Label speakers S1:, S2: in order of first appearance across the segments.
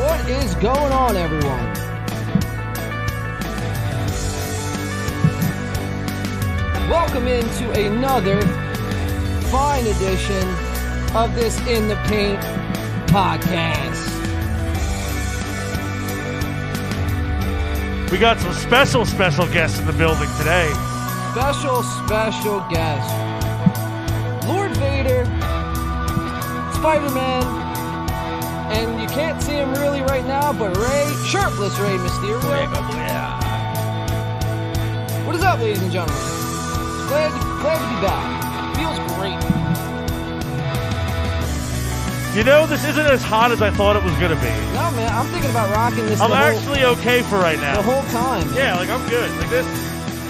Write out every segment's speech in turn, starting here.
S1: What is going on, everyone? Welcome into another fine edition of this In the Paint podcast.
S2: We got some special, special guests in the building today.
S1: Special, special guest Lord Vader, Spider Man, and you can't see him really right now, but Ray, shirtless Ray Mysterio. What is up, ladies and gentlemen? Glad, glad to be back. Feels great.
S2: You know, this isn't as hot as I thought it was going to be.
S1: No, man, I'm thinking about rocking this
S2: I'm
S1: the,
S2: actually okay for right
S1: whole, the
S2: now.
S1: whole time.
S2: Yeah, like I'm good. Like this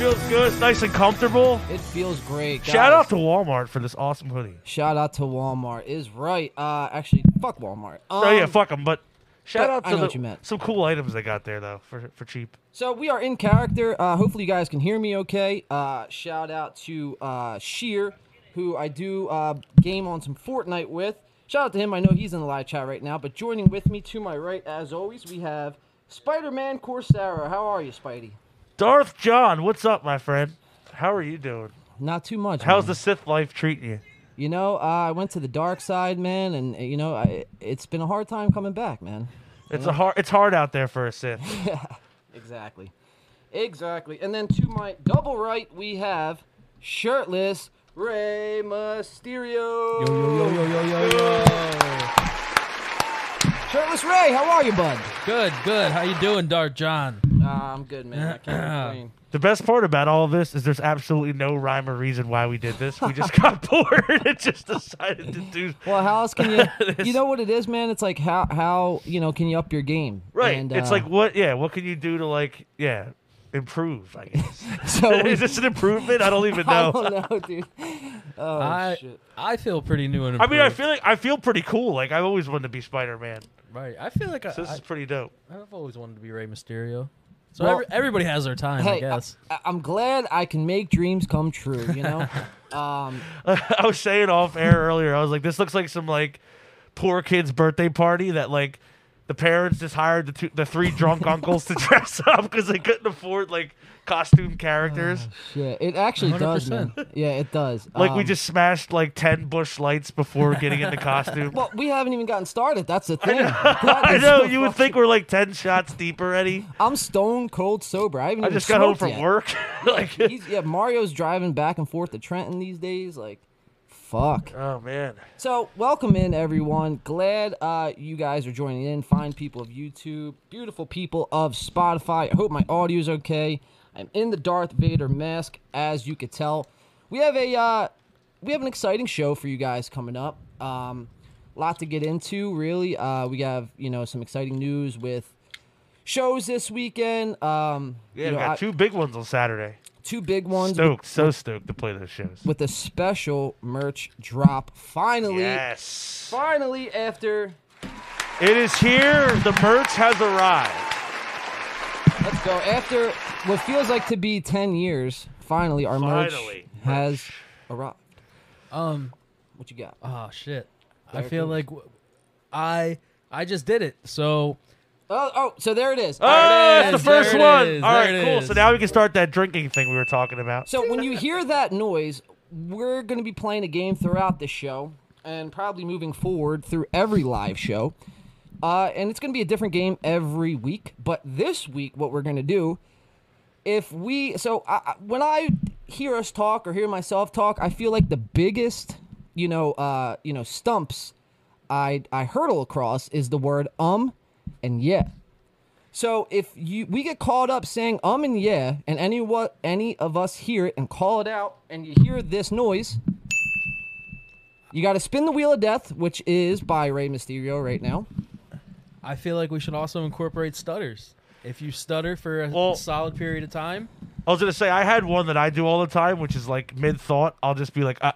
S2: feels good. It's nice and comfortable.
S1: It feels great. guys.
S2: Shout out to Walmart for this awesome hoodie.
S1: Shout out to Walmart is right. Uh, actually, fuck Walmart. Um,
S2: oh yeah, fuck them, but shout
S1: but
S2: out
S1: I
S2: to
S1: know
S2: the,
S1: what you meant.
S2: some cool items they got there though for for cheap.
S1: So we are in character. Uh, hopefully, you guys can hear me okay. Uh, shout out to uh, Sheer, who I do uh, game on some Fortnite with. Shout out to him. I know he's in the live chat right now. But joining with me to my right, as always, we have Spider-Man Corsera. How are you, Spidey?
S2: Darth John, what's up, my friend? How are you doing?
S1: Not too much.
S2: How's
S1: man.
S2: the Sith life treating you?
S1: You know, uh, I went to the dark side, man, and uh, you know, I, it's been a hard time coming back, man.
S2: It's
S1: Mm.
S2: a hard. It's hard out there for a Sith.
S1: Exactly. Exactly. And then to my double right, we have shirtless Rey Mysterio. Shirtless Ray, how are you, bud?
S3: Good, good. How you doing, Dark John?
S1: Ah, I'm good, man. I can't complain.
S2: The best part about all of this is there's absolutely no rhyme or reason why we did this. We just got bored and just decided to do.
S1: Well, how else can you? you know what it is, man. It's like how how you know can you up your game?
S2: Right.
S1: And,
S2: it's
S1: uh,
S2: like what? Yeah. What can you do to like? Yeah. Improve. I guess.
S1: so. Oh, We,
S2: is this an improvement? I don't even
S1: I
S2: know.
S1: don't know, dude. Oh
S3: I
S1: shit.
S3: I feel pretty new and
S2: I mean, I
S3: improved.
S2: feel like I feel pretty cool. Like I always wanted to be Spider Man.
S3: right. I feel like I,
S2: So this is pretty dope.
S3: I, have always wanted to be Rey Mysterio. So
S1: Well-
S3: every, everybody has their time, I
S1: Hey, I,
S3: guess.
S1: I, I'm glad I can make dreams come true. You know. um,
S2: I was saying off air earlier. I was like, this looks like some like poor kid's birthday party that like the parents just hired the two, the three drunk uncles to dress up because they couldn't afford like costume characters.
S1: Uh. Yeah, it actually does, man.
S3: 100%.
S1: Yeah, it does.
S2: Like we
S1: Um,
S2: just smashed like ten bush lights before getting into costume.
S1: Well, we haven't even gotten started. That's the thing.
S2: I know you would think we're like ten shots deep already.
S1: I'm stone cold sober. I haven't.
S2: I
S1: even
S2: just got home
S1: smoked
S2: from
S1: yet.
S2: work. like,
S1: He's, yeah, Mario's driving back and forth to Trenton these days. Like, fuck.
S2: oh man,
S1: So, welcome in everyone. Glad uh, you guys are joining in. Fine people of YouTube, beautiful people of Spotify. I hope my audio's okay. I'm in the Darth Vader mask, as you could tell. We have a uh, we have an exciting show for you guys coming up. Um, lot to get into, really. Uh, we have you know some exciting news with shows this weekend. Um,
S2: yeah,
S1: you
S2: we
S1: know,
S2: got
S1: I-
S2: two big ones on Saturday.
S1: two big ones
S2: Stoked, so stoked to play those shows.
S1: with a special merch drop. Finally,
S2: Yes,
S1: finally after
S2: it is here. The merch has arrived.
S1: Let's go. After what feels like to be 10 years, finally our
S2: Finally,
S1: merch has arrived.
S3: Um.
S1: What you got?
S3: Oh shit. I
S1: There it
S3: feel
S1: goes.
S3: like w- I I just did it. So
S1: Oh, oh, so there it is.
S2: Oh,
S3: it
S2: it's the
S3: is, there
S2: first
S3: it
S2: one.
S3: is,
S2: All
S3: there
S2: right,
S3: it
S2: cool.
S3: is.
S2: So now we can start that drinking thing we were talking about.
S1: So when you hear that noise, we're going to be playing a game throughout this show and probably moving forward through every live show. Uh, and it's going to be a different game every week. But this week, what we're going to do, if we. So I, I- when I hear us talk or hear myself talk, I feel like the biggest, you know, uh, you know, stumps I, I hurdle across is the word um and yeah. So if you we get called up saying um and yeah, and any what any of us hear it and call it out, and you hear this noise, you got to spin the wheel of death, which is by Rey Mysterio right now.
S3: I feel like we should also incorporate stutters. If you stutter for a
S2: Well-
S3: solid period of time,
S2: I was gonna say I had one that I do all the time, which is like mid thought. I'll just be like, uh,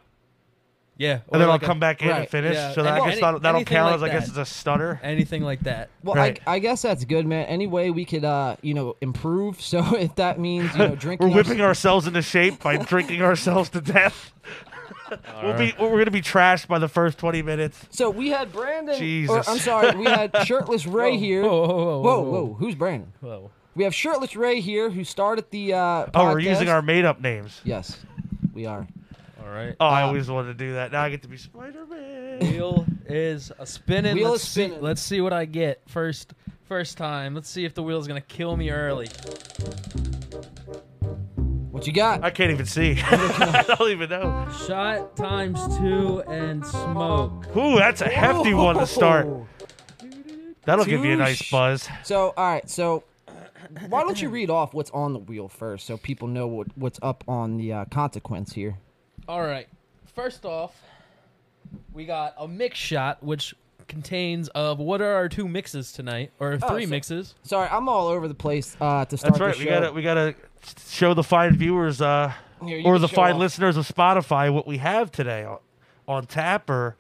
S3: yeah,
S2: and then
S3: or
S2: I'll
S3: like a-
S2: come back in and
S1: right,
S2: finish.
S3: yeah,
S2: So that
S3: and-
S2: I
S3: well,
S2: guess that'll, that'll
S3: anything
S2: count
S3: like
S2: as I guess it's
S3: that.
S2: a stutter.
S3: Anything like that.
S1: Well,
S2: Right.
S1: I, I guess that's good, man. Any way we could, uh, you know, improve. So if that means you know drinking,
S2: We're
S1: our-
S2: whipping ourselves into shape by drinking ourselves to death. we'll be we're gonna be trashed by the first twenty minutes.
S1: So we had Brandon. Or,
S2: Jesus.
S1: I'm sorry, we had shirtless Ray here.
S3: Whoa, whoa, whoa, whoa,
S1: whoa,
S3: whoa.
S1: Who's Brandon?
S3: Whoa.
S1: We have shirtless Ray here, who started the. Uh,
S2: Oh, we're using
S1: podcast.
S2: our made up names.
S1: Yes, we are.
S3: All right.
S2: Oh, I always wanted to do that. Now I get to be Spider Man.
S3: Wheel is a spinning.
S1: Wheel
S3: let's
S1: is
S3: See,
S1: spinning.
S3: let's see what I get first. First time. Let's see if the wheel's gonna kill me early.
S1: What you got?
S2: I can't even see. I don't even know.
S3: Shot times two and smoke.
S2: Ooh, that's a hefty one to start.
S1: Whoa.
S2: That'll give you a
S1: Douche.
S2: nice buzz.
S1: So, all right. So, why don't you read off what's on the wheel first, so people know what, what's up on the uh, consequence here?
S3: All right. First off, we got a mix shot, which contains of what are our two mixes tonight, or three
S1: Oh, so-
S3: mixes.
S1: Sorry, I'm all over the place uh, to start
S2: That's right.
S1: the
S2: We
S1: show.
S2: gotta we gotta show the fine viewers uh,
S1: Here, you
S2: or
S1: can
S2: the
S1: show
S2: fine
S1: off.
S2: listeners of Spotify what we have today on, on tap or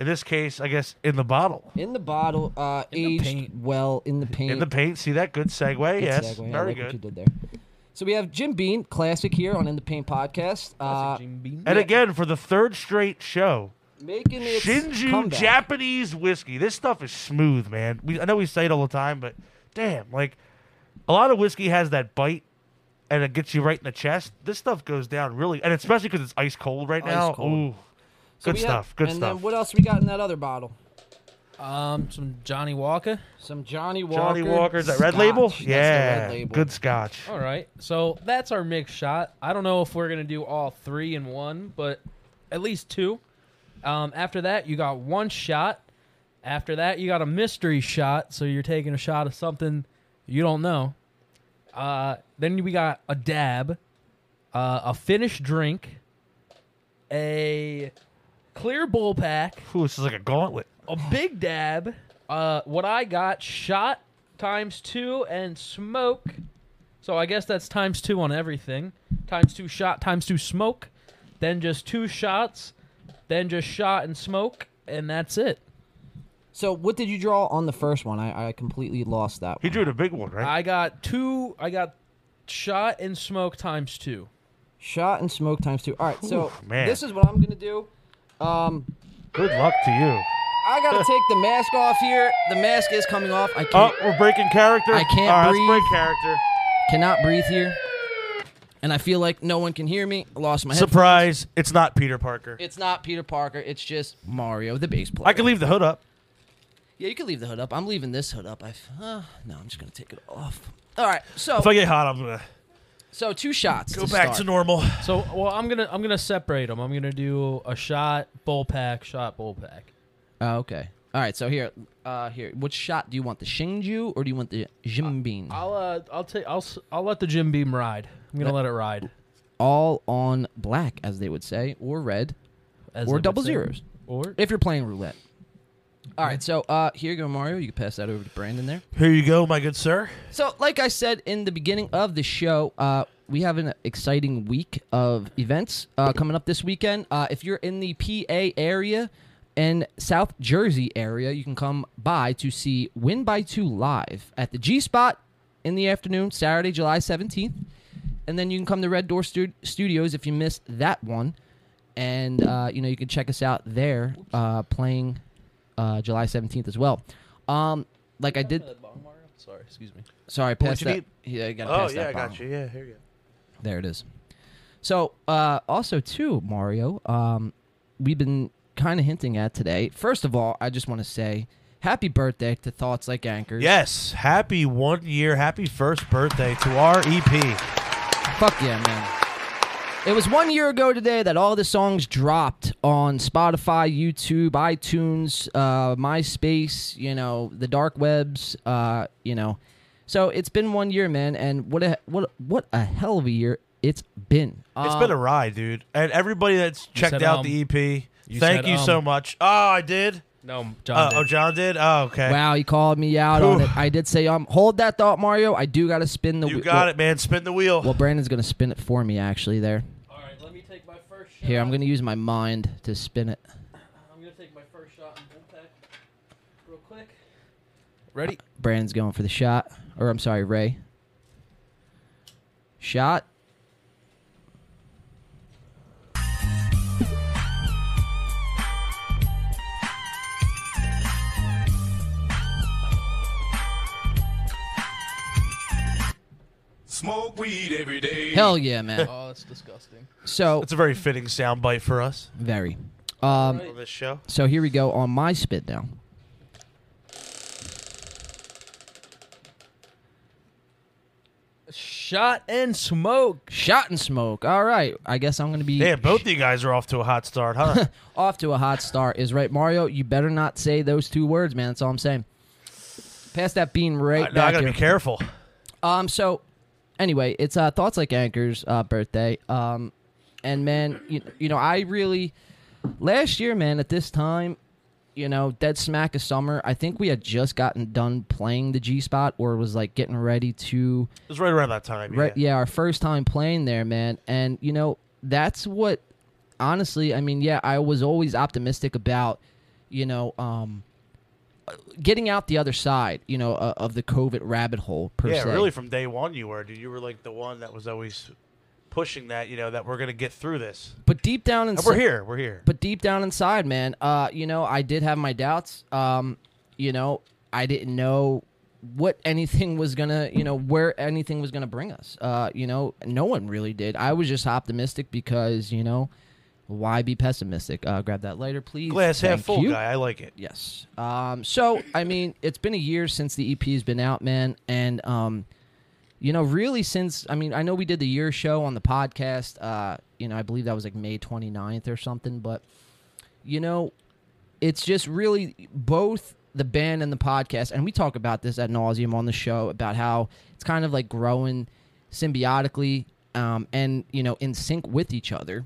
S2: in this case, I guess in the bottle.
S1: in the bottle, uh,
S3: the
S1: aged
S3: paint.
S1: well in the paint.
S2: In the paint. See that good segue?
S1: Good
S2: yes.
S1: segue. I
S2: Very
S1: like What you
S2: good.
S1: did there. So we have Jim Bean, classic here on In the Paint podcast, uh,
S2: And again, for the third straight show,
S1: making it
S2: Shinju
S1: comeback.
S2: Japanese whiskey. This stuff is smooth, man. We, I know we say it all the time, but damn, like a lot of whiskey has that bite and it gets you right in the chest. This stuff goes down really, and especially because it's ice cold right
S1: Ice
S2: now.
S1: cold.
S2: Ooh,
S1: So
S2: good
S1: we have-
S2: stuff. good
S1: and
S2: stuff.
S1: then what else we got in that other bottle?
S3: um, some Johnny Walker.
S1: Some Johnny Walker.
S2: Johnny Walker's that red label.
S1: Scotch. That's the
S2: Yeah,
S1: red label.
S2: good scotch.
S3: All right. So that's our mix shot. I don't know if we're gonna do all three in one, but at least two. Um, after that, you got one shot. After that, you got a mystery shot. So you're taking a shot of something you don't know. Uh, then we got a dab, uh, a finished drink, a clear bowl pack,
S2: Ooh, this is like a gauntlet.
S3: a big dab. Uh, what I got shot times two and smoke. So I guess that's times two on everything. Times two shot, times two smoke, then just two shots, then just shot and smoke, and that's it.
S1: So what did you draw on the first one? I, I completely lost that.
S2: He
S1: One.
S2: drew the big one, right?
S3: I got two. I got shot and smoke times two.
S1: Shot and smoke times two. All right, so
S2: Oof, man.
S1: this is what I'm gonna do. Um,
S2: good luck to you.
S1: I gotta take the mask off here. The mask is coming off. I
S2: Oh,
S1: can't,
S2: we're breaking character.
S1: I can't
S2: All right,
S1: breathe.
S2: Let's break character.
S1: cannot breathe here, and I feel like no one can hear me. I lost my head.
S2: Surprise! It's not Peter Parker.
S1: It's not Peter Parker. It's just Mario, the bass player.
S2: I can leave the hood up.
S1: Yeah, you can leave the hood up. I'm leaving this hood up. I f- uh, no, I'm just gonna take it off. All right. So
S2: If I get hot, I'm gonna
S1: so two shots.
S2: go back to
S1: start.
S2: normal.
S3: So well, I'm gonna I'm gonna separate them. I'm gonna do a shot bowl pack, shot bowl pack.
S1: Oh, okay. All right. So here, uh, here. Which shot do you want? The Shinju or do you want the Jim Bean?
S3: I'll uh, I'll take I'll s- I'll let the Jim Beam ride. I'm gonna let it ride.
S1: All on black, as they would say, or red,
S3: as they
S1: or
S3: would
S1: double
S3: say.
S1: zeros,
S3: Or
S1: if you're playing roulette. All right. So uh, here you go, Mario. You can pass that over to Brandon there.
S2: Here you go, my good sir.
S1: So, like I said in the beginning of the show, uh, we have an exciting week of events uh, coming up this weekend. Uh, if you're in the PA area and South Jersey area, you can come by to see Win by Two live at the G Spot in the afternoon, Saturday, July 17th. And then you can come to Red Door Stu- Studios if you missed that one. And, uh, you know, you can check us out there uh, playing uh, July 17th as well. Um, like I did.
S3: Sorry, excuse me.
S1: Sorry, pass
S2: you
S1: that.
S2: need?
S1: Yeah, I gotta
S2: Oh
S1: pass
S2: yeah,
S1: that
S2: I got
S1: bottle.
S2: you. Yeah, here you go.
S1: There it is. So, uh, also too, Mario, um, we've been kind of hinting at today. First of all, I just want to say happy birthday to Thoughts Like Anchors.
S2: Yes, happy one year, happy first birthday to our E EP.
S1: Fuck yeah, man. It was one year ago today that all the songs dropped on Spotify, YouTube, iTunes, uh, MySpace, you know, the dark webs, uh, you know. So it's been one year, man, and what a what what a hell of a year it's been.
S2: It's
S1: Um,
S2: been a ride, dude. And everybody that's checked
S3: said,
S2: out
S3: um,
S2: the EP,
S3: you
S2: thank
S3: said,
S2: you so
S3: um.
S2: much. Oh, I did.
S3: No,
S2: Uh,
S3: John.
S2: oh,
S3: did.
S2: John did. Oh, okay.
S1: Wow, he called me out on
S2: Whew.
S1: it. I did say, um, hold that thought, Mario. I do got to spin the.
S2: You
S1: whe-
S2: got
S1: well,
S2: it, man. Spin the wheel.
S1: Well, Brandon's gonna spin it for me. Actually, there.
S3: All right, let me take my first shot.
S1: Here, I'm gonna use my mind to spin it.
S3: I'm gonna take my first shot in bull pack, real quick. Ready?
S1: Brandon's going for the shot, or I'm sorry, Ray. Shot.
S4: Smoke weed every day.
S1: Hell yeah, man.
S3: Oh, that's disgusting.
S1: So
S2: That's a very fitting soundbite for us
S1: very. Um,
S2: on this show.
S1: so here we go on my spit now.
S3: Shot and smoke.
S1: Shot and smoke. All right, I guess I'm gonna be
S2: Damn, both of you guys are off to a hot start, huh?
S1: off to a hot start. Is right, Mario. You better not say those two words, man. That's all I'm saying. Pass that bean right
S2: I, no, I
S1: back
S2: gotta
S1: here.
S2: be careful.
S1: Um. So, anyway, it's uh, thoughts like anchors uh, birthday. Um, and man, you, you know, I really last year, man, at this time, you know, dead smack of summer. I think we had just gotten done playing the G spot, or was like getting ready to
S2: It was right around that time.
S1: Right. Yeah, our first time playing there, man. And you know, that's what honestly, I mean, yeah, I was always optimistic about, you know, um getting out the other side, you know, uh, of the COVID rabbit hole per
S2: Yeah,
S1: se.
S2: really from day one you were, dude. You were like the one that was always pushing that, you know, that we're gonna get through this.
S1: But deep down inside
S2: And we're here. We're here.
S1: But deep down inside, man, uh, you know, I did have my doubts. Um, you know, I didn't know what anything was gonna, you know, where anything was gonna bring us. Uh, you know, no one really did. I was just optimistic because, you know, why be pessimistic? Uh, grab that lighter, please.
S2: Glass half
S1: Thank
S2: full
S1: you.
S2: guy. I like it.
S1: Yes. Um, so I mean, it's been a year since the EP has been out, man, and um, you know, really since I mean, I know we did the year show on the podcast. Uh, you know, I believe that was like May 29th or something, but you know, it's just really both the band and the podcast, and we talk about this at nauseum on the show about how it's kind of like growing symbiotically um, and you know in sync with each other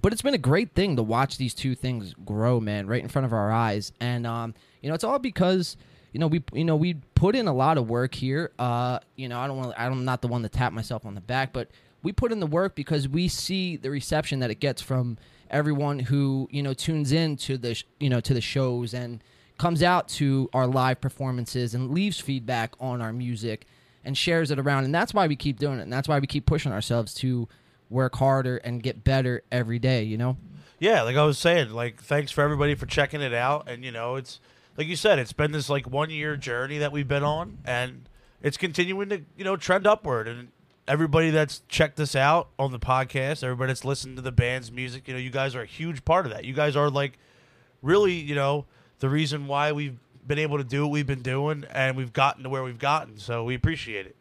S1: but it's been a great thing to watch these two things grow, man, right in front of our eyes. And um, you know, it's all because you know we you know we put in a lot of work here. Uh, you know, I don't want I'm not the one to tap myself on the back, but we put in the work because we see the reception that it gets from everyone who you know tunes in to the sh- you know to the shows and comes out to our live performances and leaves feedback on our music and shares it around and that's why we keep doing it and that's why we keep pushing ourselves to work harder and get better every day, you know?
S2: Yeah, like I was saying, like thanks for everybody for checking it out. And you know, it's like you said, it's been this like one year journey that we've been on, and it's continuing to you know trend upward. And everybody that's checked us out on the podcast, everybody that's listened to the band's music, you know, you guys are a huge part of that. You guys are like really, you know, the reason why we've been able to do what we've been doing, and we've gotten to where we've gotten. So we appreciate it.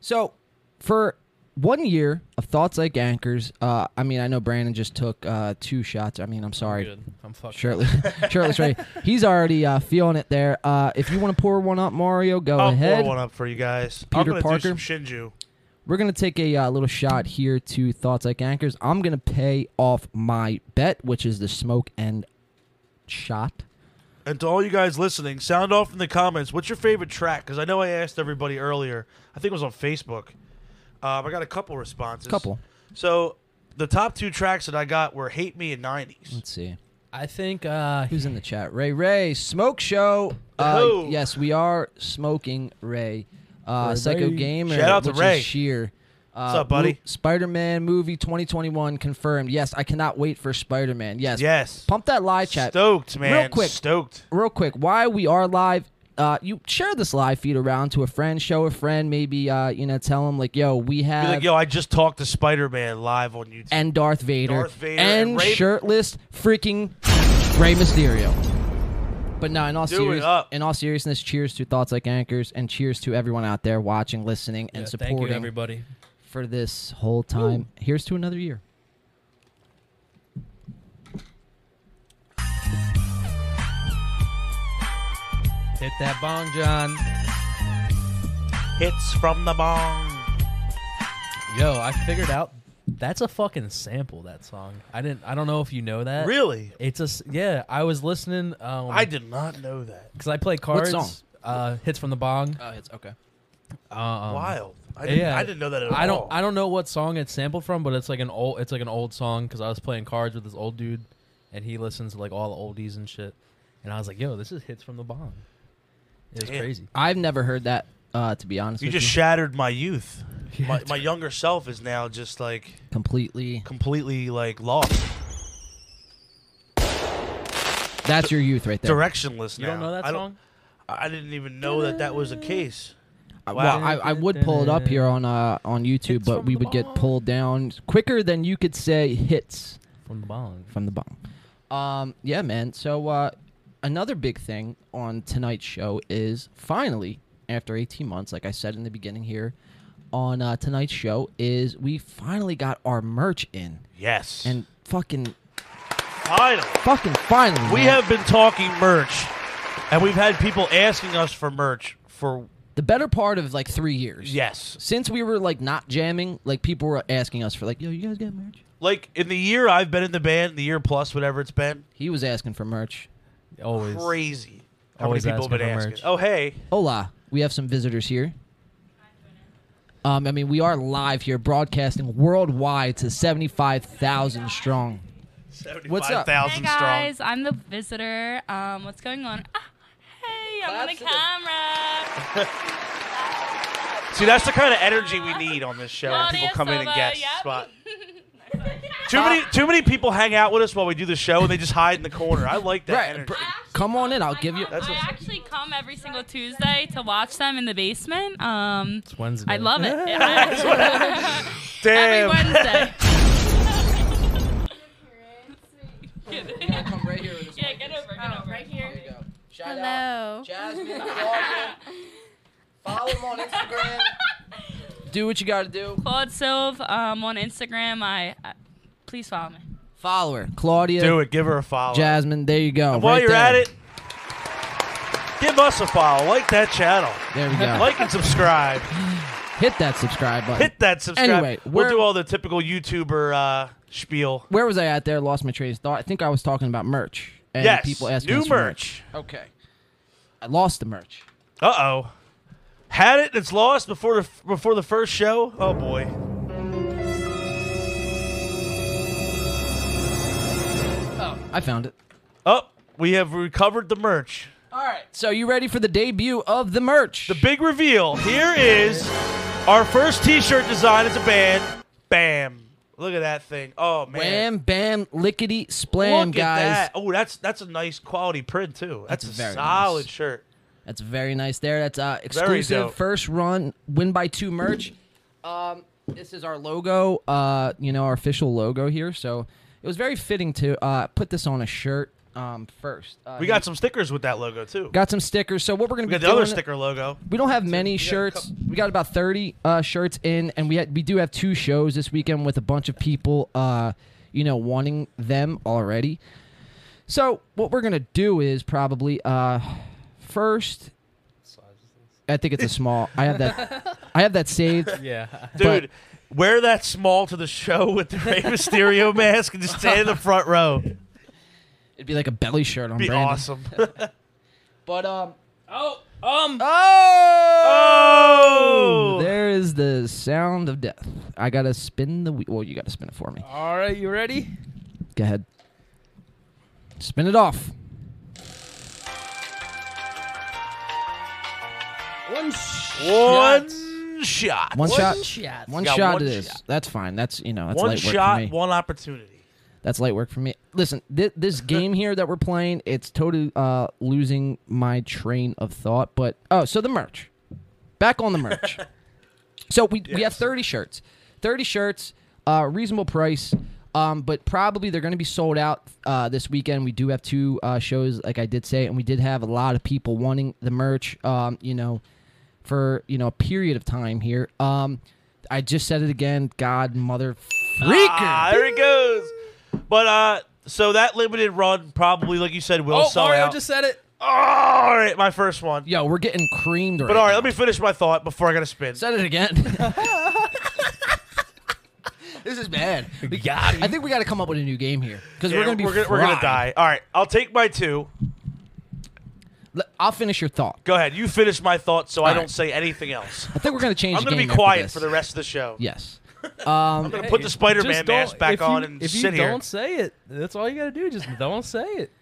S1: So, for one year of Thoughts Like Anchors, uh, I mean, I know Brandon just took uh, two shots. I mean, I'm sorry.
S3: Good. I'm fucking.
S1: Shirtless, shirtless Ray. He's already uh, feeling it there. Uh, if you want to pour one up, Mario, go
S2: I'll
S1: ahead.
S2: pour one up for you guys. I'm
S1: Peter
S2: gonna
S1: Parker.
S2: do some Shinju.
S1: We're gonna take a uh, little shot here to Thoughts Like Anchors. I'm gonna pay off my bet, which is the smoke and shot.
S2: And to all you guys listening, sound off in the comments. What's your favorite track? Because I know I asked everybody earlier. I think it was on Facebook. Um, I got a couple responses.
S1: Couple.
S2: So the top two tracks that I got were "Hate Me" and "90s."
S1: Let's see.
S3: I think uh,
S1: Who's in the chat? Ray Ray Smoke Show. Uh,
S2: Hello.
S1: yes, we are smoking Ray. Uh,
S3: Ray
S1: Psycho
S3: Ray.
S1: Gamer.
S2: Shout out to
S1: which
S2: Ray.
S1: Is sheer. Uh,
S2: What's up, buddy?
S1: Spider Man movie 2021 confirmed. Yes, I cannot wait for Spider Man. Yes.
S2: Yes.
S1: Pump that live chat.
S2: Stoked, man.
S1: Real quick.
S2: Stoked.
S1: Real quick, why we are live. Uh, you share this live feed around to a friend, show a friend, maybe uh, you know, tell them like, yo, we
S2: Be
S1: have
S2: like, yo, I just talked to Spider Man live on YouTube.
S1: and Darth Vader,
S2: Darth Vader
S1: and,
S2: and Rey-
S1: shirtless freaking Rey Mysterio. But no, in all
S2: Do it
S1: serious,
S2: up.
S1: in all seriousness, cheers to thoughts like anchors, and cheers to everyone out there watching, listening, and
S3: yeah,
S1: supporting
S3: thank you everybody.
S1: for this whole time. Here's to another year.
S3: Hit that bong, John.
S2: Hits from the bong.
S3: Yo, I figured out that's a fucking sample. That song. I didn't. I don't know if you know
S1: Uh,
S3: that.
S2: Really?
S3: It's a s- yeah. I was listening. Um,
S2: I did not know that.
S3: because I play cards.
S1: song?
S3: Uh, hits from the bong.
S1: Oh, it's okay.
S3: Um,
S2: Wild. I didn't,
S3: yeah.
S2: I didn't know that at all.
S3: I don't. I don't know what song it's sampled from, but it's like an old. It's like an old song because I was playing cards with this old dude, and he listens to like all the oldies and shit. And I was like, "Yo, this is hits from the bong." It was
S2: Damn.
S3: crazy.
S1: I've never heard that. Uh, to be honest,
S2: You
S1: with
S2: just
S1: you.
S2: shattered my youth. My, my younger self is now just like
S1: completely.
S2: completely like lost.
S1: That's your youth right there.
S2: directionless
S3: You
S2: now.
S3: don't know that
S2: I
S3: song?
S2: I didn't even know that that was the case. Wow.
S1: Well, I, I would pull it up here on uh, on YouTube,
S3: Hits
S1: but
S3: from
S1: we
S3: the
S1: would get
S3: bong.
S1: pulled down quicker than you could say hits
S3: From the bong.
S1: from the bong. Um, yeah, man. So uh, another big thing on tonight's show is finally, after 18 months, like I said in the beginning here, on uh, tonight's show is we finally got our merch in
S2: Yes.
S1: and fucking
S2: finally,
S1: fucking finally.
S2: we
S1: man.
S2: have been talking merch, and we've had people asking us for merch for
S1: the better part of like three years.
S2: yes.
S1: Since we were like not jamming, like people were asking us for like, yo, you guys got merch?
S2: Like in the year I've been in the band, the year plus whatever it's been,
S1: He was asking for merch.
S3: Always.
S2: crazy. How
S3: Always
S2: many people have been
S3: asking for
S2: asking?
S3: merch.
S2: Oh hey,
S1: Hola, we have some visitors here. Um, I mean, we are live here, broadcasting worldwide to seventy-five thousand strong. What's
S2: seventy-five
S1: up?
S4: Hey
S2: thousand strong.
S4: guys, I'm the visitor. Um, what's going on? Ah, hey, I'm on the
S1: Claps to the-
S4: camera.
S2: See, that's the kind of energy we need on this show. when
S4: Claudia
S2: people come in and
S4: Silva,
S2: guess
S4: yep.
S2: spot. Too many, too many people hang out with us while we do the show, and they just hide in the corner. I like that
S1: Right,
S2: energy.
S1: br- Come on in, I'll give you-
S4: I
S2: That's what's-
S4: actually come every single Tuesday to watch them in the basement. Um,
S3: It's Wednesday.
S4: I love it. I- every
S2: Damn.
S4: Wednesday.
S1: Come right here. With
S4: yeah, get over, get over. Right here.
S1: Shout
S5: Hello.
S1: Jasmine. Follow him on Instagram. Do what you got to do.
S4: Claude Silve um, on Instagram. I, I please follow me.
S1: Follow her, Claudia,
S2: Do it. Give her a follow.
S1: Jasmine. There you go.
S2: While
S1: right
S2: you're
S1: there.
S2: at it, give us a follow. Like that channel.
S1: there we go.
S2: Like and subscribe.
S1: Hit that subscribe button.
S2: Hit that subscribe.
S1: Anyway,
S2: we'll
S1: where-
S2: do all the typical YouTuber uh, spiel.
S1: Where was I at there? Lost my train of thought. I think I was talking about merch. And
S2: yes.
S1: people asking
S2: New
S1: us for
S2: merch.
S1: Okay. I lost the merch.
S2: Uh oh. Had it. It's lost before the before the first show. Oh boy.
S1: Oh, I found it.
S2: Oh, we have recovered the merch.
S1: All right. So you ready for the debut of the merch?
S2: The big reveal. Here is our first T-shirt design as a band. Bam. Look at that thing. Oh man.
S1: Wham bam lickety
S2: Look
S1: splam,
S2: at
S1: guys.
S2: that. Oh, that's that's a nice quality print too. That's,
S1: That's
S2: a
S1: very
S2: solid
S1: nice.
S2: shirt.
S1: That's very nice there. That's uh,
S2: Very
S1: exclusive
S2: dope.
S1: first run win by two merch. Um, this is our logo. Uh, you know our official logo here. So it was very fitting to uh put this on a shirt. Um, first uh,
S2: We got some stickers with that logo too.
S1: got some stickers. So what we're gonna
S2: we
S1: be
S2: got the other
S1: doing-
S2: sticker logo.
S1: We don't have many shirts. We got about 30 uh, shirts in, and we had, we do have two shows this weekend with a bunch of people, uh, you know, wanting them already. So what we're gonna do is probably uh, first. I think it's a small. I have that. I have that saved.
S3: Yeah.
S2: Dude, wear that small to the show with the Rey Mysterio mask and just stand in the front row.
S1: It'd be like a belly shirt on
S2: Be
S1: Brandon.
S2: awesome.
S1: But um.
S3: Oh, um.
S2: oh!
S1: There is the sound of death. I gotta spin the. whe- Well, you gotta spin it for me.
S3: All right, you ready?
S1: Go ahead. Spin it off.
S3: One
S2: One shot.
S1: One, shot.
S3: shot.
S1: One
S2: Got
S1: shot
S2: one
S1: it is.
S2: shot.
S1: That's fine. That's you know that's
S2: One
S1: light work for
S2: shot,
S1: me.
S2: one opportunity.
S1: That's light work for me. Listen, thi- this game here that we're playing, it's totally uh, losing my train of thought. But oh, so the merch. Back on the merch. so we we have
S2: Yes.
S1: thirty shirts, thirty shirts, uh, reasonable price. Um, but probably they're going to be sold out uh, this weekend. We do have two uh, shows, like I did say, and we did have a lot of people wanting the merch. Um, you know, for you know a period of time here. Um, I just said it again. God, mother freaker!
S2: Ah, there it goes. But uh, so that limited run probably, like you said, will
S3: Oh,
S2: sell
S3: Mario
S2: out.
S3: just said it.
S2: Oh, all right, my first one.
S1: Yo, we're getting creamed right
S2: But all right,
S1: now.
S2: let me finish my thought before I gotta spin.
S1: Said it again. this is bad. We- I think we got to come up with a new game here because
S2: Yeah,
S1: we're gonna be
S2: we're, gonna, we're gonna
S1: fried.
S2: die. All right, I'll take my two.
S1: L- I'll finish your thought.
S2: Go ahead. You finish my thought, so I
S1: All
S2: don't
S1: right.
S2: say anything else.
S1: I think we're gonna change.
S2: I'm
S1: the
S2: gonna be
S1: game after
S2: quiet
S1: this.
S2: for the rest of the show.
S1: Yes. Um,
S2: I'm gonna put the Spider-Man
S3: Just
S2: mask
S3: don't-
S2: back
S3: if you-
S2: on and
S3: if
S2: sit
S3: you
S2: here.
S3: don't say it, that's all you gotta do. Just don't say it.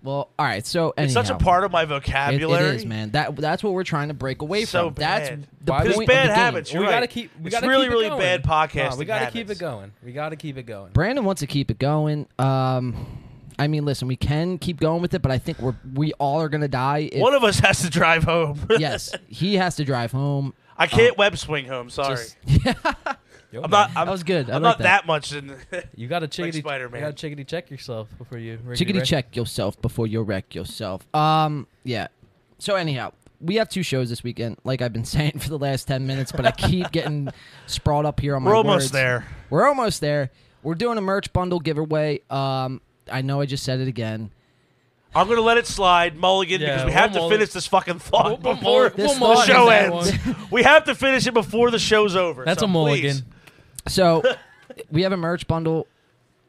S1: well, all right. So anyhow,
S2: It's such a part of my
S1: It, it
S2: vocabulary.
S1: is, man. That that's what we're trying to break away
S2: So
S1: from. That's
S2: bad.
S1: the
S3: Why-
S1: point
S3: Just
S1: of
S2: bad
S1: the game.
S2: habits. You're
S3: we gotta
S2: right.
S3: keep. We
S2: It's
S3: gotta
S2: really,
S3: keep it
S2: really
S3: going.
S2: bad
S3: Nah,
S2: podcasting
S3: we gotta keep
S2: habits.
S3: it going. We gotta keep it going.
S1: Brandon wants to keep it going. Um, I mean, listen, we can keep going with it, but I think we're we all are gonna die. If,
S2: One of us has to drive home.
S1: yes, he has to drive home.
S2: I can't web swing home. Sorry,
S3: Just-
S2: I'm not. I'm,
S1: That was good. I
S2: I'm
S1: like
S2: not that,
S1: that.
S2: much. In,
S3: You gotta chickity,
S2: Spider-Man.
S3: You gotta chickity check yourself before you wreck your
S1: Chickity
S3: wreck.
S1: check yourself before you wreck yourself. Um, yeah. So anyhow, we have two shows this weekend, like I've been saying for the last ten minutes, but I keep getting sprawled up here on my.
S2: we're almost
S1: words.
S2: there.
S1: We're almost there. We're doing a merch bundle giveaway. Um, I know I just said it again.
S2: I'm gonna let it slide, Mulligan,
S3: Yeah,
S2: because we
S3: we'll
S2: have to
S3: mulligan.
S2: finish this fucking thought
S3: We'll- we'll
S2: before
S3: mulligan
S1: This
S2: the
S1: mulligan
S2: show
S3: that
S2: ends. we have to finish it before the show's over.
S3: That's
S2: so
S3: a mulligan.
S2: please.
S1: So we have a merch bundle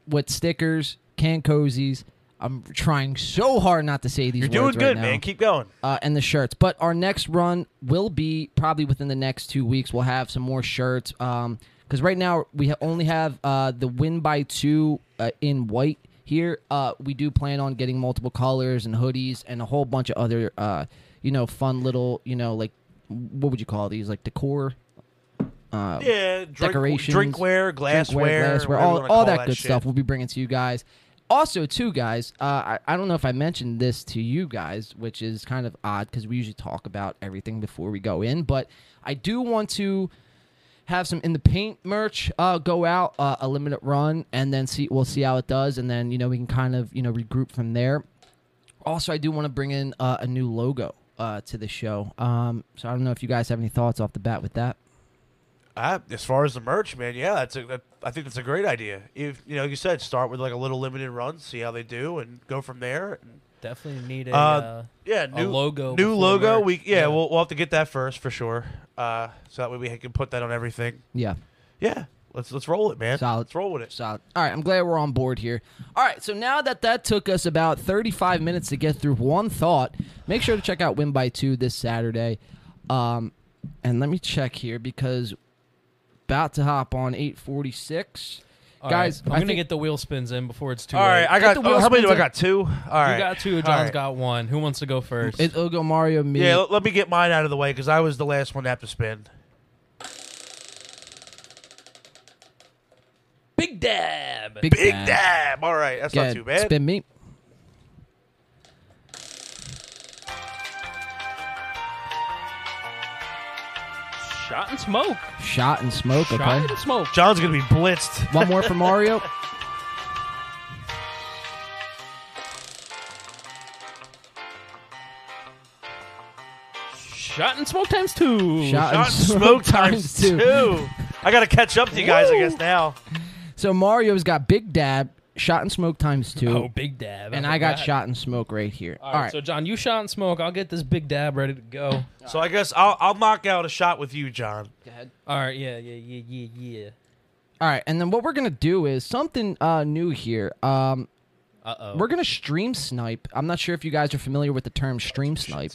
S1: with stickers, can cozies. I'm trying so hard not to say these
S2: You're doing
S1: words right
S2: good,
S1: now.
S2: man. Keep going.
S1: uh, and the shirts. But our next run will be probably within the next two weeks. We'll have some more shirts. Um, because right now we ha- only have uh the win by two uh, in white here. Uh, we do plan on getting multiple colors and hoodies and a whole bunch of other uh, you know, fun little you know like what would you call these like decor Uh,
S2: Yeah, drink,
S1: Um, decorations,
S2: drinkware, glassware,
S1: glassware,
S2: whatever you
S1: all,
S2: wanna
S1: all
S2: call
S1: that, good
S2: shit.
S1: stuff we'll be bringing to you guys. Also, too, guys, uh, I, I don't know if I mentioned this to you guys, which is kind of odd because we usually talk about everything before we go in, but I do want to have some in the paint merch uh, go out uh, a limited run and then see we'll see how it does and then you know we can kind of you know regroup from there also i do want to bring in uh, a new logo uh, to the show um, so i don't know if you guys have any thoughts off the bat with that
S2: Ah, as far as the merch, man, yeah, that's a, that, I think that's a great idea. If you know, like you said, start with like a little limited run, see how they do, and go from there. And,
S3: Definitely need a.
S2: uh,
S3: Uh,
S2: yeah, new
S3: logo
S2: new
S3: before
S2: logo.
S3: merch,
S2: We yeah,
S3: yeah.
S2: We'll, we'll have to get that first for sure. Uh, so that way we can put that on everything.
S1: yeah
S2: Yeah, let's let's roll it, man.
S1: Solid.
S2: Let's roll with it.
S1: Solid. All right, I'm glad we're on board here. All right, so now that that took us about 35 minutes to get through one thought, make sure to check out Win by Two this Saturday. Um, and let me check here because about to hop on 846.
S3: all
S1: Guys,
S3: right, I'm
S1: I
S3: gonna
S1: think-
S3: get the wheel spins in before it's too
S2: All
S3: late.
S2: right, I
S1: Get
S2: got
S1: the wheel
S2: oh, how many do I
S1: spins
S2: got? Two. All right,
S3: you got two.
S2: All
S3: John's
S2: right.
S3: got one. Who wants to go first?
S1: It, it'll go Mario, me.
S2: Yeah, let, let me get mine out of the way because I was the last one to have to spin.
S3: Big dab.
S2: Big dab. All right, that's
S1: Go
S2: not
S1: ahead,
S2: too bad.
S1: Spin me.
S3: Shot and smoke.
S1: Shot and smoke,
S3: Shot
S1: okay?
S3: and smoke.
S2: John's gonna be blitzed.
S1: One more for Mario.
S3: Shot and smoke times two.
S1: Shot and
S2: Not smoke times two. I gotta catch up to you guys, I guess now.
S1: So Mario's got Big Dab, Shot and Smoke times two.
S3: Oh, big dab.
S1: and I got
S3: forgot.
S1: Shot and Smoke right here.
S3: All right, so John, you shot and smoke. I'll get this big dab ready to go.
S2: So I guess I'll I'll knock out a shot with you, John.
S1: go ahead.
S3: All right, yeah, yeah, yeah, yeah, yeah.
S1: All right, and then what we're gonna do is something uh, new here. Um,
S3: Uh oh.
S1: we're gonna stream snipe. I'm not sure if you guys are familiar with the term stream snipe.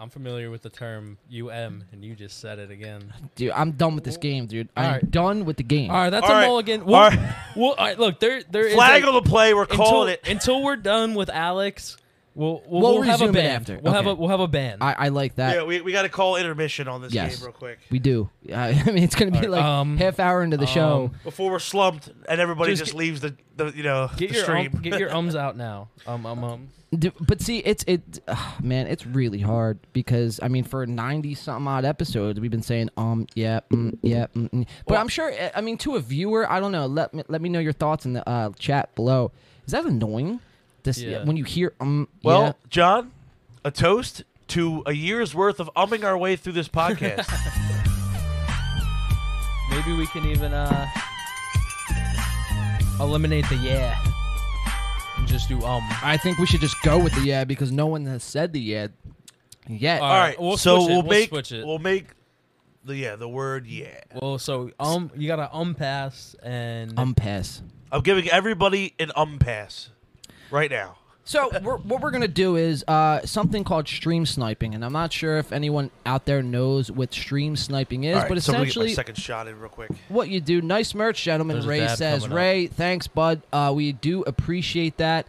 S3: I'm familiar with the term UM, and you just said it again.
S1: Dude, I'm done with this game, dude. I'm
S3: All right.
S1: done with the game.
S3: All right, that's
S2: All
S3: a
S2: right,
S3: mulligan.
S2: all
S3: We'll,
S2: right.
S3: we'll- all right, look, there, there is
S2: Flag
S3: a-
S2: on the play. We're
S3: until,
S2: calling it.
S3: until we're done with Alex. We'll we'll,
S1: We'll
S3: have a
S1: resume it
S3: band.
S1: after.
S3: We'll have
S1: Okay.
S3: a we'll have a band.
S1: I, I like that.
S2: Yeah, we, we got to call intermission on this
S1: Yes.
S2: game real quick
S1: We do. I, I mean, it's gonna be
S3: right,
S1: like
S3: um,
S1: half hour into the show.
S2: before we're slumped and everybody
S3: Just
S2: just,
S3: get-
S2: leaves the, the you know
S3: get
S2: the
S3: your um,
S2: stream.
S3: get your ums out now. Um um um.
S1: D- But see, it's it, ah, man, it's really hard because I mean, for ninety something odd episodes, we've been saying um, yeah, mm, yeah, mm, mm. but I'm sure. I mean, to a viewer, I don't know. Let me let me know your thoughts in the uh, chat below. Is that annoying? This
S3: Yeah.
S1: when you hear um,
S2: well,
S1: yeah.
S2: John, a toast to a year's worth of umming our way through this podcast.
S3: Maybe we can even uh eliminate the yeah and just do um.
S1: I think we should just go with the yeah because no one has said the yeah yet.
S2: All
S3: All
S2: right,
S3: right, we'll
S2: so
S3: switch it,
S2: we'll
S3: we'll
S2: make
S3: switch it.
S2: we'll make the yeah the word yeah.
S3: Well, so um, you gotta um pass and
S1: um, pass.
S2: I'm giving everybody an um pass right now.
S1: So we're, what we're gonna do is uh, something called stream sniping, and I'm not sure if anyone out there knows what stream sniping is,
S2: All right,
S1: but
S2: so I'm gonna get my
S1: essentially
S2: second shot in real quick.
S1: what you do. Nice merch, gentlemen.
S3: There's a
S1: Ray
S3: dab
S1: says,
S3: coming up.
S1: Ray, thanks, bud. Uh, we do appreciate that.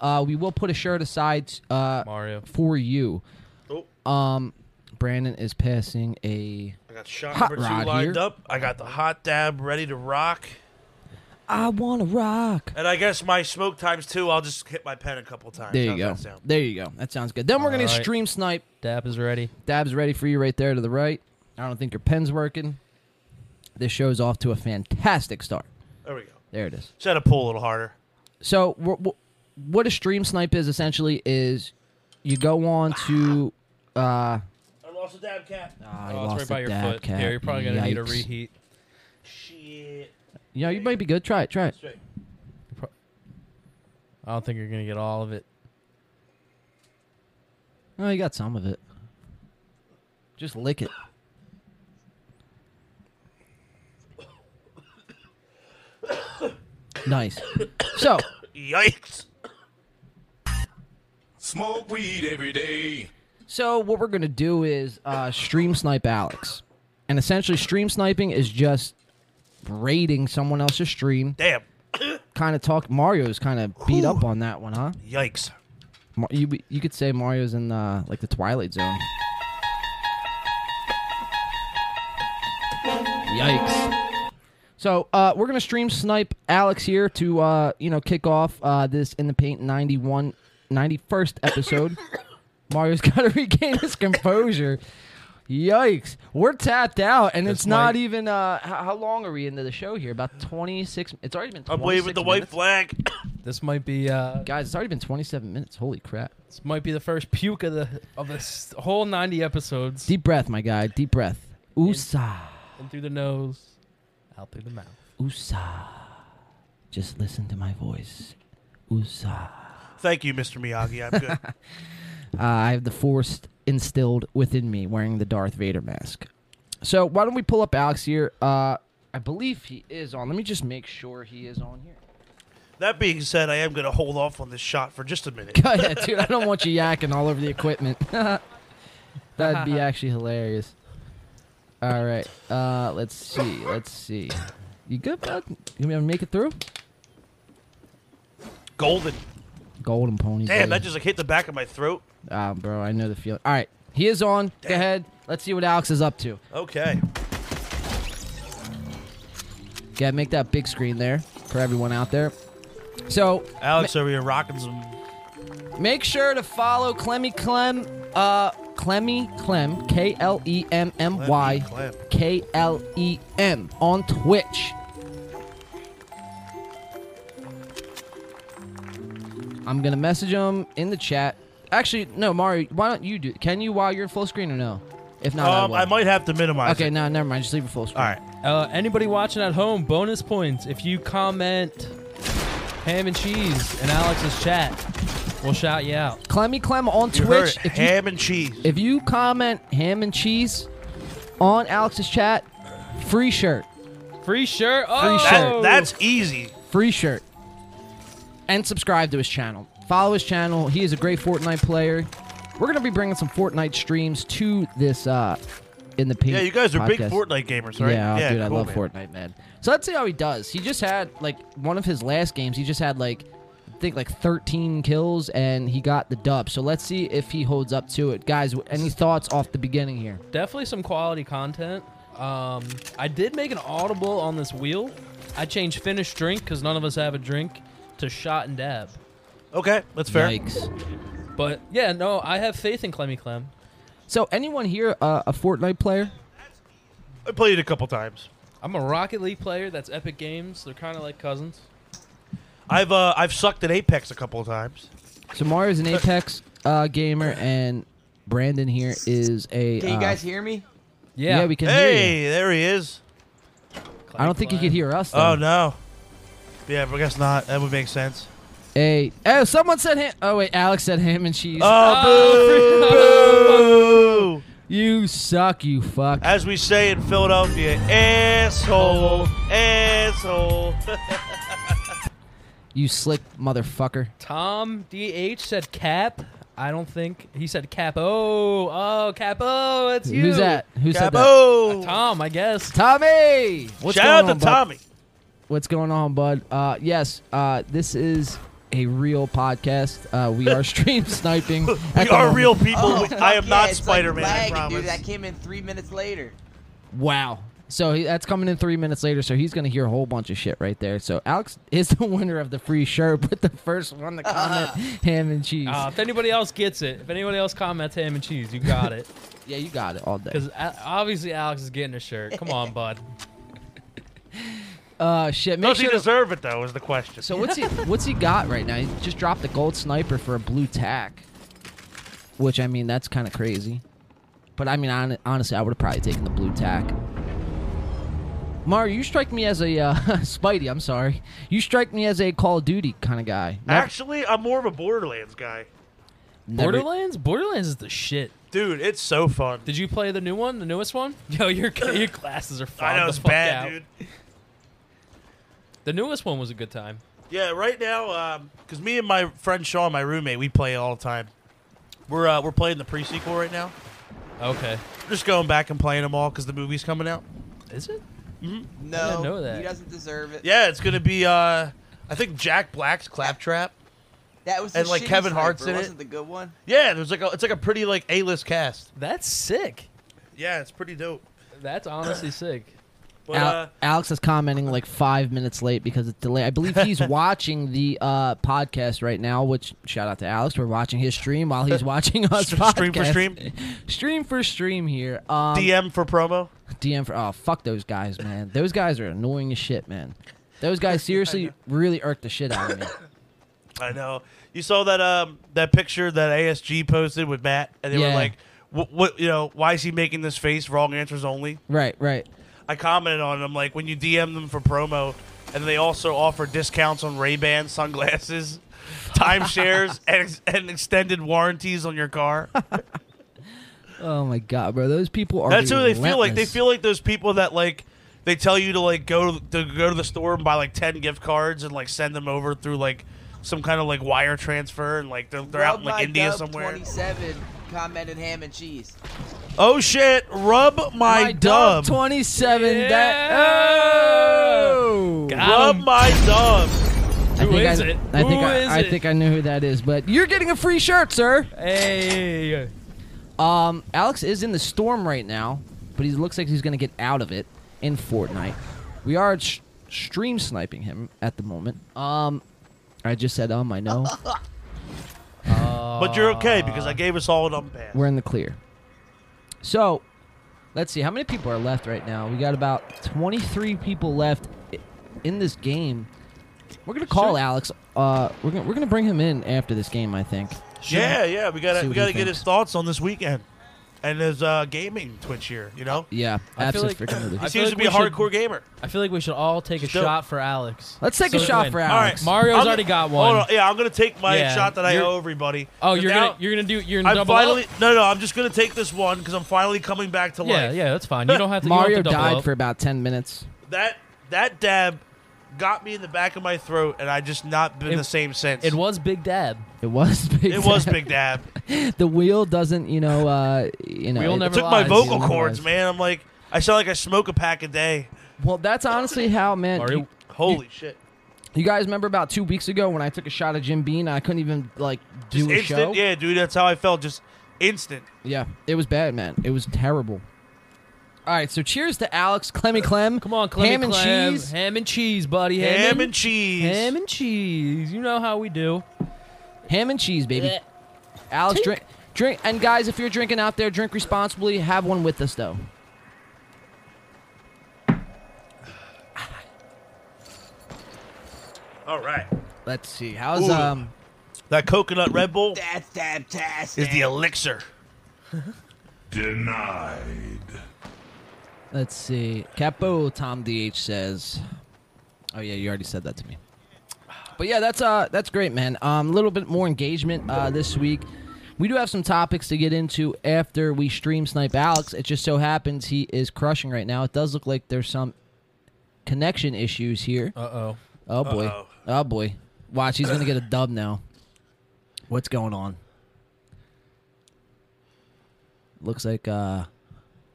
S1: Uh, we will put a shirt aside uh,
S3: Mario.
S1: for you.
S2: Oh.
S1: Um, Brandon is passing a.
S2: I got shot
S1: Hot
S2: number two
S1: rod
S2: lined
S1: here.
S2: up. I got the hot dab ready to rock.
S1: I wanna rock.
S2: And I guess my smoke times two. I'll just hit my pen a couple times.
S1: There
S2: How's
S1: you go.
S2: that sound?
S1: There you go. That sounds good. Then we're gonna
S3: Alright.
S1: stream snipe.
S3: Dap is ready.
S1: Dab's ready for you right there to the right. I don't think your pen's working. This show's off to a fantastic start.
S2: There we go.
S1: There it is.
S2: Just had to pull a little harder.
S1: So, wh- wh- what a stream snipe is essentially is you go on to. Uh,
S2: I lost a dab cap.
S1: I
S3: Oh,
S1: lost
S3: it's right by
S1: the
S3: your
S1: dab
S3: foot.
S1: cap.
S3: Yeah, you're probably gonna need a
S1: Yikes.
S3: reheat.
S2: Shit.
S1: Yeah, you might be good. Try it. Try it.
S2: Straight.
S3: I don't think you're gonna get all of it.
S1: Oh, you got some of it. Just lick it. nice. So,
S2: Yikes.
S5: Smoke weed every day.
S1: so what we're gonna do is uh, stream snipe Alex, and essentially stream sniping is just raiding someone else's stream.
S2: Damn.
S1: Kind of talk. Mario's kind of beat up on that one, huh?
S2: Yikes.
S1: Mar- you you could say Mario's in uh, like the Twilight Zone. Yikes. So uh, we're gonna stream snipe Alex here to uh, you know kick off uh, this in the paint 91 91st episode. Mario's gotta regain his composure. Yikes! We're tapped out, and
S3: This
S1: it's not
S3: might-
S1: even. Uh, h- how long are we into the show here? About twenty six. It's already been.
S2: I'm
S1: 26
S2: waving the white
S1: minutes.
S2: flag.
S3: This might be uh,
S1: Guys, it's already been twenty seven minutes. Holy crap!
S3: this might be the first puke of the of this whole 90 episodes.
S1: Deep breath, my guy. Deep breath. Usa.
S3: In through the nose, out through the mouth.
S1: Usa. Just listen to my voice. Usa.
S2: Thank you, Mr. Miyagi. I'm good.
S1: Uh, I have the force instilled within me wearing the Darth Vader mask. So why don't we pull up Alex here? Uh, I believe he is on. Let me just make sure he is on here.
S2: that being said, I am going to hold off on this shot for just a minute.
S1: Go ahead, dude. I don't want you yakking all over the equipment. That'd be actually hilarious. All right. Uh, let's see. Let's see. You good, bud? You gonna be able to make it through?
S2: Golden.
S1: Golden pony.
S2: Damn,
S1: baby.
S2: that just like hit the back of my throat.
S1: Ah, bro, I know the feeling. All right, he is on. Go ahead. Let's see what Alex is up to.
S2: Okay.
S1: Yeah, make that big screen there for everyone out there. So
S2: Alex over here rocking some.
S1: make sure to follow Clemmy Clem, uh, Clemmy Clem, K L E M M Y,
S2: Clem.
S1: K L E M on Twitch. I'm gonna message him in the chat. Actually, no, Mario, why don't you do? Can you while you're in full screen or no? If not, I,
S2: Um,
S1: will.
S2: I might have to minimize.
S1: Okay,
S2: It.
S1: no, never mind. Just leave it full screen.
S2: All right.
S3: Uh, anybody watching at home, bonus points if you comment ham and cheese in Alex's chat. We'll shout you out.
S1: Clemmy Clem on
S2: You heard
S1: Twitch.
S2: it.
S1: If you,
S2: ham and cheese.
S1: if you comment ham and cheese on Alex's chat, free shirt,
S3: Free shirt. Oh,
S1: shirt.
S2: That, that's easy.
S1: free shirt, and subscribe to his channel. Follow his channel. He is a great Fortnite player. We're gonna be bringing some Fortnite streams to this uh in the pink.
S2: Yeah, you guys are big
S1: podcast.
S2: Fortnite gamers, right?
S1: Yeah, dude, I
S2: cool,
S1: love
S2: man.
S1: Fortnite, man. So let's see how he does. He just had like one of his last games. He just had like I think like 13 kills, and he got the dub. So let's see if he holds up to it, guys. w- Any thoughts off the beginning here?
S3: definitely some quality content. Um, I did make an audible on this wheel. I changed finished drink because none of us have a drink to shot and dab.
S2: Okay, that's fair.
S1: Yikes.
S3: But yeah, no, I have faith in Clemmy Clem.
S1: So anyone here uh, a Fortnite player?
S2: I played it a couple times.
S3: I'm a Rocket League player. That's Epic Games. They're kind of like cousins.
S2: I've uh, I've sucked at Apex a couple of times.
S1: So Mario's an Apex uh, gamer, and Brandon here is a.
S6: Can you
S1: uh,
S6: guys hear me?
S1: Yeah,
S3: Yeah,
S1: we can hear you.
S2: Hey, there he is.
S1: I don't think he could hear us. Though.
S2: Oh no. Yeah, but I guess not. That would make sense.
S1: Hey, oh, someone said him. Oh wait, Alex said ham and cheese.
S6: Oh,
S2: Oh, boo, boo.
S1: You suck, you fuck.
S2: As we say in Philadelphia, asshole, asshole.
S1: You slick motherfucker.
S3: Tom DH said cap. I don't think he said capo. Oh, capo, it's you.
S1: Who's that? Who said that?
S2: Capo.
S3: Tom, I guess.
S1: Tommy. What's
S2: Shout
S1: going
S2: out to
S1: on, bud?
S2: Tommy.
S1: What's going on, bud? Uh, yes, uh, this is a real podcast. Uh, we are stream sniping.
S2: We are real people.
S6: Oh,
S2: I am
S6: fuck yeah,
S2: not
S6: it's
S2: Spider Man,
S6: Like
S2: I
S6: lagging,
S2: promise.
S6: dude. I came in three minutes later.
S1: Wow. So he, that's coming in three minutes later. So he's going to hear a whole bunch of shit right there. So Alex is the winner of the free shirt, but the first one to comment ham and cheese.
S3: Uh, if anybody else gets it, if anybody else comments ham and cheese, you got it.
S1: yeah, you got it all day.
S3: Because obviously Alex is getting a shirt. Come on, bud.
S1: Uh, shit. Make
S2: Does he
S1: sure to-
S2: deserve it though? Is the question.
S1: so what's he what's he got right now? He just dropped the gold sniper for a blue tack, which I mean that's kind of crazy. But I mean, hon- honestly, I would have probably taken the blue tack. Mario, you strike me as a uh, Spidey. I'm sorry, you strike me as a Call of Duty kind of guy. Never-
S2: Actually, I'm more of a Borderlands guy.
S1: never-
S3: Borderlands? Borderlands is the shit.
S2: Dude, it's so fun.
S3: Did you play the new one, the newest one? Yo, your your classes are fun.
S2: I know it's
S3: the fuck
S2: bad,
S3: out.
S2: dude.
S3: The newest one was a good time.
S2: Yeah, right now, because me and my friend Sean, my roommate, we play all the time. We're uh, we're playing the prequel right now.
S3: Okay.
S2: Just going back and playing them all because the movie's coming out.
S3: Is it?
S6: No,
S3: didn't know that.
S6: he doesn't deserve it.
S2: Yeah, it's gonna be. Uh, I think Jack Black's Claptrap.
S6: that was
S2: and,
S6: the
S2: like,
S6: shitty
S2: Kevin
S6: sniper,
S2: Hart's in it.
S6: wasn't the good one.
S2: Yeah, there's like a, it's like a pretty like A-list cast.
S3: That's sick.
S2: Yeah, it's pretty dope.
S3: That's honestly sick.
S2: But
S1: Al-
S2: uh,
S1: Alex is commenting like five minutes late because it's delayed. I believe he's watching the uh, podcast right now. Which shout out to Alex, we're watching his stream while he's watching us.
S2: St- stream for
S1: podcast.
S2: stream?
S1: stream for stream here. Um, DM.
S2: DM for promo.
S1: for oh fuck those guys, man. Those guys are annoying as shit, man. Those guys seriously really irked the shit out of me.
S2: I know. You saw that um that picture that ASG posted with Matt, and they
S1: Yeah.
S2: were like, "What? What? You know, why is he making this face? Wrong answers only."
S1: Right, right.
S2: I commented on them like when you DM them for promo, and they also offer discounts on Ray Ban sunglasses, timeshares, and, ex- and extended warranties on your car.
S1: Oh my god, bro. Those people are.
S2: That's who they feel like. They
S1: relentless.
S2: feel like those people that like they tell you to like go to go to the store and buy like ten gift cards and like send them over through like some kind of like wire transfer and like they're, they're out in like
S6: Rub My
S2: India
S6: Dub
S2: somewhere.
S6: 27 commented ham and cheese.
S2: Oh shit! Rub my,
S1: My
S2: dub.
S1: dog twenty-seven. That uh,
S3: Yeah!
S1: oh.
S2: Rub my dub.
S1: I
S3: Who
S1: think
S3: is
S1: I,
S3: it?
S1: I think
S3: Who
S1: I,
S3: is
S1: I
S3: it?
S1: think I know who that is, but you're getting a free shirt, sir.
S3: Hey.
S1: Um, Alex is in the storm right now, but he looks like he's going to get out of it in Fortnite. We are sh- stream sniping him at the moment. Um, I just said um, I know
S2: But you're okay because I gave us all an unpass.
S1: we're in the clear. So, let's see how many people are left right now. We got about 23 people left i- in this game. We're gonna call
S3: Sure.
S1: Alex. Uh, we're gonna we're gonna bring him in after this game, I think.
S2: Yeah, yeah. We gotta
S1: See
S2: we
S1: what
S2: gotta
S1: he
S2: get
S1: thinks.
S2: his thoughts on this weekend and his uh, gaming Twitch here. You know,
S1: Yeah,
S3: I feel like-
S1: absolutely. freaking
S2: he
S1: really.
S3: I
S2: seems
S3: feel
S2: to
S3: like
S2: be a
S3: we should-
S2: hardcore gamer.
S3: I feel like we should all take a
S2: Still-
S3: shot for Alex.
S1: Let's take
S3: So
S1: a
S3: we
S1: shot
S3: win.
S1: for
S2: All
S1: Alex.
S2: right,
S3: Mario's
S2: I'm-
S3: already got one.
S2: Hold on, yeah, I'm gonna take my
S3: Yeah,
S2: shot that I
S3: you're-
S2: owe everybody.
S3: Oh,
S2: So
S3: you're
S2: now
S3: gonna you're gonna do you're gonna
S2: I'm
S3: double
S2: finally
S3: up?
S2: no, no. I'm just gonna take this one because I'm finally coming back to
S3: Yeah,
S2: life.
S3: yeah, that's fine. You don't have to. you don't have
S1: Mario
S3: to double
S1: died
S3: up.
S1: for about 10 minutes.
S2: That that dab got me in the back of my throat, and I just not been
S3: It-
S2: the same since.
S3: It was Big Dab.
S1: It was big.
S2: It was
S1: Dad.
S2: big dab.
S1: The wheel doesn't, you know, uh, you know.
S3: Wheel
S1: it-
S3: never-
S2: It took my
S3: lies.
S2: vocal
S1: Yeah,
S2: cords,
S1: lies.
S2: man. I'm like, I sound like I smoke a pack a day.
S1: Well, that's honestly how, man.
S3: Mario,
S1: You,
S2: Holy shit!
S1: you guys remember about two weeks ago when I took a shot of Jim Bean? I couldn't even like do
S2: Just
S1: a
S2: instant,
S1: show.
S2: yeah, dude. That's how I felt. Just instant.
S1: Yeah, it was bad, man. It was terrible. All right, so cheers to Alex, Clemmy Clem.
S3: Uh, come on, Clemmy
S1: ham and
S3: Clem.
S1: cheese.
S3: ham and cheese, buddy, ham,
S2: Ham
S3: and,
S2: and cheese.
S3: ham and cheese. You know how we do.
S1: Ham and cheese, baby.
S3: Blech.
S1: Alex,
S3: Tink.
S1: drink, drink, and guys, if you're drinking out there, drink responsibly. Have one with us, though.
S2: All right.
S1: Let's see. How's
S2: Ooh.
S1: um?
S2: That coconut Red Bull
S6: That's fantastic.
S2: is the elixir.
S5: Denied.
S1: Let's see. Capo Tom DH says. Oh yeah, you already said that to me. But yeah, that's uh that's great, man. Um a little bit more engagement uh this week. We do have some topics to get into after we stream snipe Alex. It just so happens he is crushing right now. It does look like there's some connection issues here.
S3: Uh oh.
S1: Oh boy.
S2: Uh-oh.
S1: Oh boy. Watch, he's going to get a dub now. What's going on? Looks like uh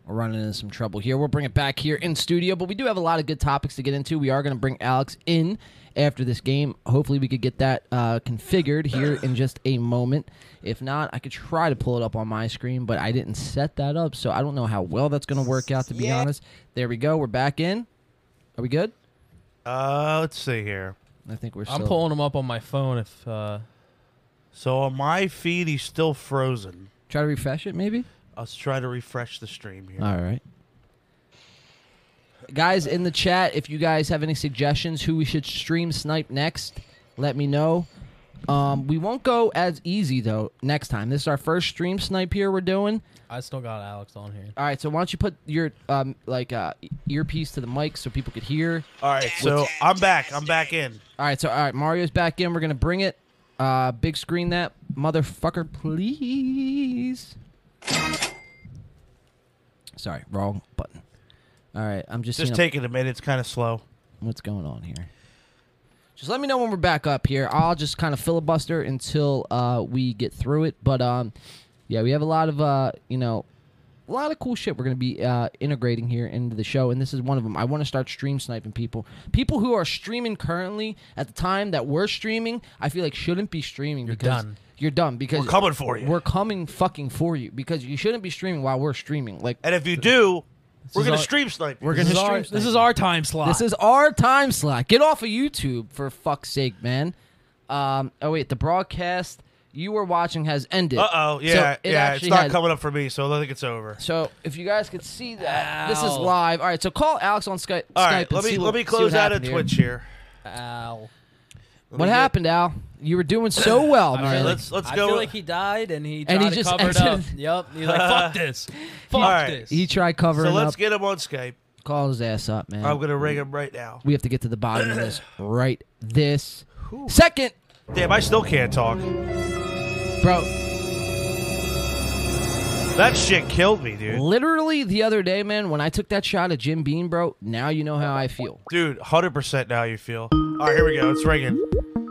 S1: We're running into some trouble here. We'll bring it back here in studio, but we do have a lot of good topics to get into. We are going to bring Alex in after this game. Hopefully, we could get that uh, configured here in just a moment. If not, I could try to pull it up on my screen, but I didn't set that up, so I don't know how well that's going to work out, to be
S6: Yeah.
S1: honest. There we go. We're back in. Are we good?
S2: Uh, let's see here.
S1: I think we're
S3: I'm
S1: still-
S3: pulling them up on my phone. If uh,
S2: So on my feed, he's still frozen.
S1: Try to refresh it, maybe?
S2: Let's try to refresh the stream here.
S1: All right. Guys in the chat, if you guys have any suggestions who we should stream snipe next, let me know. Um, we won't go as easy though next time. This is our first stream snipe here we're doing.
S3: I still got Alex on here.
S1: All right, so why don't you put your um, like uh, earpiece to the mic so people could hear?
S2: All right, so I'm back. I'm back in.
S1: All right, so all right, Mario's back in. We're gonna bring it. Uh, big screen that motherfucker, please. Sorry, wrong button. All right, I'm just
S2: Just
S1: seeing a-
S2: taking a minute. It's kind of slow.
S1: what's going on here. Just let me know when we're back up here. I'll just kind of filibuster until uh, we get through it. But um, yeah, we have a lot of uh, you know, a lot of cool shit we're gonna be uh, integrating here into the show, and this is one of them. I want to start stream sniping people, people who are streaming currently at the time that we're streaming. I feel like shouldn't be streaming. You're because
S3: done.
S1: You're done because
S2: We're coming for you.
S1: We're coming fucking for you because you shouldn't be streaming while we're streaming. Like
S2: And if you do, we're
S3: is
S2: gonna
S3: all-
S2: stream snipe. you.
S1: We're gonna
S3: This is,
S1: stream
S3: our, this
S1: snipe
S3: is
S1: you.
S3: our time slot.
S1: This is our time slot. Get off of YouTube for fuck's sake, man. Um, oh wait, the broadcast you were watching has ended.
S2: Uh oh, yeah,
S1: So it
S2: yeah, it's
S1: actually
S2: not
S1: has-
S2: coming up for me, so I think it's over.
S1: So if you guys could see that, this is
S3: Ow.
S1: live. All right, so call Alex on Skype.
S2: All
S1: Skype
S2: right,
S1: and
S2: let me
S1: see what-
S2: let me
S1: see
S2: close
S1: what
S2: out of
S1: happened
S2: Twitch
S1: Here.
S2: here.
S3: Ow.
S2: Let
S1: What
S2: me get-
S1: happened, Al? You were doing so well,
S3: I
S1: man.
S3: feel
S2: let's- let's
S3: I
S2: go-
S3: feel like he died and he tried
S1: And he
S3: to
S1: just
S3: cover it up.
S1: exited.
S3: Yep. He's like, fuck this. Fuck
S2: right.
S3: this.
S1: he tried covering
S2: So let's
S1: up.
S2: get him on Skype.
S1: call his ass up, man.
S2: I'm gonna ring him right now.
S1: we have to get to the bottom of this right this second,
S2: Damn, I still can't talk.
S1: bro.
S2: That shit killed me, dude.
S1: Literally the other day, man, when I took that shot at Jim Beam, bro. Now you know how I feel.
S2: Dude, hundred percent now you feel. All right, here we go. It's ringing.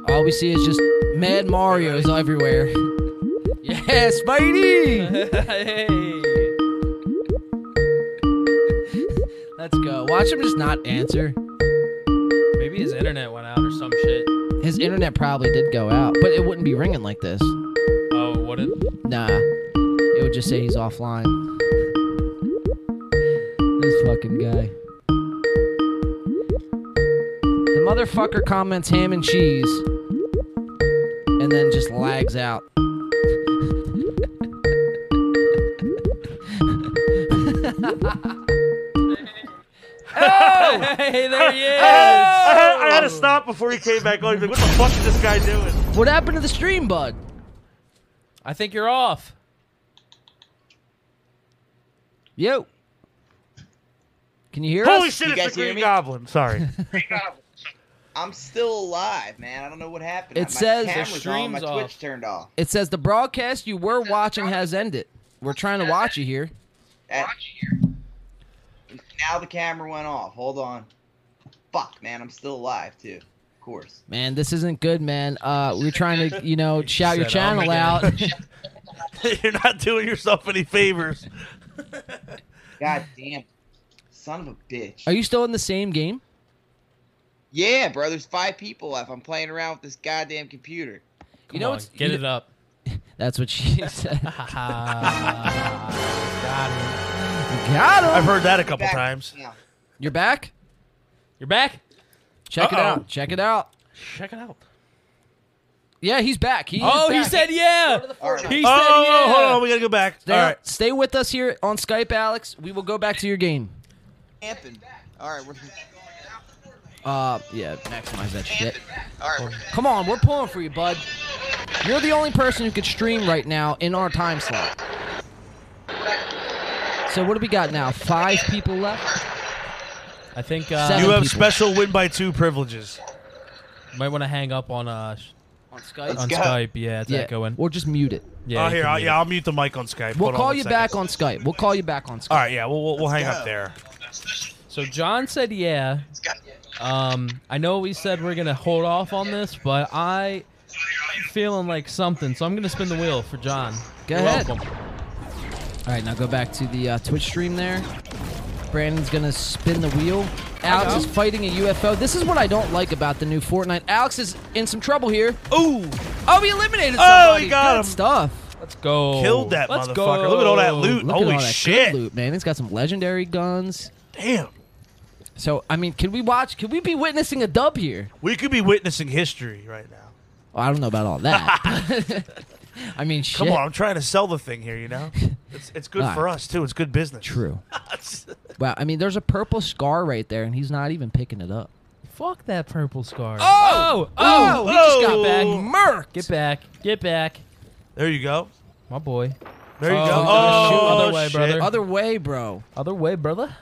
S1: All we see is just Mad Mario's everywhere. yeah, Spidey!
S3: hey.
S1: Let's go. Watch him just not answer.
S3: Maybe his internet went out or some shit.
S1: His internet probably did go out, but it wouldn't be ringing like this.
S3: Oh, what it?
S1: Nah, it would just say he's offline. This fucking guy. The motherfucker comments ham and cheese and then just lags out.
S3: Hey, there he is.
S2: I had, I had to stop before he came back on. He's like, what the fuck is this guy doing?
S1: What happened to the stream, bud?
S3: I think you're off.
S1: Yo. Can you hear
S2: Holy
S1: us?
S2: shit!
S6: You
S2: It's
S6: guys
S2: the
S6: hear
S2: Green
S6: me?
S2: Goblin. Sorry.
S6: I'm still alive, man. I don't know what happened.
S1: It
S6: my
S1: says- The
S6: camera's on, my
S3: stream's off.
S6: Twitch turned off.
S1: It says the broadcast you were watching has ended. We're trying to watch you here.
S6: That- now the camera went off. Hold on. Fuck, man. I'm still alive too. Of course.
S1: Man, this isn't good, man. Uh, we're trying to, you know, shout your
S2: Shut up,
S1: channel
S2: man.
S1: out.
S2: You're not doing yourself any favors.
S6: God damn. Son of a bitch.
S1: Are you still in the same game?
S6: yeah, bro. There's five people left. I'm playing around with this goddamn computer.
S1: you know,
S3: Come on,
S1: it's
S3: get
S1: you
S3: it up.
S1: That's what she said.
S3: Ah, got it.
S1: Got
S2: I've
S1: him.
S2: heard that a couple
S6: Back
S2: times.
S6: now.
S1: You're back.
S3: You're back.
S1: Check it
S2: Uh-oh.
S1: out. Check it out.
S3: Check it out.
S1: Yeah, he's back. He is
S3: oh, he
S1: back.
S3: said yeah.
S6: Alright.
S3: He said
S2: Oh,
S3: yeah.
S2: hold on, we gotta go back.
S1: Stay,
S2: All right.
S1: stay with us here on Skype, Alex. We will go back to your game.
S6: Camping. All right, we're
S1: Uh, yeah, maximize that shit.
S6: all right. We're,
S1: Come on, we're pulling for you, bud. You're the only person who could stream right now in our time slot. So what do we got now? Five people left.
S3: I think uh,
S1: Seven.
S2: You have
S1: people.
S2: special win by two privileges.
S3: you might want to hang up on uh sh-
S1: On Skype.
S3: on
S6: go.
S3: Skype. Yeah, it's
S1: yeah.
S3: echoing.
S1: Or just mute it.
S2: oh,
S3: you
S2: here,
S3: can
S2: I'll,
S3: mute
S2: yeah,
S3: it.
S2: I'll mute the mic on Skype.
S1: We'll
S2: Hold on
S1: call
S2: one
S1: you
S2: second.
S1: back on Skype. We'll call you back on Skype.
S2: All right, yeah, we'll we'll, we'll hang
S6: go.
S2: up there.
S3: So John said yeah. Um, I know we said we're gonna hold off on this, but I I'm feeling like something, so I'm gonna spin the wheel for John.
S1: Go
S3: You're
S1: ahead.
S3: welcome.
S1: All right, now go back to the uh, Twitch stream there. Brandon's gonna spin the wheel. Alex is fighting a UFO. This is what I don't like about the new Fortnite. Alex is in some trouble here.
S2: Ooh,
S1: Oh, he eliminated somebody.
S2: Oh, he got
S1: Good
S2: him.
S1: stuff.
S3: Let's go.
S2: killed that
S3: Let's
S2: motherfucker.
S3: Go.
S2: Look at all that loot.
S1: Look at
S2: Holy
S1: all that
S2: shit.
S1: good loot, man. He's got some legendary guns.
S2: Damn.
S1: So, I mean, can we watch? Could we be witnessing a dub here?
S2: We could be witnessing history right now.
S1: Well, I don't know about all that. I mean, shit.
S2: Come on, I'm trying to sell the thing here, you know? It's, it's good
S1: All
S2: for us, too. It's good business.
S1: True. Wow. I mean, there's a purple scar right there, and he's not even picking it up.
S3: Fuck that purple scar.
S1: Oh!
S3: Oh!
S1: he just got
S2: Oh!
S1: back. Merc.
S3: Get back. Get back.
S2: There you go.
S3: My boy.
S2: There you
S3: Oh,
S2: go.
S3: I'm
S2: Oh,
S3: gonna shoot other way,
S2: shit. Oh,
S3: brother.
S1: Other way, bro.
S3: Other way, brother.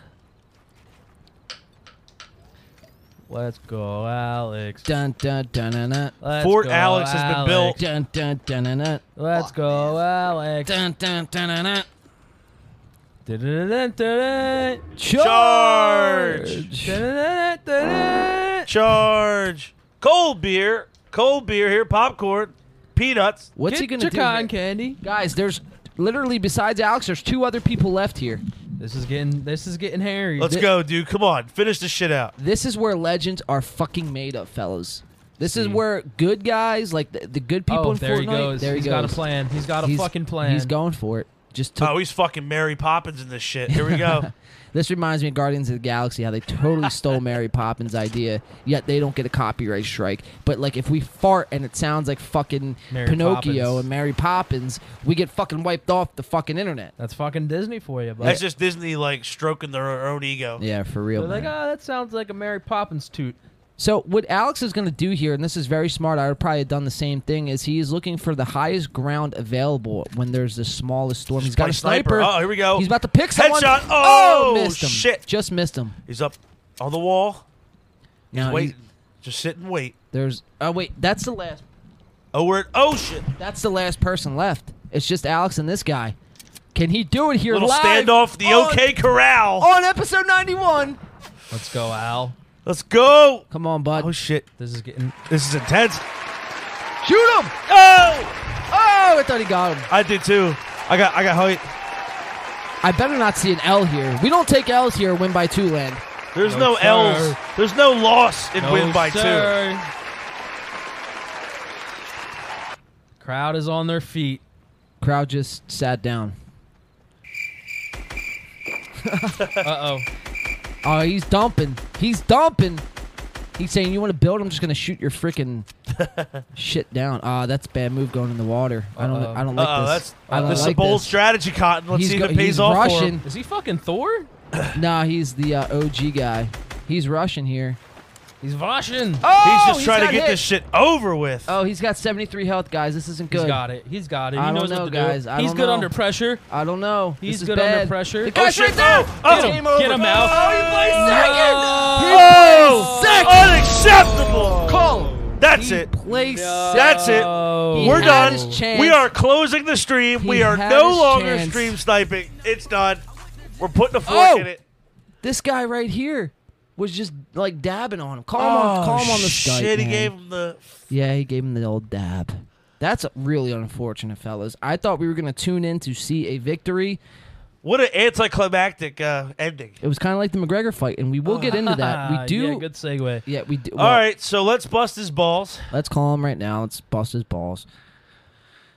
S3: Let's go, Alex.
S1: Dun dun dun dun dun.
S3: Let's
S2: Fort
S3: go,
S2: Alex has been built.
S1: Dun dun dun dun dun.
S3: Let's
S6: Fuck,
S3: go, Alex.
S1: Dun dun dun dun dun.
S3: Dun-dun-dun-dun-dun.
S2: Charge!
S3: Dun-dun-dun-dun-dun.
S2: Charge! Cold beer. Cold beer here. Popcorn. Peanuts.
S1: What's
S3: Get
S1: he gonna
S3: your
S1: do?
S3: cotton
S1: here?
S3: candy.
S1: Guys, there's literally besides Alex, there's two other people left here.
S3: This is getting this is getting hairy.
S2: Let's
S1: Thi-
S2: go, dude. Come on. Finish this shit out.
S1: This is where legends are fucking made up, fellas. This is where good guys, like the, the good people
S3: oh,
S1: in
S3: there
S1: Fortnite,
S3: he goes.
S1: there he
S3: He's
S1: goes.
S3: got a plan. He's got a
S1: He's-
S3: fucking plan.
S1: He's going for it. Just took
S2: Oh, he's fucking Mary Poppins in this shit. Here we go.
S1: This reminds me of Guardians of the Galaxy, how they totally stole Mary Poppins' idea, yet they don't get a copyright strike. But like, if we fart and it sounds like fucking
S3: Mary
S1: Pinocchio
S3: Poppins.
S1: and Mary Poppins, we get fucking wiped off the fucking internet.
S3: That's fucking Disney for you, bud.
S2: That's just Disney like stroking their own ego.
S1: Yeah, for
S3: They're
S1: real.
S3: like,
S1: man.
S3: oh, that sounds like a Mary Poppins toot.
S1: So what Alex is going to do here, and this is very smart. I would probably have done the same thing. Is he is looking for the highest ground available when there's the smallest storm. He's got
S2: play
S1: a sniper.
S2: sniper. Oh, here we go.
S1: He's about to pick someone.
S2: Headshot. Oh,
S1: missed him.
S2: shit.
S1: Just missed him.
S2: He's up on the wall.
S1: Now he's-
S2: Wait. Just sit and wait.
S1: there's. Oh wait, that's the last.
S2: Oh, we're at, oh shit.
S1: That's the last person left. It's just Alex and this guy. Can he do it here
S2: Little
S1: live?
S2: standoff. The
S1: on-
S2: OK Corral.
S1: on episode 91.
S3: Let's go, Al.
S2: Let's go.
S1: Come on, bud.
S2: Oh shit.
S3: This is getting.
S2: This is intense.
S1: Shoot him!
S2: Oh,
S1: Oh, I thought he got him.
S2: I did too. I got I got height.
S1: I better not see an L here. We don't take L's here. Win by two, land.
S2: There's no,
S3: No, sir.
S2: L's. There's no loss in win
S3: Oh,
S2: by two.
S3: two. Crowd is on their feet.
S1: Crowd just sat down.
S3: Uh oh.
S1: Oh, he's dumping. He's dumping. He's saying, "You want to build? I'm just gonna shoot your freaking shit down." Ah, that's a bad move going in the water. I don't.
S3: Uh-oh.
S1: I don't like
S2: Uh oh,
S1: this.
S2: that's
S1: I don't
S2: this is a
S1: like
S2: bold
S1: this.
S2: strategy, Cotton. Let's
S1: He's
S2: see
S1: go-
S2: if it pays
S1: he's
S2: off for
S1: rushing.
S2: him.
S3: Is he fucking Thor?
S1: Nah, he's the uh, OG guy. He's rushing here.
S3: He's Vashin.
S2: he's
S1: Oh,
S2: just trying to
S1: got
S2: get
S1: hit.
S2: this shit over with.
S1: Oh, he's got 73 health, guys. This isn't good.
S3: He's got it. He's got it. He
S1: I don't
S3: knows
S1: know,
S3: what to
S1: guys.
S3: do.
S1: I
S3: he's
S1: don't
S3: good
S1: know.
S3: under pressure.
S1: I don't know.
S3: He's
S1: This is
S3: good under
S1: bad.
S3: pressure.
S1: The
S2: Oh,
S1: guy's
S2: shit.
S1: right there.
S2: Oh, oh.
S1: It's game over.
S3: Get him out.
S1: Oh, he plays second.
S2: Unacceptable.
S1: Call.
S2: That's
S1: he
S2: it.
S1: Plays second.
S2: That's it.
S1: He
S2: We're
S1: had
S2: done.
S1: his chance.
S2: We are closing the stream.
S1: He
S2: we are
S1: had
S2: no
S1: his
S2: longer
S1: chance.
S2: stream sniping. It's done. We're putting a fork
S1: Oh.
S2: in it.
S1: This guy right here was just like dabbing on him. Call him,
S2: Oh,
S1: on, call him on the Skype.
S2: shit. He
S1: man.
S2: gave him the.
S1: Yeah, he gave him the old dab. That's really unfortunate, fellas. I thought we were gonna tune in to see a victory.
S2: What an anticlimactic uh, ending.
S1: It was kind of like the McGregor fight, and we will get into that. We do.
S3: Ah, Yeah, good segue.
S1: Yeah, we do.
S2: All
S1: well,
S2: right, so let's bust his balls.
S1: Let's call him right now. Let's bust his balls.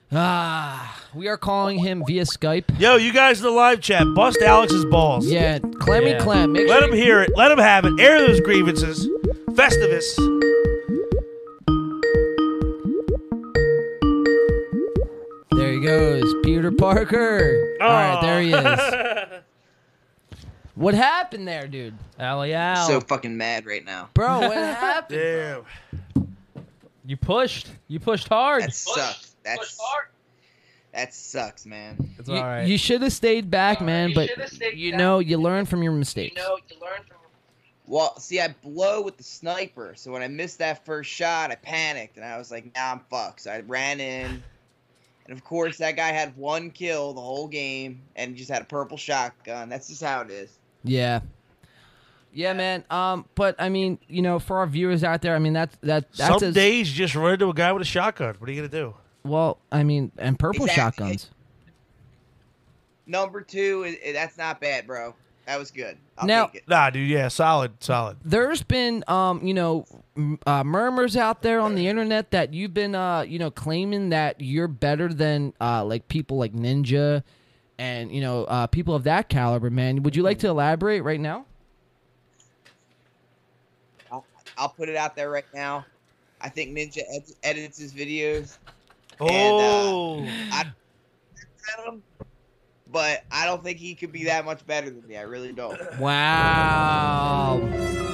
S1: Ah, we are calling him via Skype.
S2: Yo, you guys in the live chat, bust Alex's balls.
S1: Yeah, clammy
S3: Yeah.
S1: clam. Make
S2: Let
S1: sure
S2: him hear it. Let him have it. Air those grievances. Festivus.
S1: There he goes, Peter Parker. All right, there he is. what happened there, dude?
S3: Alley Al.
S6: So fucking mad right now.
S1: Bro, what happened?
S2: Damn.
S3: you pushed. You pushed hard.
S6: That sucks. uh, That's that sucks, man.
S3: it's
S1: You,
S3: all right.
S1: you should have stayed back, man. but you know, you learn from your mistakes.
S6: Well, see, I blow with the sniper, so when I missed that first shot, I panicked and I was like, "Nah, I'm fucked." So I ran in, and of course, that guy had one kill the whole game and just had a purple shotgun. That's just how it is.
S1: yeah. Yeah, man. Um, but I mean, you know, for our viewers out there, I mean that that that's
S2: Some
S1: as-
S2: days you just run into a guy with a shotgun. What are you gonna do?
S1: well, I mean, and purple
S6: Exactly.
S1: shotguns.
S6: Number two, i i- that's not bad, bro. That was good. I'll
S1: Now-
S6: take it.
S2: Nah, dude. Yeah, solid, solid.
S1: there's been um you know m- uh, murmurs out there on the internet that you've been uh you know claiming that you're better than uh like people like ninja and you know uh people of that caliber man would you like to elaborate right now
S6: I'll, I'll put it out there right now. I think Ninja ed- edits his videos. And, uh,
S2: Oh,
S6: I at him, but I don't think he could be that much better than me. I really don't.
S1: wow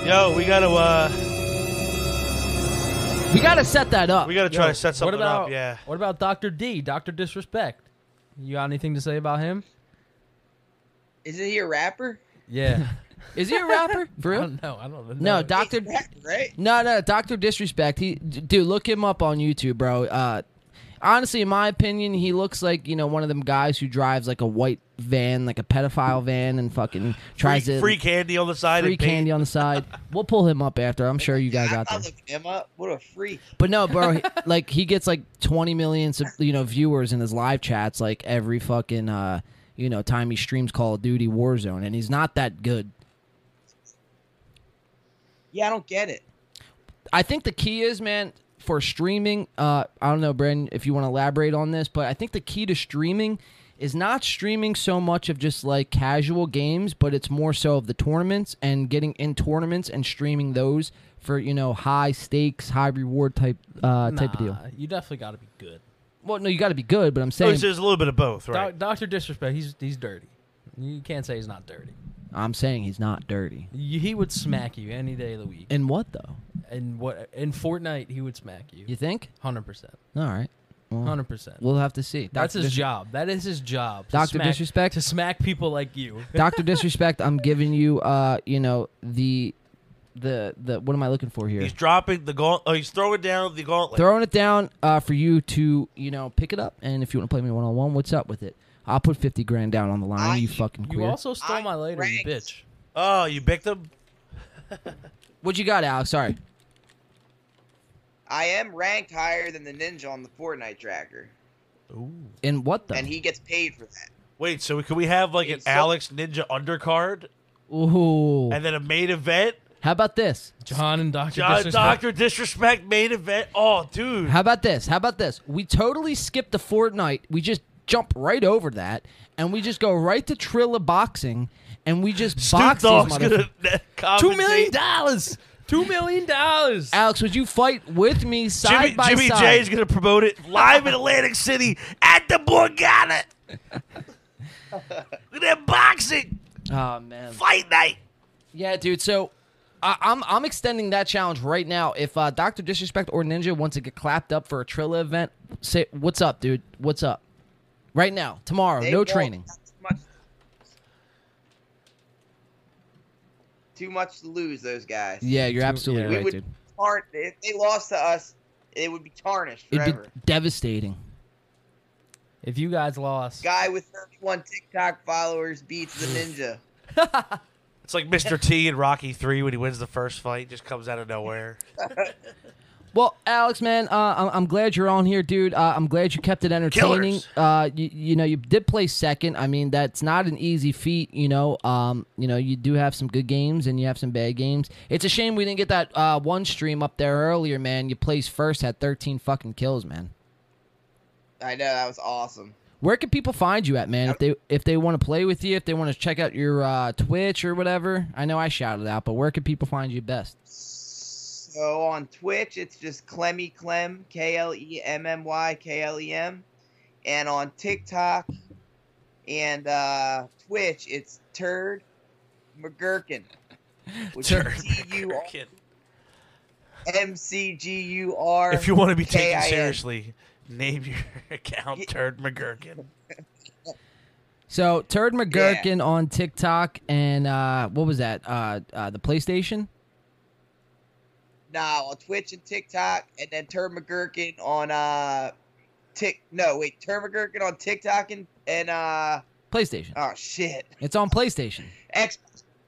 S2: yo, we gotta uh,
S1: we gotta set that up
S2: we gotta try
S3: Yo,
S2: to set something
S3: what about,
S2: up. Yeah.
S3: What about Doctor D? Doctor Disrespect. You got anything to say about him?
S6: Isn't he a rapper?
S3: Yeah.
S1: is he a rapper for
S3: I
S1: real
S3: don't know. I don't know.
S1: no dr
S6: He's a rapper, right?
S1: No, no, Doctor Disrespect. He, d- dude, look him up on YouTube, bro. Uh, honestly, in my opinion, he looks like you know one of them guys who drives like a white van, like a pedophile van, and fucking tries
S2: Free,
S1: to
S2: free candy on the side.
S1: free
S2: and paint.
S1: candy on the side. We'll pull him up after. I'm sure you guys
S6: I-
S1: out
S6: I'll
S1: there.
S6: look him up. What a freak.
S1: But no, bro, he- like he gets like 20 million, sub- you know, viewers in his live chats like every fucking uh, you know, time he streams Call of Duty Warzone, and he's not that good.
S6: Yeah, I don't get it.
S1: I think the key is, man, for streaming. Uh, I don't know, Brandon, if you want to elaborate on this, but I think the key to streaming is not streaming so much of just like casual games, but it's more so of the tournaments and getting in tournaments and streaming those for you know high stakes, high reward type uh, type of deal.
S3: You definitely got to be good.
S1: Well, no, you got to be good, but I'm
S2: Oh,
S1: saying
S2: so there's a little bit of both, right?
S3: Doctor Disrespect. He's he's dirty. You can't say he's not dirty.
S1: I'm saying he's not dirty.
S3: You, he would smack you any day of the week.
S1: In what though?
S3: And what in Fortnite he would smack
S1: You
S3: you.
S1: think?
S3: Hundred percent.
S1: All right,
S3: Hundred percent.
S1: we'll have to see.
S3: That's
S1: Dr.
S3: his
S1: Dis-
S3: job. That is his job. to
S1: Dr.
S3: smack-
S1: Disrespect?
S3: to smack people like you.
S1: Doctor Disrespect. I'm giving you, uh, you know the, the the what am I looking for here?
S2: He's dropping the gaunt. Oh, he's throwing down the gauntlet.
S1: Throwing it down uh, for you to you know pick it up, and if you want to play me one on one, what's up with it? I'll put fifty grand down on the line.
S6: I-
S1: you fucking
S3: You
S1: queer.
S3: also stole
S6: I
S3: my lighter, you
S6: ranked.
S3: bitch.
S2: oh, you picked him.
S1: what you got, Alex? Sorry.
S6: I am ranked higher than the ninja on the Fortnite tracker,
S1: In what though?
S6: and he gets paid for that.
S2: Wait, so can we have like an
S6: He's so-
S2: Alex Ninja undercard
S1: Ooh.
S2: and then a main event?
S1: How about this?
S3: John and Doctor
S2: John,
S3: Disrespect.
S2: Doctor Disrespect main event. Oh, dude.
S1: How about this? How about this? We totally skip the Fortnite. We just jump right over that, and we just go right to Trilla boxing, and we just
S2: Snoop
S1: box these
S2: Dogg's
S1: motherfuckers.
S2: gonna
S3: Two million dollars. Two million dollars.
S1: Alex, would you fight with me side
S2: Jimmy,
S1: by
S2: Jimmy
S1: side?
S2: J is gonna promote it live in Atlantic City at the Borgata. Look at that boxing
S1: Oh man.
S2: fight night.
S1: Yeah, dude. So I, I'm I'm extending that challenge right now. If uh, Doctor Disrespect or Ninja wants to get clapped up for a Trilla event, say what's up, dude. What's up? Right now, tomorrow,
S6: They
S1: Oh, no
S6: won't-
S1: training.
S6: that's Too much, too much to lose, those guys.
S1: Yeah, you're
S3: Dude,
S1: absolutely
S3: yeah.
S6: we
S1: right,
S6: would
S1: dude.
S6: tarn- if they lost to us, it would be tarnished
S1: It'd
S6: forever.
S1: be devastating.
S3: If you guys lost,
S6: Guy with 31 TikTok followers beats the ninja.
S2: It's like Mr. T in Rocky Three when he wins the first fight, just comes out of nowhere.
S1: Well, Alex, man, uh, I'm, I'm glad you're on here, dude. Uh, I'm glad you kept it entertaining.
S2: Killers.
S1: Uh, you, you know, you did play second. I mean, that's not an easy feat. You know, um, you know, you do have some good games and you have some bad games. It's a shame we didn't get that uh, one stream up there earlier, man. You placed first, had 13 fucking kills, man.
S6: I know, that was awesome.
S1: Where can people find you at, man? If they if they want to play with you, if they want to check out your uh, Twitch or whatever. I know I shouted out, but where can people find you best?
S6: So on Twitch, it's just Clemmy Clem, K L E M M Y K L E M. And on TikTok and uh, Twitch, it's Turd McGurkin. Which
S2: Turd
S6: is T U R M C G U R.
S2: If you want to be
S6: K
S2: taken
S6: I N.
S2: seriously, name your account Turd McGurkin.
S1: So Turd McGurkin on TikTok and uh, what was that? Uh, uh, the PlayStation.
S6: Nah, on Twitch and TikTok, and then Turd McGurkin on uh, Tik. No, wait, Turd McGurkin on TikTok and and uh,
S1: PlayStation.
S6: oh shit,
S1: It's on PlayStation.
S6: Xbox.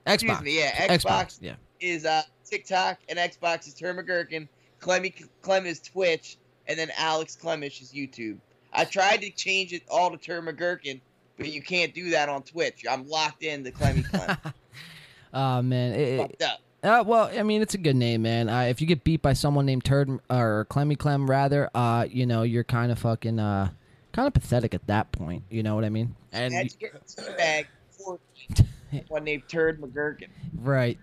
S1: Xbox.
S6: Excuse me, yeah, Xbox,
S1: Xbox. Yeah.
S6: is uh, TikTok and Xbox is Turd McGurkin. Clemmy Clem is Twitch, and then Alex Clemish is YouTube. I tried to change it all to Turd McGurkin, But you can't do that on Twitch. I'm locked in to Clemmy Clem.
S1: Oh man, it- it-
S6: Fucked up.
S1: Uh, well, I mean, it's a good name, man. Uh, if you get beat by someone named Turd or Clemmy Clem, rather, uh, you know, you're kind of fucking, uh, kind of pathetic at that point. You know what I mean? And
S6: That's your bag. One named Turd McGurkin.
S1: right.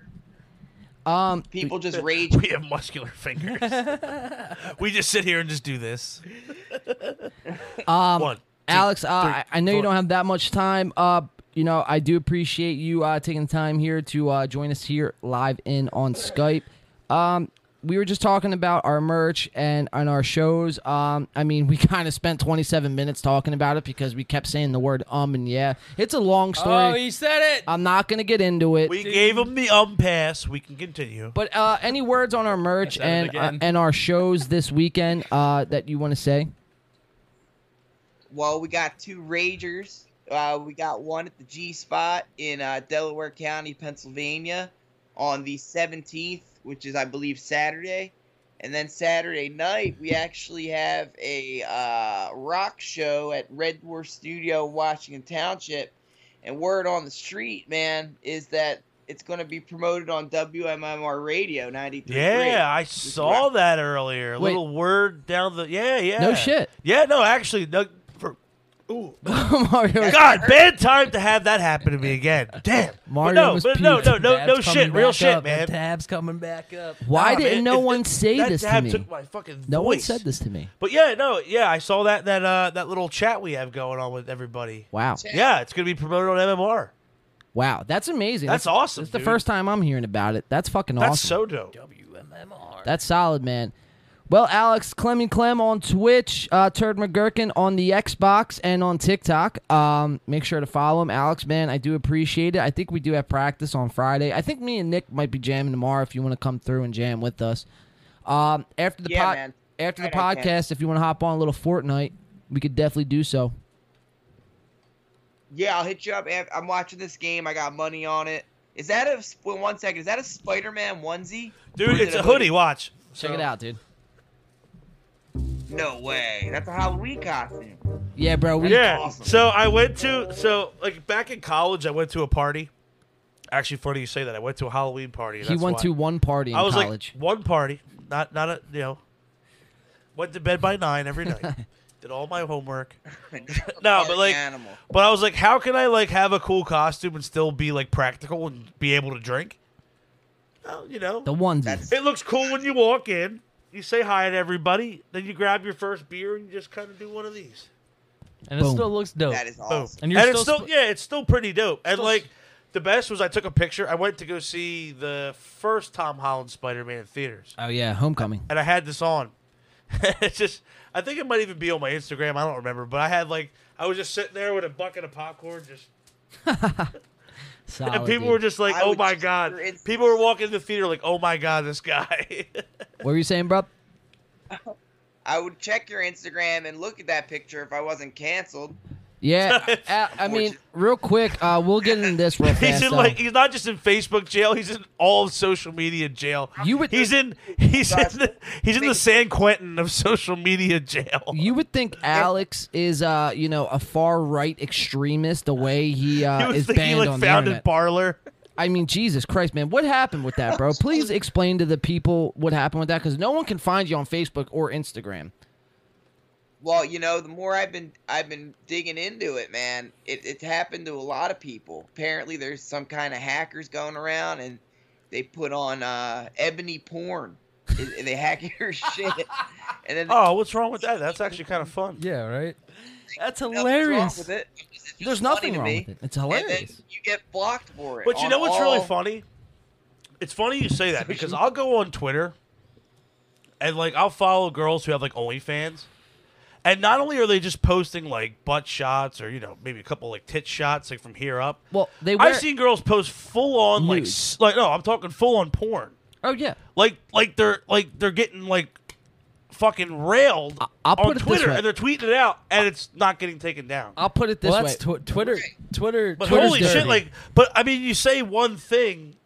S1: Um,
S6: People just rage.
S2: We have muscular fingers. we just sit here and just do this.
S1: um,
S2: One. two,
S1: Alex, uh,
S2: three,
S1: I, I know you
S2: four.
S1: don't have that much time. Uh, you know, I do appreciate you uh, taking time here to uh, join us here live in on Skype. Um, we were just talking about our merch and on our shows. Um, I mean, we kind of spent 27 minutes talking about it because we kept saying the word um and yeah. It's a long
S3: Oh,
S1: story. Uh,
S3: he said it.
S1: I'm not going to get into it.
S2: We gave him the um pass. We can continue.
S1: but uh, any words on our merch
S3: I said it
S1: and uh,
S3: again.
S1: and our shows this weekend uh, that you want to say?
S6: Well, we got two Ragers. Uh, we got one at the G spot in uh, Delaware County, Pennsylvania, on the 17th, which is, I believe, Saturday. And then Saturday night, we actually have a uh, rock show at Red Dwarf Studio, Washington Township. And word on the street, man, is that it's going to be promoted on WMMR Radio 93.
S2: Yeah, I saw that earlier. A
S1: Wait.
S2: little word down the. Yeah, yeah.
S1: No shit.
S2: Yeah, no, actually, no. For, ooh,
S1: Mario,
S2: God, bad time to have that happen to me again. Damn.
S1: Mario was
S2: but no, but no, no,
S1: puked.
S2: no, no
S3: Tab's
S2: shit.
S3: coming
S2: Real
S3: back
S2: shit,
S3: up.
S2: man.
S3: The tab's coming back up.
S1: why
S2: Nah,
S1: didn't
S2: man,
S1: no
S2: it-
S1: one
S2: it-
S1: say
S2: that
S1: this to
S2: dab
S1: me?
S2: Took my fucking
S1: No one
S2: voice.
S1: said this to me.
S2: But yeah, no, yeah, I saw that that uh that little chat we have going on with everybody.
S1: Wow.
S2: Yeah, it's gonna be promoted on MMR.
S1: Wow. That's amazing.
S2: That's awesome,
S1: It's the
S2: dude.
S1: first time I'm hearing about it. That's fucking
S2: That's
S1: awesome.
S2: so dope.
S3: WMMR.
S1: That's solid, man. Well, Alex, Clemmy Clem on Twitch, uh, Turd McGurkin on the Xbox and on TikTok. Um, make sure to follow him. Alex, man, I do appreciate it. I think we do have practice on Friday. I think me and Nick might be jamming tomorrow if you want to come through and jam with us. Um, after the
S6: Yeah,
S1: pod-
S6: man.
S1: after the
S6: Right, I can.
S1: podcast, if you want to hop on a little Fortnite, we could definitely do so.
S6: Yeah, I'll hit you up. af- I'm watching this game. I got money on it. Is that a sp- wait, one second? Is that a Spider-Man onesie? Or
S2: Dude,
S6: is
S2: it's
S6: it
S2: a hoodie, watch.
S1: Check
S2: So-
S1: it out, dude.
S6: No way. That's a Halloween costume.
S1: Yeah, bro. We,
S2: yeah.
S6: awesome.
S2: So I went to so like back in college, I went to a party. Actually, funny you say that. I went to a Halloween party.
S1: he
S2: that's
S1: went
S2: why.
S1: to one party in
S2: I was
S1: college.
S2: like one party, not not a you know. Went to bed by nine every night. Did all my homework. No, but like,
S6: animal.
S2: but I was like, how can I like have a cool costume and still be like practical and be able to drink? Well, you know,
S1: the onesie.
S6: That's-
S2: it looks cool when you walk in. You say hi to everybody, then you grab your first beer and you just kind of do one of these.
S3: And it
S1: Boom.
S3: still looks
S2: oh,
S3: dope.
S6: That is
S2: Boom.
S6: awesome.
S3: And
S2: And,
S3: you're
S2: it's
S3: still
S2: still
S3: sp-
S2: yeah, it's still pretty dope. And
S3: Still-
S2: like the best was I took a picture. I went to go see the first Tom Holland Spider-Man in theaters,
S1: Oh yeah, homecoming.
S2: and I had this on. it's just I think it might even be on my Instagram. I don't remember, but I had like I was just sitting there with a bucket of popcorn, just
S1: Solid,
S2: and people
S1: dude.
S2: were just like,
S6: I
S2: "Oh
S6: would
S2: my
S6: just-
S2: god!"
S6: it's-
S2: People were walking in the theater like, "Oh my god, this guy."
S1: What were you saying, bro?
S6: I would check your Instagram and look at that picture if I wasn't canceled.
S1: Yeah, uh, I, I mean, real quick, uh, we'll get into this real fast.
S2: he's in
S1: though.
S2: like he's not just in Facebook jail. He's in all of social media jail.
S1: You would-
S2: he's in he's in the, he's in the San Quentin of social media jail.
S1: you would think Alex is, uh, you know, a far right extremist. The way he
S2: You
S1: uh,
S2: would
S1: is
S2: think
S1: banned
S2: he like
S1: on the
S2: founded
S1: internet.
S2: Parlor.
S1: I mean, Jesus Christ, man, what happened with that, bro? Please explain to the people what happened with that, because no one can find you on Facebook or Instagram.
S6: Well, you know, the more I've been I've been digging into it, man, it, it happened to a lot of people. Apparently there's some kind of hackers going around and they put on uh ebony porn. And- and they hack your shit. And then
S2: Oh, what's wrong with that? That's actually kind of fun.
S3: yeah, right.
S1: That's
S6: nothing's wrong with it. It's just
S1: There's
S6: funny
S1: nothing
S6: to
S1: wrong
S6: me.
S1: with it. It's
S6: And then
S1: hilarious.
S6: you get blocked for it.
S2: But you
S6: on
S2: know what's really
S6: all-
S2: funny? It's funny you say that because I'll go on Twitter and like I'll follow girls who have like OnlyFans. And not only are they just posting like butt shots or you know maybe a couple like tit shots like from here up.
S1: Well, they wear.
S2: I've seen girls post full on like
S1: Nudes.
S2: s- like no, I'm talking full on porn.
S1: oh yeah,
S2: Like like they're like they're getting like fucking railed
S1: I'll
S2: on
S1: put it this
S2: Twitter
S1: way.
S2: and they're tweeting it out and it's not getting taken down.
S1: I'll put it this
S3: well,
S1: way.
S3: that's tw- Twitter. Twitter.
S2: But
S3: Twitter's
S2: holy shit,
S3: dirty.
S2: like, but I mean, you say one thing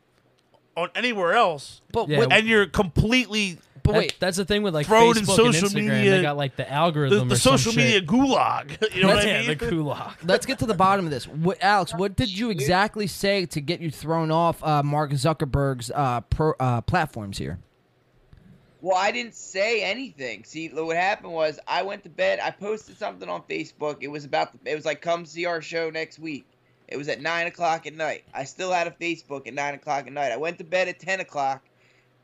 S2: on anywhere else,
S1: but
S3: Yeah,
S1: with-
S2: and you're completely
S1: But
S3: That-
S1: wait,
S3: that's the thing with like
S2: Throw it in
S3: Facebook
S2: social
S3: and Instagram.
S2: media-
S3: they got like the
S2: The,
S3: algorithm
S2: the
S3: or some
S2: social media
S3: shit.
S2: gulag. You know what
S3: yeah,
S2: I mean?
S3: the gulag.
S1: let's get to the bottom of this. What, Alex, what did you exactly say to get you thrown off uh, Mark Zuckerberg's uh, pro, uh, platforms here?
S6: Well, I didn't say anything. See, lo- what happened was I went to bed. I posted something on Facebook. It was about the, it was like come see our show next week. It was at nine o'clock at night. I still had a Facebook at nine o'clock at night. I went to bed at ten o'clock.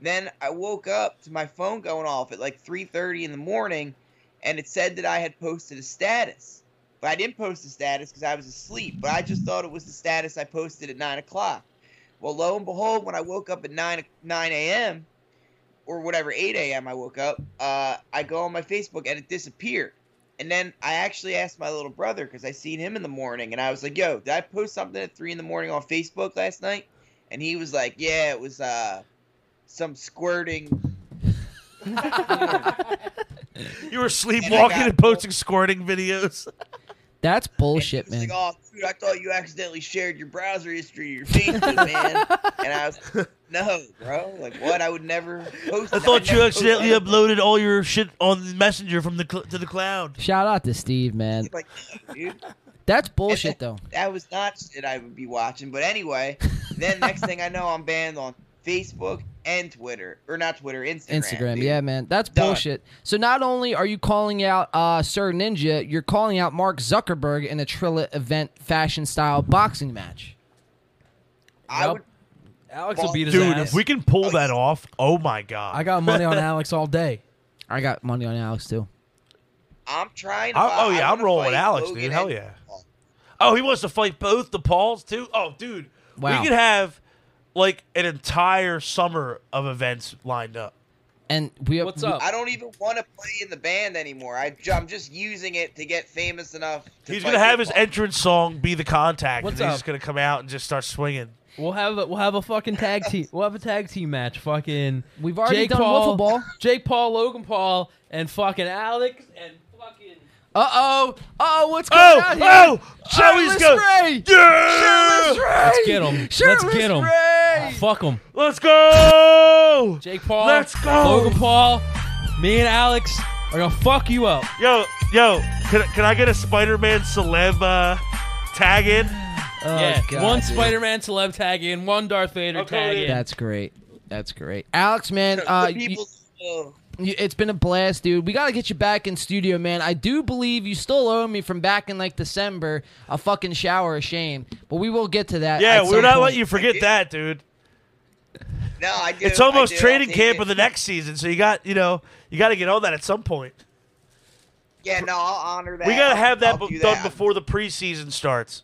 S6: Then I woke up to my phone going off at like three thirty in the morning, and it said that I had posted a status. But I didn't post a status because I was asleep. But I just thought it was the status I posted at nine o'clock. Well, lo and behold, when I woke up at nine nine a.m or whatever 8 a.m. I woke up. Uh, I go on my Facebook and it disappeared. And then I actually asked my little brother because I seen him in the morning and I was like, "Yo, did I post something at three in the morning on Facebook last night?" And he was like, "Yeah, it was uh, some squirting."
S2: You were
S6: And I
S2: sleepwalking
S6: got-
S2: and posting squirting videos.
S1: That's
S6: And he
S1: bullshit,
S6: was
S1: man.
S6: Like, oh, dude, I thought you accidentally shared your browser history to your Facebook, man. And I was, like, no, bro, like what? I would never post.
S2: I
S6: that.
S2: thought you
S6: never post
S2: accidentally
S6: anything."
S2: uploaded all your shit on Messenger from the cl- to the cloud.
S1: Shout out to Steve, man.
S6: Like, no, dude.
S1: That's bullshit, though.
S6: that was not shit I would be watching. But anyway, then next thing I know, I'm banned on Facebook and Twitter, or not Twitter, Instagram.
S1: Instagram,
S6: dude.
S1: yeah, man. That's
S6: Done.
S1: bullshit. So not only are you calling out uh, Sir Ninja, you're calling out Mark Zuckerberg in a Trilla event fashion style boxing match.
S6: I
S3: Yep.
S6: would.
S3: Alex
S6: Well,
S3: will beat his
S2: Dude,
S3: ass.
S2: if we can pull that off, oh my god!
S3: I got money on Alex all day.
S1: I got money on Alex too.
S6: I'm trying. To
S2: I-
S6: buy-
S2: oh, yeah,
S6: I
S2: I'm
S6: wanna
S2: rolling
S6: fight
S2: Alex,
S6: Logan
S2: dude. Hell
S6: and-
S2: yeah. Oh, he wants to fight both the Pauls too. Oh, dude,
S1: Wow.
S2: we could have like an entire summer of events lined up.
S1: And we
S3: What's up?
S6: I don't even want to play in the band anymore. I, am just using it to get famous enough. To
S2: He's
S6: fight
S2: gonna have his
S6: people.
S2: entrance song be the contact,
S3: What's
S2: and
S3: up?
S2: he's just gonna come out and just start swinging.
S3: We'll have a, we'll have a fucking tag team. We'll have a tag team match. Fucking.
S1: We've already
S3: Jake
S1: done
S3: Paul,
S1: wiffle ball.
S3: Jake Paul, Logan Paul, and fucking Alex and fucking.
S1: Uh oh. Oh, what's going
S2: Oh,
S1: on here?
S2: oh, Joey's
S1: Shirtless
S2: go.
S1: Ray.
S2: Yeah,
S3: Let's get him. Let's
S1: Shirtless
S3: get him.
S1: Ray.
S3: Ah, Fuck him.
S2: let's go.
S3: Jake Paul.
S2: Let's go.
S3: Logan Paul. Me and Alex are gonna fuck you up.
S2: Yo, yo, can, can I get a Spider-Man celeb uh, tag in?
S1: Oh,
S3: yeah.
S1: God,
S3: one
S1: dude.
S3: Spider-Man celeb tag in. One Darth Vader
S2: Okay.
S3: tag in.
S1: That's great. That's great. Alex, man,
S6: The
S1: uh, you-
S6: people. oh,
S1: You- It's been a blast, dude. We got to get you back in studio, man. I do believe you still owe me from back in like December a fucking shower of shame, but we will get to that.
S2: Yeah,
S1: at
S2: we're
S1: some
S2: not
S1: point.
S2: letting you forget that, dude.
S6: no, I do.
S2: It's almost
S6: I do, I'll
S2: training
S6: take
S2: camp
S6: it.
S2: of the next season, so you got you know you got to get on that at some point.
S6: Yeah, no, I'll honor that.
S2: We gotta
S6: I'll-
S2: have that
S6: I'll
S2: b-
S6: do
S2: done
S6: that.
S2: before the preseason starts,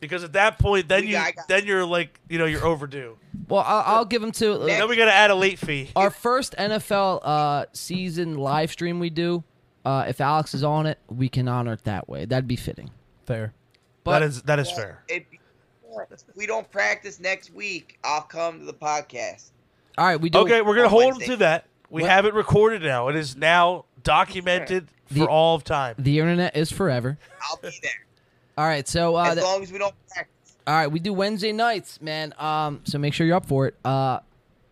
S2: because at that point, then
S6: We
S2: you
S6: got- I got-
S2: then you're like you know you're overdue.
S1: Well, I'll, I'll give him to uh,
S2: then we gotta add a late fee.
S1: our first NFL uh, season live stream we do. Uh, if Alex is on it, we can honor it that way. That'd be fitting.
S3: Fair.
S1: But
S2: that is that is fair.
S6: If we don't practice next week, I'll come to the podcast.
S1: all right, we do.
S2: Okay, we're gonna
S6: on
S2: hold him
S6: Wednesday.
S2: to that. We
S1: What-
S2: have it recorded now. It is now documented
S1: The-
S2: for all of time.
S1: The internet is forever.
S6: I'll be there
S1: All right, so uh,
S6: as
S1: th-
S6: long as we don't practice.
S1: all right, we do Wednesday nights, man. Um, so make sure you're up for it. Uh,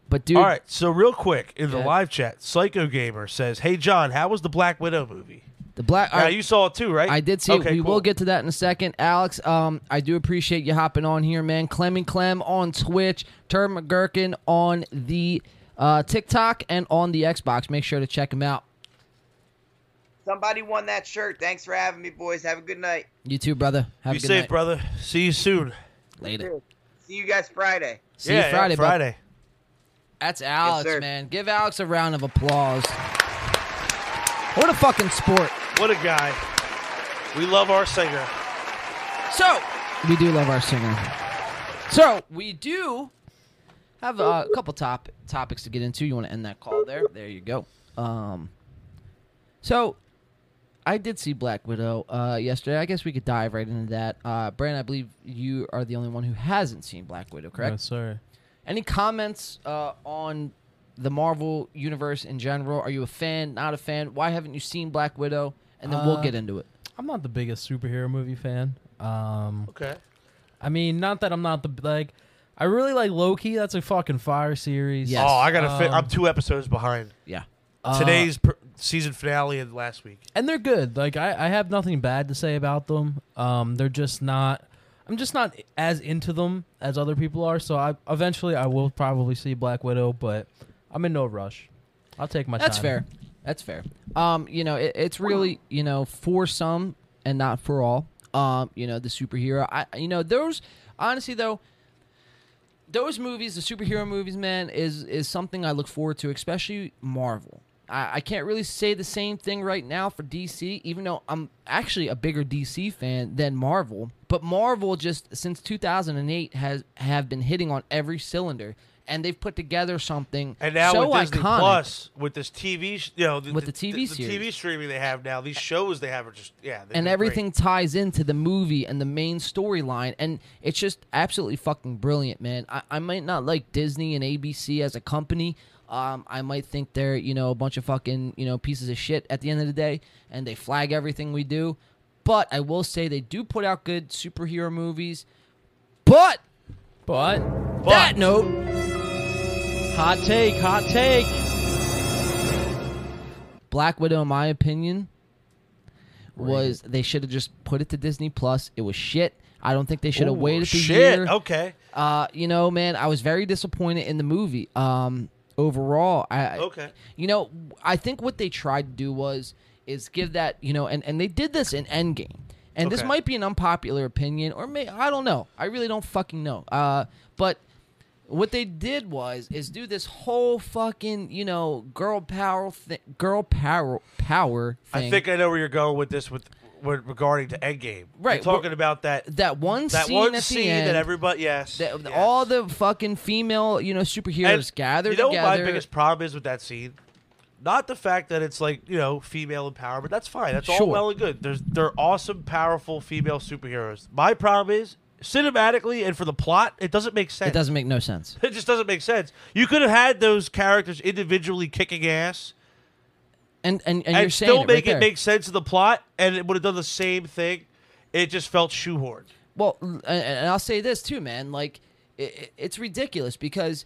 S1: but dude,
S2: All right, so real quick in the
S1: Yeah.
S2: live chat, Psycho Gamer says, "Hey John, how was the Black Widow movie?
S1: the black. all
S2: Now
S1: right.
S2: you saw it too, right?
S1: I did see
S2: Okay,
S1: it. We
S2: cool.
S1: will get to that in a second. Alex, um, I do appreciate you hopping on here, man. Clem and Clem on Twitch, Turd McGurkin on the uh, TikTok and on the Xbox. Make sure to check him out.
S6: Somebody won that shirt. Thanks for having me, boys. Have a good night.
S1: You too, brother. Have
S2: Be
S1: a good
S2: safe,
S1: night.
S2: brother. See you soon.
S1: Later.
S6: See you guys Friday.
S1: See
S2: yeah,
S1: you
S2: yeah,
S1: Friday, bud.
S2: Friday.
S1: That's Alex,
S6: sir.
S1: man. Give Alex a round of applause. What a fucking sport.
S2: What a guy. We love our singer.
S1: So we do love our singer. So we do have uh, a couple top topics to get into. You want to end that call there? There you go. Um, so I did see Black Widow uh, yesterday. I guess we could dive right into that. Uh, Brandon, I believe you are the only one who hasn't seen Black Widow, correct?
S3: No, sir.
S1: Any comments uh, on the Marvel universe in general? Are you a fan? Not a fan? Why haven't you seen Black Widow? And then we'll
S3: Uh,
S1: get into it.
S3: I'm not the biggest superhero movie fan. Um,
S2: Okay.
S3: I mean, not that I'm not the like. I really like Loki. That's a fucking fire series.
S1: Yes.
S2: Oh, I gotta. fi-
S3: Um,
S2: I'm two episodes behind.
S1: Yeah.
S3: Uh,
S2: Today's per- season finale and last week.
S3: and they're good. Like I, I have nothing bad to say about them. Um, they're just not. I'm just not as into them as other people are. So I eventually I will probably see Black Widow, but I'm in no rush. I'll take my
S1: That's
S3: time.
S1: fair. That's fair. Um, you know, it, it's really you know for some and not for all. Um, you know, the superhero. I you know those honestly though. Those movies, the superhero movies, man, is is something I look forward to, especially Marvel. I, I can't really say the same thing right now for DC, even though I'm actually a bigger DC fan than Marvel. But Marvel just since 2008 has have been hitting on every cylinder, and they've put together something
S2: And now
S1: so
S2: with Disney
S1: iconic.
S2: Plus, with this TV, sh- you know, th-
S1: With the
S2: th- th-
S1: TV
S2: the, TV
S1: series.
S2: streaming they have now, these shows they have are just yeah, they're
S1: and
S2: great.
S1: everything ties into the movie and the main storyline and it's just absolutely fucking brilliant man I, I might not like disney and abc as a company um, i might think they're you know a bunch of fucking you know pieces of shit at the end of the day and they flag everything we do but i will say they do put out good superhero movies but
S3: But
S1: that note
S3: hot take, hot take.
S1: black widow in my opinion was they should have just put it to disney plus it was shit i don't think they should have
S2: Ooh,
S1: waited the
S2: shit.
S1: year
S2: Okay,
S1: Uh, you know, man, I was very disappointed in the movie. Um, overall, I
S2: okay.
S1: You know, I think what they tried to do was is give that you know, and and they did this in Endgame, and this
S2: Okay.
S1: might be an unpopular opinion, or may I don't know. I really don't fucking know. Uh, but what they did was is do this whole fucking you know girl power thi- girl power power thing.
S2: I think I know where you're going with this with, with regarding to Endgame.
S1: Right,
S2: You're talking about that
S1: that one
S2: that
S1: scene
S2: one
S1: at
S2: scene
S1: the end,
S2: that everybody yes,
S1: that
S2: yes.
S1: all the fucking female you know superheroes
S2: And
S1: gather
S2: You know
S1: together.
S2: what my biggest problem is with that scene? Not the fact that it's like you know female empowerment. That's fine. That's all
S1: Sure.
S2: well and good. There's they're awesome, powerful female superheroes. My problem is cinematically and for the plot, it doesn't make sense.
S1: It doesn't make no sense.
S2: It just doesn't make sense. You could have had those characters individually kicking ass
S1: And and, and,
S2: and,
S1: you're saying
S2: still
S1: it right
S2: make it
S1: there.
S2: make sense of the plot, and it would have done the same thing. It just felt shoehorned.
S1: well. And, and I'll say this too, man. Like it, it's ridiculous because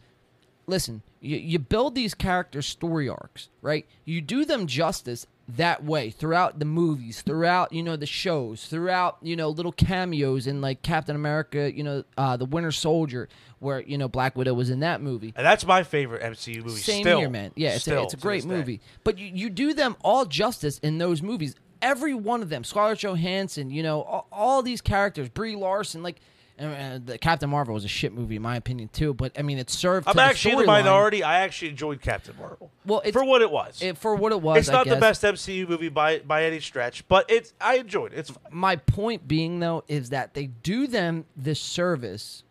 S1: listen, you, you build these characters' story arcs, right? You do them justice that way throughout the movies, throughout you know the shows, throughout you know little cameos in like Captain America, you know uh, the Winter Soldier, where you know Black Widow was in that movie.
S2: And that's my favorite MCU movie.
S1: Same
S2: still,
S1: here, man. Yeah, it's, a,
S2: Still,
S1: it's a
S2: to
S1: great
S2: this day.
S1: movie. But you, you do them all justice in those movies. Every one of them. Scarlett Johansson, you know, all, all these characters. Brie Larson, like, and, and the Captain Marvel was a shit movie in my opinion too. But I mean, it served. to
S2: I'm actually in the
S1: storyline.
S2: minority. I actually enjoyed Captain Marvel.
S1: Well, it's-
S2: for what it was,
S1: It- for what it was.
S2: it's
S1: I
S2: not the
S1: guess.
S2: best MCU movie by by any stretch, but it's I enjoyed it. It's fine.
S1: my point being though is that they do them this service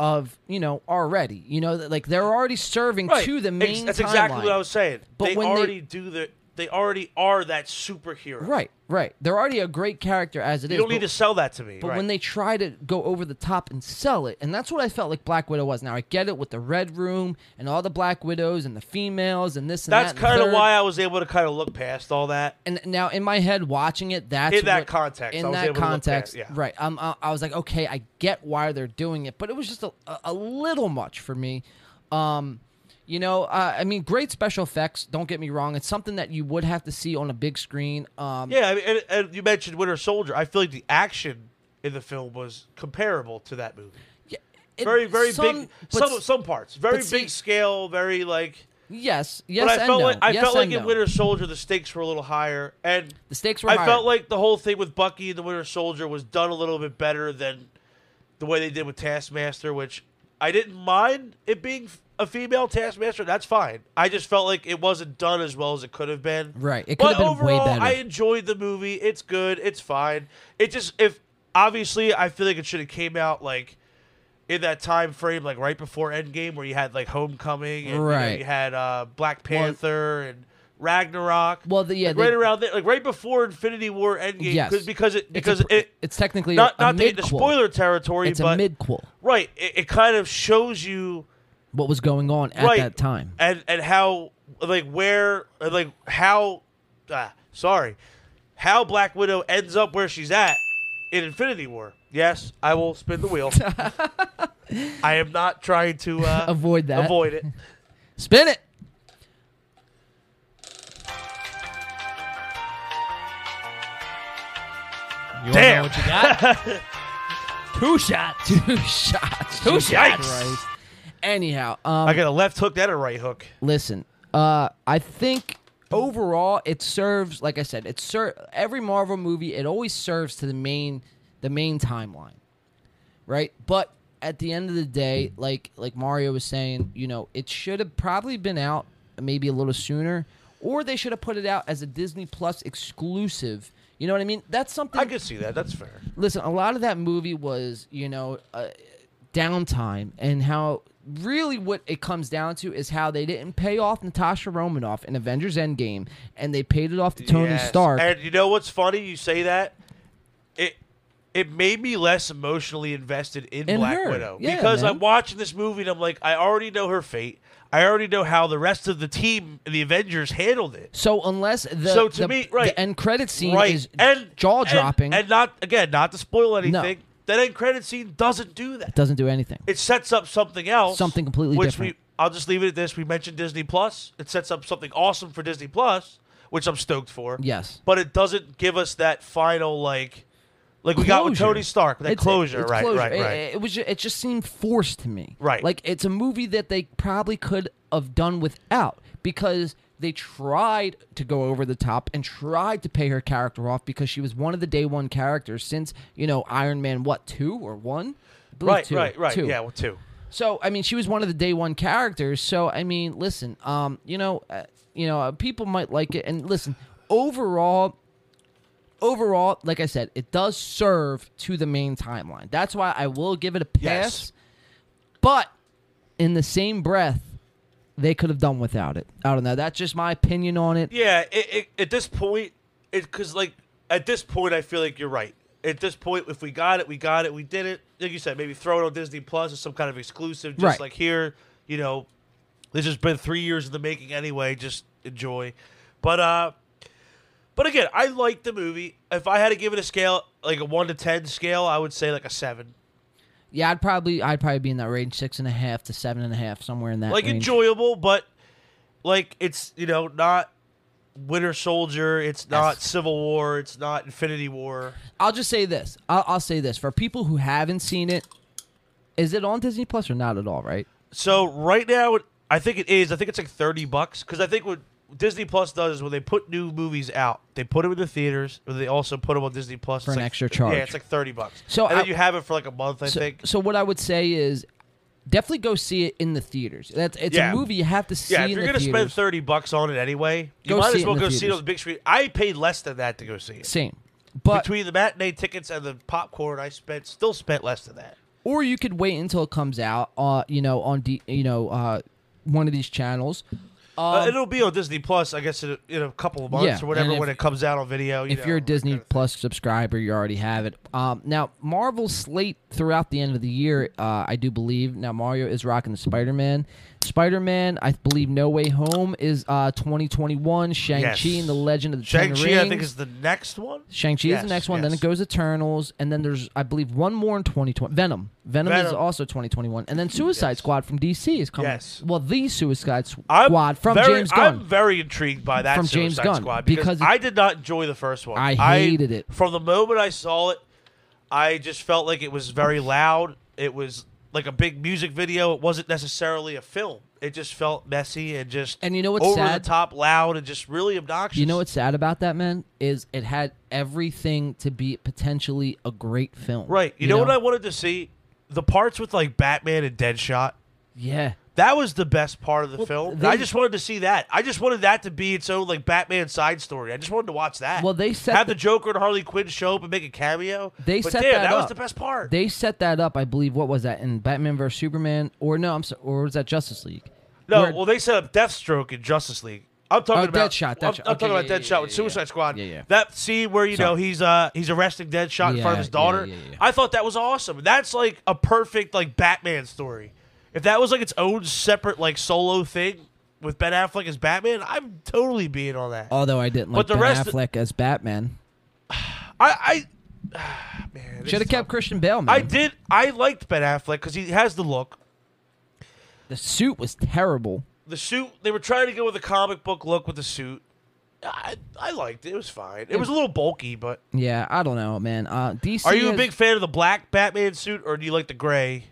S1: of you know already you know that, like they're already serving to the
S2: Ex-
S1: main
S2: that's exactly
S1: timeline.
S2: what I was saying.
S1: But
S2: they
S1: when they-
S2: already do the. They already are that superhero.
S1: right right they're already a great character as it is.
S2: You don't need
S1: but-
S2: to sell that to me.
S1: But
S2: right.
S1: when they try to go over the top and sell it, and that's what I felt like Black Widow was. Now I get it with the Red Room and all the Black Widows and the females and this and
S2: that's
S1: that.
S2: kind of why I was able to kind of look past all that.
S1: And now in my head, watching it, that's
S2: In that
S1: what-
S2: context,
S1: In
S2: I was
S1: that
S2: able to look at it,
S1: context,
S2: yeah.
S1: right? Um, I, I was like, okay, I get why they're doing it, but it was just a, a- a little much for me. Um, you know, uh, I mean, great special effects. Don't get me wrong; it's something that you would have to see on a big screen. Um,
S2: Yeah, I mean, and, and you mentioned Winter Soldier. I feel like the action in the film was comparable to that movie.
S1: it-
S2: Very, very
S1: some-
S2: big.
S1: but
S2: Some
S1: s-
S2: some parts. Very
S1: but see-
S2: big scale. Very like.
S1: yes, yes,
S2: But I
S1: and
S2: felt
S1: no.
S2: like I
S1: Yes
S2: felt like
S1: and
S2: in
S1: no.
S2: Winter Soldier the stakes were a little higher, and
S1: the stakes were.
S2: I
S1: higher.
S2: felt like the whole thing with Bucky and the Winter Soldier was done a little bit better than the way they did with Taskmaster, which I didn't mind it being f- a female Taskmaster. That's fine. I just felt like it wasn't done as well as it could have been.
S1: Right. It
S2: but
S1: could have been way
S2: overall,
S1: better.
S2: I enjoyed the movie. It's good. It's fine. It just if obviously I feel like it should have came out like in that time frame, like right before Endgame, where you had like Homecoming, and you know, you,
S1: Right.
S2: had uh, Black Panther and Ragnarok.
S1: Well, the- yeah,
S2: like, right
S1: they-
S2: around there, like right before Infinity War Endgame,
S1: Yes.
S2: 'cause- because it because
S1: it's a, pr-
S2: it
S1: it's technically
S2: not
S1: a,
S2: not
S1: a
S2: to get into
S1: midquel.
S2: spoiler territory,
S1: It's
S2: but
S1: a midquel.
S2: right, it, it kind of shows you
S1: What was going on at
S2: right
S1: that time?
S2: and and how like where like how ah, sorry how Black Widow ends up where she's at in Infinity War. Yes, I will spin the wheel. I am not trying to uh,
S1: Avoid that.
S2: avoid it.
S1: Spin it.
S3: You wanna know
S2: Damn.
S3: what you got? Two shots.
S1: Two shots.
S3: Two
S1: Jesus
S2: shots.
S1: Christ. Anyhow, um,
S2: I got a left hook and a right hook.
S1: listen. Uh, I think overall it serves, like I said, it ser- every Marvel movie. It always serves to the main, the main timeline, right? But at the end of the day, like like Mario was saying, you know, it should have probably been out maybe a little sooner, or they should have put it out as a Disney Plus exclusive. You know what I mean? That's something
S2: I could see that. That's fair.
S1: listen, a lot of that movie was, you know, uh, downtime and how really what it comes down to is how they didn't pay off Natasha Romanoff in Avengers Endgame and they paid it off to Tony
S2: Yes.
S1: Stark.
S2: And you know what's funny? You say that. It it made me less emotionally invested in,
S1: In
S2: Black
S1: her.
S2: Widow
S1: Yeah,
S2: because
S1: man.
S2: I'm watching this movie and I'm like, I already know her fate. I already know how the rest of the team, the Avengers, handled it.
S1: so unless the,
S2: So to
S1: the-
S2: me, right.
S1: the end credit scene
S2: right
S1: is
S2: and
S1: jaw dropping,
S2: and,
S1: it
S2: and not again, not to spoil anything. That end credit scene doesn't do that.
S1: doesn't do anything.
S2: it sets up something else.
S1: Something completely
S2: which
S1: different.
S2: We, I'll just leave it at this. We mentioned Disney Plus. It sets up something awesome for Disney Plus, which I'm stoked for.
S1: Yes.
S2: But it doesn't give us that final like like we got with
S1: Closure.
S2: Tony Stark, that
S1: It's-
S2: closure,
S1: it's
S2: right,
S1: closure.
S2: right,
S1: It-
S2: right.
S1: It, was just, it just seemed forced to me.
S2: Right.
S1: Like it's a movie that they probably could have done without because they tried to go over the top and tried to pay her character off because she was one of the day one characters since you know Iron Man what two or one. I believe
S2: right,
S1: two,
S2: right, right.
S1: two.
S2: Yeah, well, two.
S1: So I mean, she was one of the day one characters. So I mean, listen, um, you know, uh, you know, uh, people might like it, and listen, overall, overall, like I said, it does serve to the main timeline. That's why I will give it a pass.
S2: Yes.
S1: But in the same breath, they could have done without it. I don't know. That's just my opinion on it.
S2: Yeah, it, it, at this point, it because like at this point, I feel like you're right. At this point, if we got it, we got it. We did it. Like you said, maybe throw it on Disney Plus as some kind of exclusive. Just
S1: Right.
S2: like here, you know, this has been three years in the making anyway. Just enjoy. But uh, but again, I like the movie. If I had to give it a scale, like a one to ten scale, I would say like a seven.
S1: Yeah, I'd probably, I'd probably be in that range, six and a half to seven and a half, somewhere in that.
S2: like
S1: range.
S2: enjoyable, but like it's you know not Winter Soldier, it's not Civil War, it's not Infinity War.
S1: I'll just say this. I'll, I'll say this for people who haven't seen it. Is it on Disney Plus or not at all? Right?
S2: So right now, it- I think it is. I think it's like thirty bucks because I think what Disney Plus does is when they put new movies out, they put them in the theaters, but they also put them on Disney Plus
S1: For
S2: It's
S1: an
S2: like-
S1: extra charge.
S2: Yeah, it's like thirty bucks.
S1: So
S2: So and then
S1: I-
S2: you have it for like a month, I
S1: So,
S2: think.
S1: so what I would say is definitely go see it in the theaters. That's it's
S2: Yeah.
S1: a movie you have to see
S2: Yeah, if
S1: in
S2: you're
S1: the
S2: gonna spend
S1: theaters.
S2: thirty bucks on it anyway, you
S1: Go
S2: might
S1: see it
S2: as
S1: in
S2: well
S1: the
S2: go see it
S1: theaters.
S2: on the big screen. I paid less than that to go see it.
S1: Same, but
S2: Between the matinee tickets and the popcorn, I spent still spent less than that.
S1: or you could wait until it comes out. Uh, you know, on D, you know, uh, one of these channels.
S2: Uh, it'll be on Disney Plus, I guess, in a, in a couple of months
S1: Um, Yeah,
S2: or whatever
S1: and
S2: when
S1: if-
S2: it comes out on video. You
S1: if
S2: know,
S1: you're a
S2: that
S1: Disney
S2: kind of thing.
S1: Plus subscriber, you already have it. Um, now, Marvel slate throughout the end of the year, uh, I do believe. Now, Mario is rocking the Spider Man. Spider Man, I believe, No Way Home is uh, 2021. Shang Chi
S2: Yes.
S1: and the Legend of the
S2: Shang
S1: Ten
S2: Chi,
S1: Rings.
S2: I think, is the next one.
S1: Shang Chi is
S2: Yes,
S1: the next one. Then
S2: yes.
S1: it goes Eternals, and then there's I believe one more in 2020. Venom. Venom, is
S2: Venom.
S1: also 2021, and then Suicide Squad from DC is coming.
S2: Yes.
S1: Well, the Suicide
S2: I'm
S1: Squad from
S2: very,
S1: James Gunn.
S2: I'm very intrigued by that
S1: From
S2: Suicide
S1: James Gunn,
S2: Squad because,
S1: because it-
S2: I did not enjoy the first one.
S1: I hated it.
S2: from the moment I saw it. I just felt like it was very loud. It was like a big music video. It wasn't necessarily a film. It just felt messy and just
S1: And you know what's
S2: over
S1: sad?
S2: the top, loud, and just really obnoxious.
S1: You know what's sad about that, man? Is it had everything to be potentially a great film.
S2: right? You, know, what I wanted to see the parts with like Batman and Deadshot.
S1: Yeah.
S2: That was the best part of the film.
S1: they-
S2: I just wanted to see that. I just wanted that to be its own like Batman side story. I just wanted to watch that.
S1: Well, they set
S2: have
S1: the-
S2: the, Joker and Harley Quinn show up and make a cameo.
S1: They
S2: but
S1: set
S2: damn,
S1: that
S2: was
S1: up.
S2: the best part.
S1: They set that up, I believe. What was that in Batman vs Superman? Or no, I'm so, or was that Justice League?
S2: no,
S1: Where-
S2: well, they set up Deathstroke in Justice League. I'm talking
S1: Oh,
S2: about
S1: Deadshot,
S2: I'm,
S1: Deadshot.
S2: I'm talking
S1: Okay,
S2: about
S1: yeah, yeah,
S2: Deadshot
S1: yeah,
S2: with
S1: yeah,
S2: Suicide
S1: yeah.
S2: Side Squad.
S1: Yeah, yeah.
S2: That scene where you know
S1: Sorry.
S2: he's uh he's arresting Deadshot in front of
S1: Yeah,
S2: his daughter.
S1: yeah, yeah, yeah.
S2: I thought that was awesome. That's like a perfect like Batman story. If that was like its own separate like solo thing with Ben Affleck as Batman, I'm totally being on that.
S1: Although I didn't like
S2: But the
S1: Ben
S2: rest-
S1: Affleck as Batman.
S2: I, I man, this
S1: Should have
S2: is
S1: kept
S2: tough.
S1: Christian Bale, man.
S2: I did. I liked Ben Affleck because he has the look.
S1: The suit was terrible.
S2: The suit. They were trying to go with a comic book look with the suit, I, I liked it. It was fine. It was a little bulky, but
S1: Yeah, I don't know, man. Uh, DC.
S2: are you a
S1: has-
S2: big fan of the black Batman suit or do you like the gray?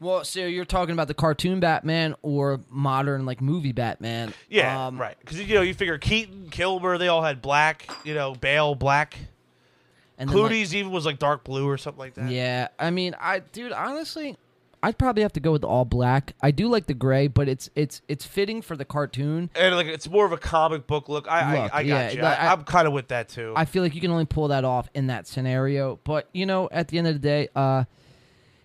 S1: Well, so you're talking about the cartoon Batman or modern like movie Batman?
S2: Yeah,
S1: Um,
S2: right. Because you know you figure Keaton, Kilmer, they all had black. You know, Bale black.
S1: And then, like-
S2: Clooney's even was like dark blue or something like that.
S1: Yeah, I mean, I dude, honestly, I'd probably have to go with the all black. I do like the gray, but it's it's it's fitting for the cartoon.
S2: and like it's more of a comic book look. I
S1: Look,
S2: I, I got
S1: yeah,
S2: you.
S1: like,
S2: I,
S1: I-
S2: I'm kind of with that too.
S1: I feel like you can only pull that off in that scenario. But you know, at the end of the day, uh,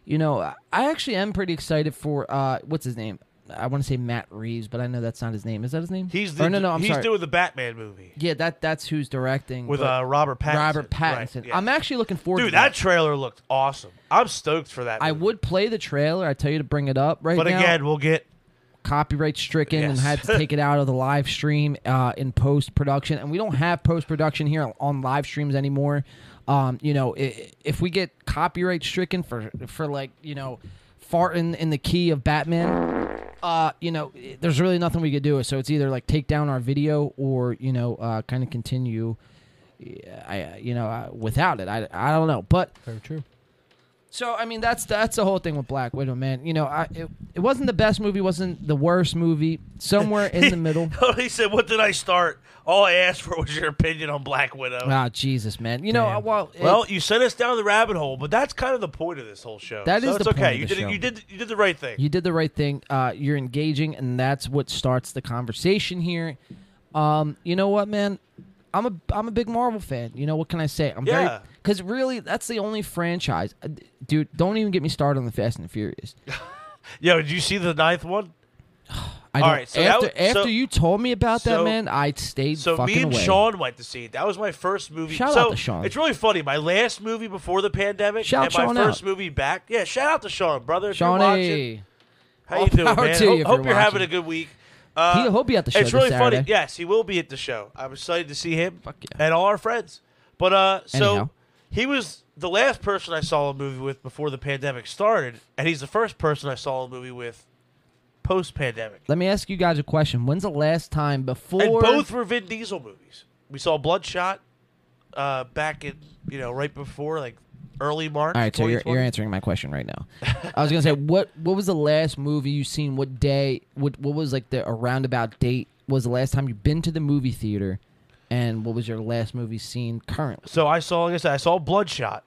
S1: you know, I I actually am pretty excited for uh, what's his name? I want to say Matt Reeves, but I know that's not his name. Is that his name?
S2: he's the,
S1: Or no, no, I'm
S2: he's
S1: sorry.
S2: doing the Batman movie
S1: yeah, that that's who's directing
S2: with
S1: but
S2: uh, Robert Pattinson.
S1: Robert
S2: Right,
S1: Pattinson.
S2: yeah.
S1: I'm actually looking forward
S2: dude,
S1: to that.
S2: that trailer looked awesome. I'm stoked for that.
S1: I
S2: movie.
S1: would play the trailer. I tell you to bring it up right
S2: but
S1: now.
S2: again, we'll get
S1: copyright stricken and
S2: Yes.
S1: had to take it out of the live stream uh, in post production. And we don't have post production here on live streams anymore. Um, you know, i- if we get copyright stricken for for like you know, farting in the key of Batman, uh, you know, i- there's really nothing we could do. So it's either like take down our video or you know, uh, kind of continue. yeah, I you know uh, without it I, I don't know but
S3: Very true.
S1: so I mean, that's that's the whole thing with Black Widow, man. You know, I it, it wasn't the best movie, wasn't the worst movie. Somewhere in the middle.
S2: Oh, he said, "What did I start? All I asked for was your opinion on Black Widow."
S1: Ah, Jesus, man. You know,
S2: Damn.
S1: well, it-
S2: well, you sent us down the rabbit hole, but that's kind of the point of this whole show.
S1: That
S2: so
S1: is
S2: it's
S1: the
S2: okay.
S1: point of
S2: you
S1: the
S2: did
S1: show.
S2: you did you did the right thing.
S1: you did the right thing. Uh, you're engaging, and that's what starts the conversation here. Um, you know what, man? I'm a I'm a big Marvel fan. You know what can I say? I'm
S2: Yeah.
S1: because really, that's the only franchise, Uh, d- dude. Don't even get me started on the Fast and the Furious.
S2: Yo, did you see the ninth one?
S1: I
S2: All
S1: don't-
S2: right, so that
S1: after
S2: was- so-
S1: after you told me about that,
S2: so-
S1: man, I stayed
S2: So
S1: fucking
S2: me and
S1: away.
S2: Sean went to see it. That was my first movie.
S1: Shout
S2: so
S1: out to Sean.
S2: It's really funny. My last movie before the pandemic
S1: Shout
S2: and my
S1: Sean
S2: first
S1: out.
S2: movie back. Yeah, shout out to Sean, brother. If you're watching,
S1: Shawnee.
S2: how
S1: All
S2: you doing,
S1: power
S2: man?
S1: to you
S2: hope
S1: if
S2: hope
S1: you're
S2: you're having
S1: watching.
S2: a good week. Uh,
S1: He'll- he'll be at the show
S2: It's
S1: this
S2: really funny.
S1: Saturday.
S2: Yes, he will be at the show. I'm excited to see him
S1: Fuck yeah.
S2: and all our friends. But uh, so
S1: Anyhow.
S2: he was the last person I saw a movie with before the pandemic started, and he's the first person I saw a movie with post pandemic.
S1: Let me ask you guys a question. When's the last time before
S2: And both were Vin Diesel movies. We saw Bloodshot uh, back in, you know, right before, like early March.
S1: All right, so you're,
S2: 2020.
S1: you're answering my question right now. I was gonna say what what was the last movie you seen? What day? What what was like the a roundabout date? Was the last time you've been to the movie theater? And what was your last movie seen currently?
S2: So I saw, like I said, I saw Bloodshot.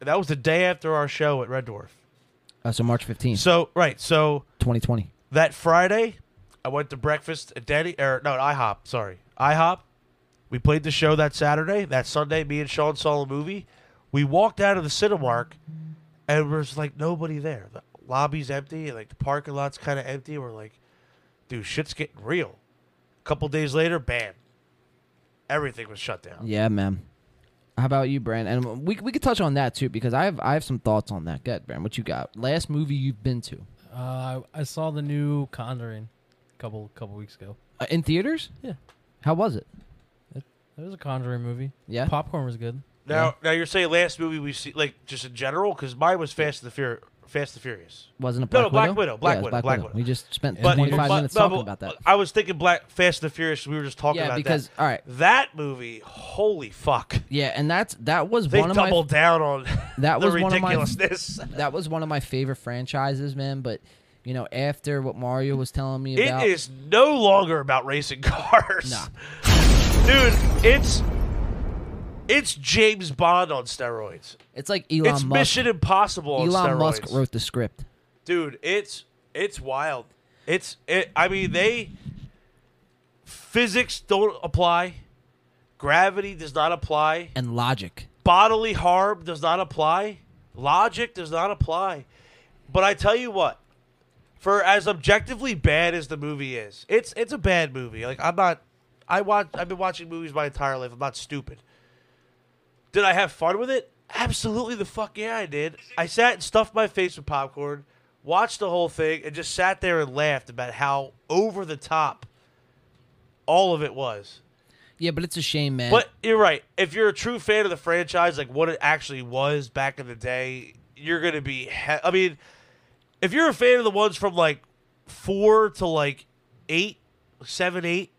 S2: And that was the day after our show at Red Dwarf.
S1: Uh, so March fifteenth,
S2: So, right. So
S1: twenty twenty.
S2: that Friday, I went to breakfast at Denny, or no, at IHOP, sorry. IHOP. We played the show that Saturday. That Sunday, me and Sean saw a movie. We walked out of the Cinemark, and there's like nobody there. The lobby's empty, and like the parking lot's kind of empty. We're like, dude, shit's getting real. A couple days later, bam, everything was shut down.
S1: Yeah, man. How about you, Brand? And we we could touch on that too because I have I have some thoughts on that. Good, Brand. What you got? Last movie you've been to
S3: Uh, I I saw the new Conjuring a couple couple weeks ago.
S1: uh, in theaters?
S3: Yeah.
S1: How was it?
S3: It was a Conjuring movie.
S1: Yeah.
S3: Popcorn was good.
S2: Now, now you're saying last movie we see, like just in general, because mine was Fast and the Fur, Fast and the Furious.
S1: Wasn't it
S2: No,
S1: Black
S2: no, Black
S1: Widow?
S2: Widow, Black
S1: Yeah, it was
S2: Widow,
S1: Black,
S2: Black
S1: Widow.
S2: Widow.
S1: We just spent
S2: But,
S1: twenty five
S2: but-
S1: minutes
S2: but-
S1: talking
S2: but
S1: about that.
S2: I was thinking Black Fast and the Furious. We were just talking
S1: Yeah,
S2: about
S1: because-
S2: that.
S1: all right.
S2: that movie, holy fuck,
S1: Yeah, and that's that was
S2: they
S1: one of my
S2: doubled down on
S1: That
S2: the
S1: was one of my-
S2: ridiculousness.
S1: that was one of my favorite franchises, man. But you know, after what Mario was telling me about,
S2: It is no longer about racing cars,
S1: Nah.
S2: dude. It's it's James Bond on steroids.
S1: it's like Elon
S2: it's
S1: Musk.
S2: Mission Impossible on
S1: Elon
S2: steroids.
S1: Musk wrote the script.
S2: dude it's it's wild it's it, i mean they physics don't apply gravity does not apply
S1: And logic.
S2: bodily harm does not apply logic does not apply but i tell you what for as objectively bad as the movie is it's it's a bad movie like i'm not i watch i've been watching movies my entire life i'm not stupid did i have fun with it absolutely the fuck yeah i did i sat and stuffed my face with popcorn watched the whole thing and just sat there and laughed about how over the top all of it was
S1: Yeah, but it's a shame, man.
S2: but you're right. If you're a true fan of the franchise, like what it actually was back in the day, you're gonna be. He- I mean, if you're a fan of the ones from like four to like eight, seven, eight,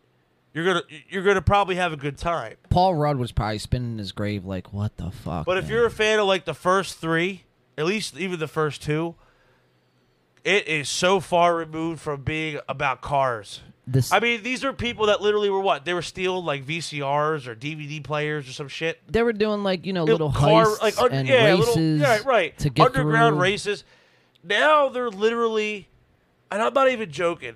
S2: you're gonna you're gonna probably have a good time.
S1: Paul Rudd was probably spinning in his grave like, what the fuck?
S2: But if
S1: man?"
S2: you're a fan of like the first three, at least even the first two, it is so far removed from being about cars.
S1: this,
S2: I mean, these are people that literally were what they were stealing like VCRs or DVD players or some shit.
S1: they were doing like you know little
S2: car-
S1: heists
S2: un-
S1: and
S2: yeah,
S1: races.
S2: little, yeah, right.
S1: To get
S2: underground
S1: through.
S2: races. Now they're literally, and I'm not even joking.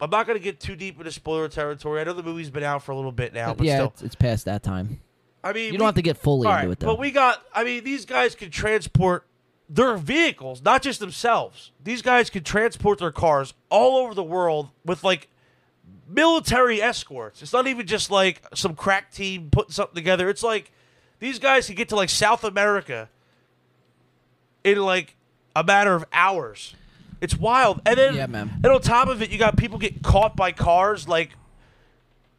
S2: I'm not going to get too deep into spoiler territory. I know the movie's been out for a little bit now, but
S1: yeah,
S2: still,
S1: it's, it's past that time.
S2: I mean,
S1: You don't have to get fully
S2: all
S1: into
S2: right,
S1: it though.
S2: But we got. I mean, these guys could transport their vehicles, not just themselves. These guys could transport their cars all over the world with like military escorts. It's not even just like some crack team putting something together. It's like these guys can get to like South America in like a matter of hours. It's wild. And then
S1: Yeah, man.
S2: and on top of it, you got people getting caught by cars like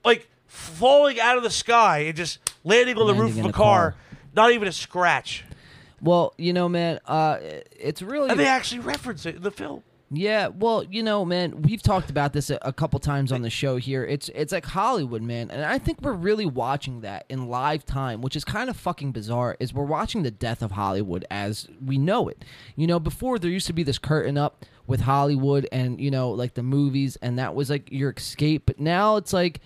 S2: like falling out of the sky and just landing on the
S1: Landing
S2: roof of
S1: in
S2: a
S1: a
S2: car,
S1: car.
S2: not even a scratch.
S1: well, you know, man, uh, it's really
S2: And they actually reference it in the film.
S1: Yeah, well, you know, man, we've talked about this a, a couple times on the show here. It's it's like Hollywood, man, and I think we're really watching that in live time, which is kind of fucking bizarre. Is we're watching the death of Hollywood as we know it. You know, before there used to be this curtain up with Hollywood and you know, like the movies, and that was like your escape. But now it's like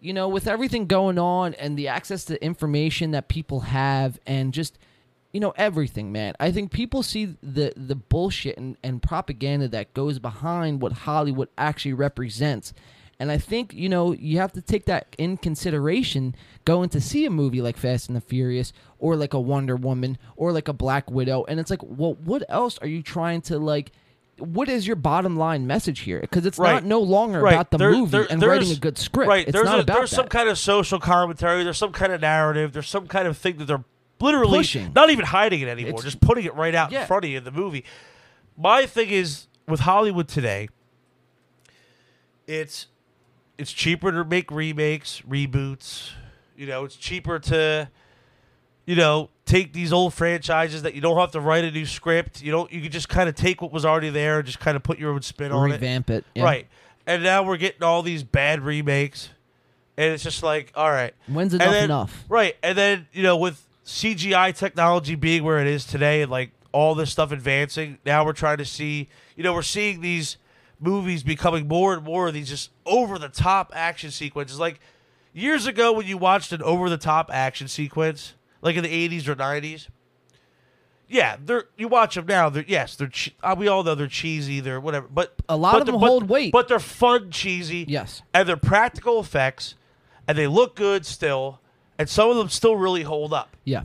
S1: you know, with everything going on and the access to information that people have and just you know everything man i think people see the the bullshit and, and propaganda that goes behind what hollywood actually represents and i think you know you have to take that in consideration going to see a movie like fast and the furious or like a wonder woman or like a black widow and it's like well what else are you trying to like what is your bottom line message here because it's
S2: Right.
S1: not no longer about the
S2: There-
S1: movie
S2: there-
S1: and
S2: there's-
S1: writing a good script
S2: Right.
S1: it's
S2: there's
S1: not
S2: a,
S1: about
S2: there's some
S1: that.
S2: kind of social commentary. There's some kind of narrative. There's some kind of thing that they're literally
S1: Pushing.
S2: not even hiding it anymore.
S1: It's-
S2: just putting it right out in
S1: Yeah.
S2: front of you in the movie. My thing is with Hollywood today, it's it's cheaper to make remakes, reboots. You know, it's cheaper to you know take these old franchises that you don't have to write a new script. You don't. You can just kind of take what was already there and just kind of put your own spin on it.
S1: revamp it, yeah.
S2: Right. And now we're getting all these bad remakes. And it's just like, all right.
S1: When's
S2: And
S1: enough
S2: then-
S1: enough?
S2: Right. And then, you know, with CGI technology being where it is today and like all this stuff advancing, now we're trying to see, you know, we're seeing these movies becoming more and more of these just over the top action sequences. Like years ago when you watched an over the top action sequence, like in the 80s or 90s, yeah, they're you watch them now. They're yes, they're che- uh, we all know they're cheesy. They're whatever, but
S1: A lot
S2: but
S1: of
S2: they're-
S1: them
S2: but-
S1: hold weight.
S2: But they're fun, cheesy.
S1: Yes.
S2: and they're practical effects, and they look good still, and some of them still really hold up.
S1: Yeah.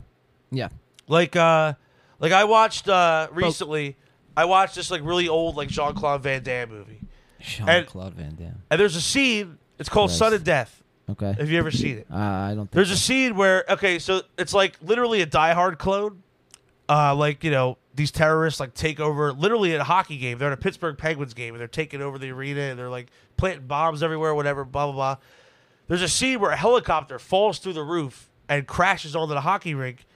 S1: Yeah.
S2: Like uh, like I watched uh recently, I watched this like really old like Jean Claude Van Damme movie,
S1: Sean
S2: And-
S1: Claude Van Damme.
S2: and there's a scene. It's called
S1: Christ.
S2: Son of Death.
S1: Okay.
S2: Have you ever seen it?
S1: uh, I don't think
S2: There's a scene where okay, so it's like literally a Die Hard clone. Uh, like you know, these terrorists like take over literally at a hockey game. They're at a Pittsburgh Penguins game and they're taking over the arena and they're like planting bombs everywhere, whatever. Blah blah blah. There's a scene where a helicopter falls through the roof and crashes onto the hockey rink,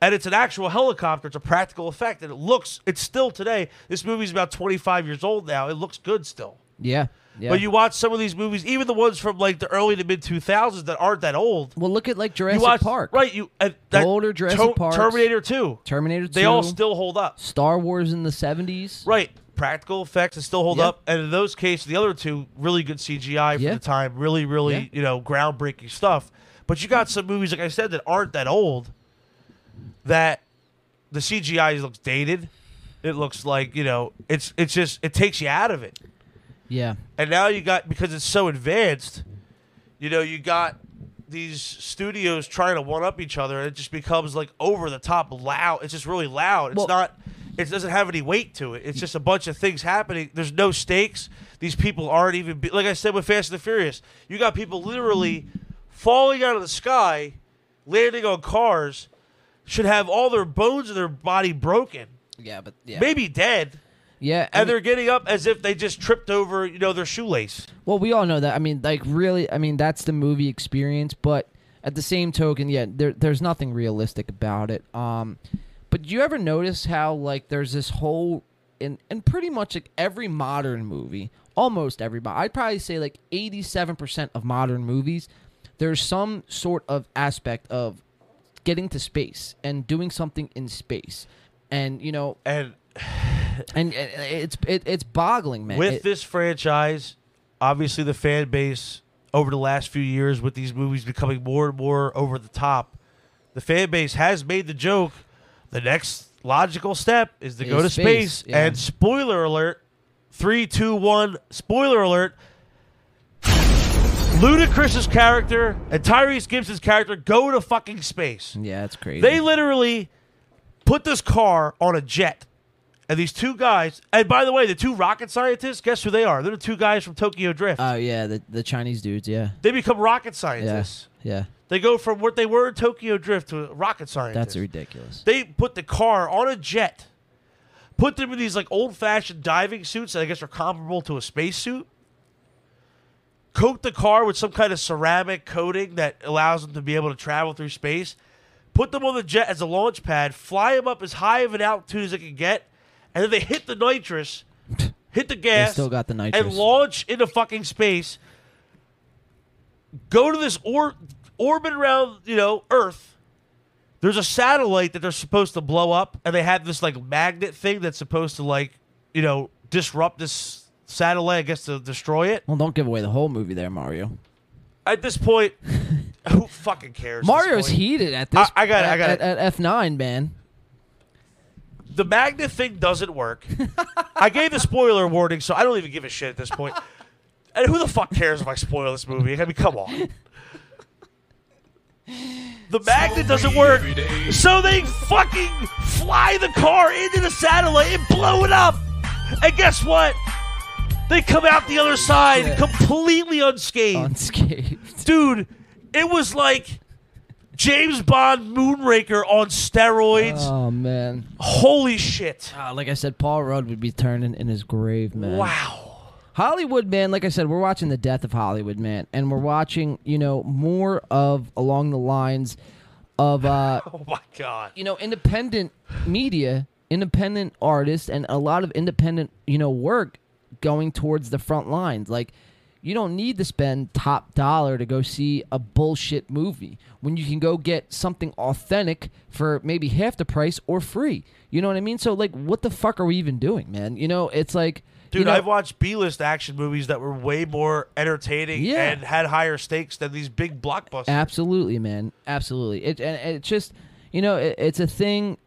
S2: and it's an actual helicopter. It's a practical effect, and it looks. It's still today. This movie's about 25 years old now. It looks good still.
S1: yeah. Yeah.
S2: But you watch some of these movies, even the ones from like the early to mid 2000s that aren't that old
S1: well, look at like Jurassic
S2: you watch
S1: Park,
S2: right? You uh, that
S1: older Jurassic
S2: Ter-
S1: Parks.
S2: Terminator Two,
S1: Terminator
S2: they all
S1: 2.
S2: still hold up,
S1: Star Wars in the 70s.
S2: right? Practical effects that still hold
S1: Yeah.
S2: up, and in those cases, the other two really good CGI for
S1: Yeah.
S2: the time, really, really
S1: Yeah.
S2: you know groundbreaking stuff. But you got some movies, like I said, that aren't that old. That the CGI looks dated. It looks like you know it's it's just it takes you out of it.
S1: Yeah.
S2: And now you got because it's so advanced, you know, you got these studios trying to one up each other, and it just becomes like over the top loud. It's just really loud. It's
S1: Well-
S2: not. It doesn't have any weight to it. It's just a bunch of things happening. There's no stakes. These people aren't even be, like I said with Fast and the Furious. You got people literally falling out of the sky, landing on cars. Should have all their bones in their body broken,
S1: Yeah, but yeah.
S2: maybe dead,
S1: Yeah. I
S2: and
S1: mean-
S2: they're getting up as if they just tripped over, you know, their shoelace.
S1: Well, we all know that. I mean, like really, I mean that's the movie experience. But at the same token, yeah, there, there's nothing realistic about it. Um, but do you ever notice how like there's this whole in in pretty much like every modern movie, almost every mo- I'd probably say like 87% of modern movies, there's some sort of aspect of getting to space and doing something in space. And you know,
S2: And
S1: and and it's it, it's boggling, man.
S2: with
S1: It-
S2: this franchise, obviously the fan base over the last few years with these movies becoming more and more over the top, the fan base has made the joke. The next logical step is to go
S1: Is
S2: to space.
S1: space, yeah.
S2: And spoiler alert, three, two, one. Spoiler alert. Ludacris's character and Tyrese Gibson's character go to fucking space.
S1: yeah, it's crazy.
S2: They literally put this car on a jet. And these two guys, and by the way, the two rocket scientists, guess who they are? They're the two guys from Tokyo Drift.
S1: Oh yeah, the the Chinese dudes, yeah.
S2: they become rocket
S1: Yeah.
S2: scientists.
S1: Yeah.
S2: They go from what they were in Tokyo Drift to rocket scientists.
S1: That's ridiculous.
S2: They put the car on a jet, put them in these like old fashioned diving suits that I guess are comparable to a spacesuit. Coat the car with some kind of ceramic coating that allows them to be able to travel through space. Put them on the jet as a launch pad, fly them up as high of an altitude as they can get, and then they hit the nitrous, hit the gas,
S1: still got the
S2: and
S1: nitrous.
S2: launch into fucking space. Go to this or- orbit around, you know, Earth, there's a satellite that they're supposed to blow up, and they have this like magnet thing that's supposed to like you know disrupt this satellite, I guess to destroy it.
S1: Well, don't give away the whole movie there, Mario.
S2: At this point, who fucking cares? at this
S1: Mario's
S2: point?
S1: heated at this.
S2: I- I got it,
S1: At,
S2: I got
S1: at,
S2: it.
S1: at F9, man.
S2: The magnet thing doesn't work. I gave the spoiler warning, so I don't even give a shit at this point. And who the fuck cares if I spoil this movie? I mean, come on. The magnet doesn't work, so they fucking fly the car into the satellite and blow it up. And guess what? They come out the other side completely unscathed
S1: Unscathed.
S2: dude, it was like James Bond Moonraker on steroids.
S1: Oh man.
S2: Holy shit.
S1: Ah, like I said, Paul Rudd would be turning in his grave, man.
S2: Wow.
S1: Hollywood, man. Like I said, we're watching the death of Hollywood, man, and we're watching, you know, more of along the lines of, uh,
S2: Oh my god.
S1: you know, independent media, independent artists, and a lot of independent, you know, work going towards the front lines. Like, you don't need to spend top dollar to go see a bullshit movie when you can go get something authentic for maybe half the price or free. You know what I mean? So, like, what the fuck are we even doing, man? You know, it's like.
S2: Dude,
S1: you know,
S2: I've watched B list action movies that were way more entertaining
S1: Yeah.
S2: and had higher stakes than these big blockbusters.
S1: Absolutely, man. Absolutely. It and and it's just you know it, it's a thing.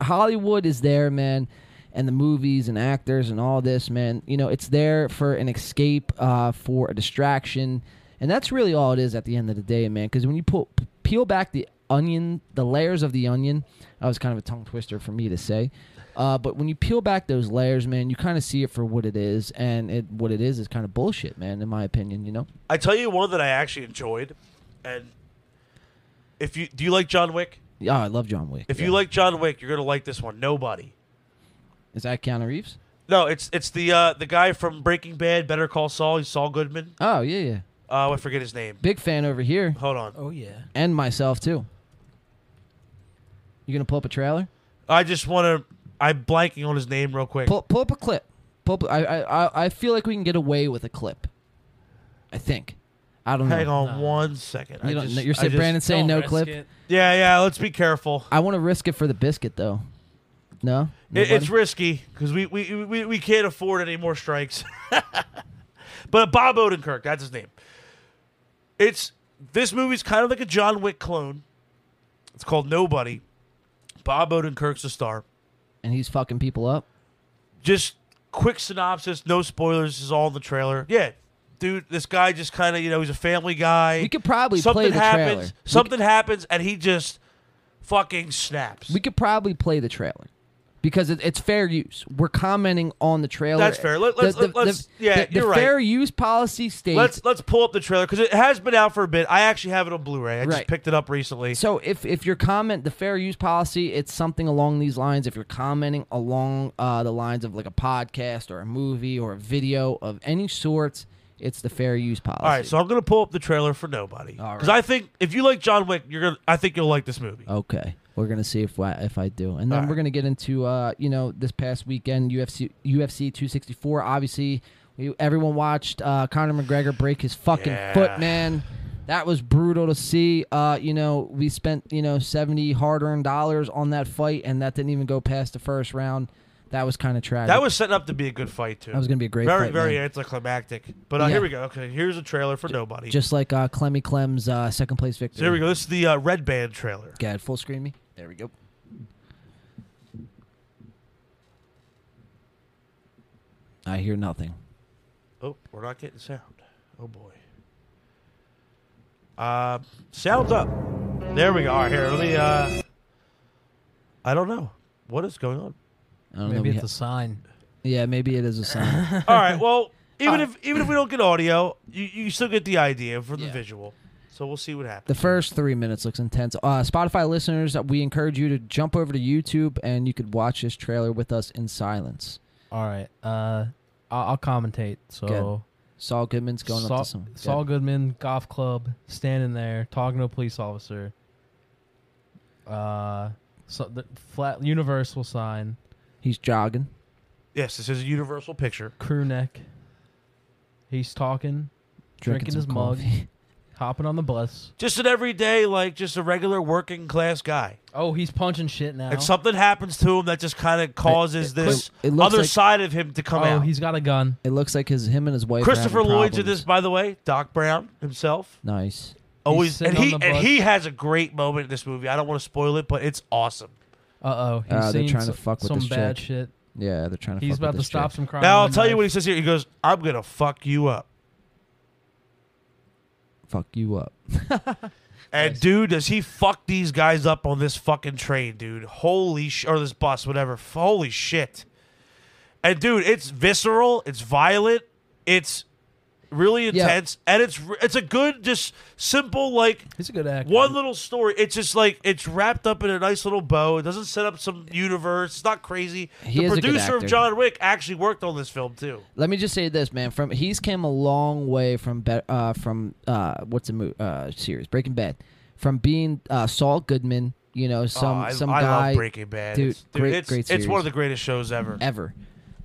S1: Hollywood is there, man, and the movies and actors and all this, man. You know, it's there for an escape, uh, for a distraction, and that's really all it is at the end of the day, man. Because when you pull peel back the onion, the layers of the onion, that was kind of a tongue twister for me to say. Uh, but when you peel back those layers, man, you kind of see it for what it is, and it, what it is is kind of bullshit, man, in my opinion. You know,
S2: I tell you one that I actually enjoyed, and if you do you like John Wick?
S1: yeah, I love John Wick.
S2: If
S1: yeah.
S2: you like John Wick, you're gonna like this one. Nobody.
S1: Is that Keanu Reeves?
S2: No, it's it's the uh, the guy from Breaking Bad, Better Call Saul. He's Saul Goodman.
S1: Oh yeah, yeah.
S2: Uh, I forget his name.
S1: Big fan over here,
S2: Hold on.
S3: Oh yeah.
S1: and myself too. You gonna pull up a trailer?
S2: I just want to. I'm blanking on his name real quick.
S1: Pull, pull up a clip. Pull up, I, I I- I feel like we can get away with a clip. I think. I don't know.
S2: Hang on
S3: Nah.
S2: one second. I
S1: You don't,
S2: just-
S1: you're
S2: I
S1: saying
S2: just-
S1: Brandon saying
S3: Don't
S1: no
S3: risk
S1: clip.
S3: it.
S2: Yeah, yeah. Let's be careful.
S1: I want to risk it for the biscuit though. No,
S2: It, it's
S1: Nobody?
S2: risky because we, we we we can't afford any more strikes. but Bob Odenkirk, that's his name. It's this movie's kind of like a John Wick clone. It's called Nobody. Bob Odenkirk's the star.
S1: and he's fucking people up.
S2: just quick synopsis, no spoilers. This is all in the trailer. Yeah, dude, this guy just kind of you know he's a family guy.
S1: We could probably
S2: something
S1: play the
S2: happens.
S1: trailer. We
S2: Something happens, and he just fucking snaps.
S1: We could probably play the trailer because it, it's fair use. We're commenting on the trailer.
S2: That's fair. Let- let's- let's- yeah,
S1: the,
S2: you're
S1: the
S2: right.
S1: fair use policy states
S2: let's let's pull up the trailer because it has been out for a bit. I actually have it on Blu-ray. I just
S1: Right.
S2: picked it up recently.
S1: So if if your comment, the fair use policy, it's something along these lines. If you're commenting along uh, the lines of like a podcast or a movie or a video of any sorts, it's the fair use policy.
S2: all right, so I'm gonna pull up the trailer for Nobody
S1: All
S2: because
S1: right.
S2: I think if you like John Wick, you're gonna. I think you'll like this movie.
S1: okay, We're gonna see if I, if I do, and then
S2: Alright.
S1: we're gonna get into uh, you know this past weekend UFC UFC 264. Obviously, we, everyone watched uh, Conor McGregor break his fucking
S2: Yeah.
S1: foot, man. That was brutal to see. Uh, you know, we spent you know seventy hard-earned dollars on that fight, and that didn't even go past the first round. That was kind of tragic.
S2: That was setting up to be a good fight too.
S1: That was gonna be a great
S2: very
S1: fight,
S2: very
S1: man.
S2: anticlimactic. But uh,
S1: Yeah.
S2: here we go. Okay, here's a trailer for nobody.
S1: just like uh, Clemmy Clem's uh, second place victory.
S2: so here we go. This is the uh, red band trailer.
S1: Go ahead, full screen me. There we go. I hear nothing.
S2: Oh, we're not getting sound. Oh boy. Uh, sound up. There we go. All right, here, let me. Uh, I don't know what is going on.
S1: I don't
S7: Maybe
S1: know.
S7: it's a sign.
S1: yeah, maybe it is a sign.
S2: All right. Well, even if even if we don't get audio, you, you still get the idea for the
S1: Yeah.
S2: visual. So we'll see what happens.
S1: the first three minutes looks intense. Uh, Spotify listeners, we encourage you to jump over to YouTube and you could watch this trailer with us in silence.
S7: All right. Uh, I'll, I'll commentate. So.
S1: Good. Saul Goodman's going
S7: Saul,
S1: up to some. good.
S7: Saul Goodman, golf club, standing there talking to a police officer. Uh, so the flat universal sign,
S1: He's jogging.
S2: yes, this is a universal picture.
S7: crew neck. He's talking, Drinking
S1: Drinking,
S7: his
S1: some
S7: mug.
S1: coffee.
S7: hopping on the bus.
S2: Just an everyday, like just a regular working class guy.
S7: Oh, he's punching shit now.
S2: And something happens to him that just kind of causes this
S1: it looks
S2: other
S1: like-
S2: side of him to
S7: oh,
S2: come out.
S7: he's got a gun.
S1: It looks like his him and his wife. are having
S2: Christopher Lloyd did
S1: problems.
S2: this, by the way. Doc Brown himself.
S1: Nice.
S2: Always,
S7: sitting
S2: and he
S7: on the
S2: and
S7: bus.
S2: he has a great moment in this movie. I don't want to spoil it, but it's awesome.
S7: Uh oh, he's
S1: Uh, they're
S7: seen
S1: trying to
S7: so-
S1: fuck with
S7: some
S1: this
S7: bad
S1: chick.
S7: shit.
S1: Yeah, they're trying to.
S7: He's
S1: fuck with
S7: about to
S1: this
S7: stop
S1: chick.
S7: some crime.
S2: Now I'll
S7: with a
S2: tell you
S7: knife.
S2: what he says here. He goes, "I'm gonna fuck you up,"
S1: Fuck you up.
S2: and dude, does he fuck these guys up on this fucking train, dude? Holy sh- or this bus, whatever. F- Holy shit! And dude, it's visceral, it's violent, it's really intense, and it's r- it's a good, just simple like
S7: He's a good actor.
S2: one little story. It's just like it's wrapped up in a nice little bow. It doesn't set up some universe. It's not crazy.
S1: He
S2: the
S1: is a good
S2: producer of
S1: actor.
S2: John Wick actually worked on this film too.
S1: Let me just say this, man. From he's came a long way from be, uh, from uh, what's the mo- uh, series Breaking Bad, from being uh, Saul Goodman, you know, some
S2: Oh, I,
S1: some
S2: I
S1: guy
S2: love Breaking Bad.
S1: dude,
S2: it's,
S1: great-
S2: it's,
S1: great
S2: it's one
S1: series.
S2: of the greatest shows ever.
S1: ever.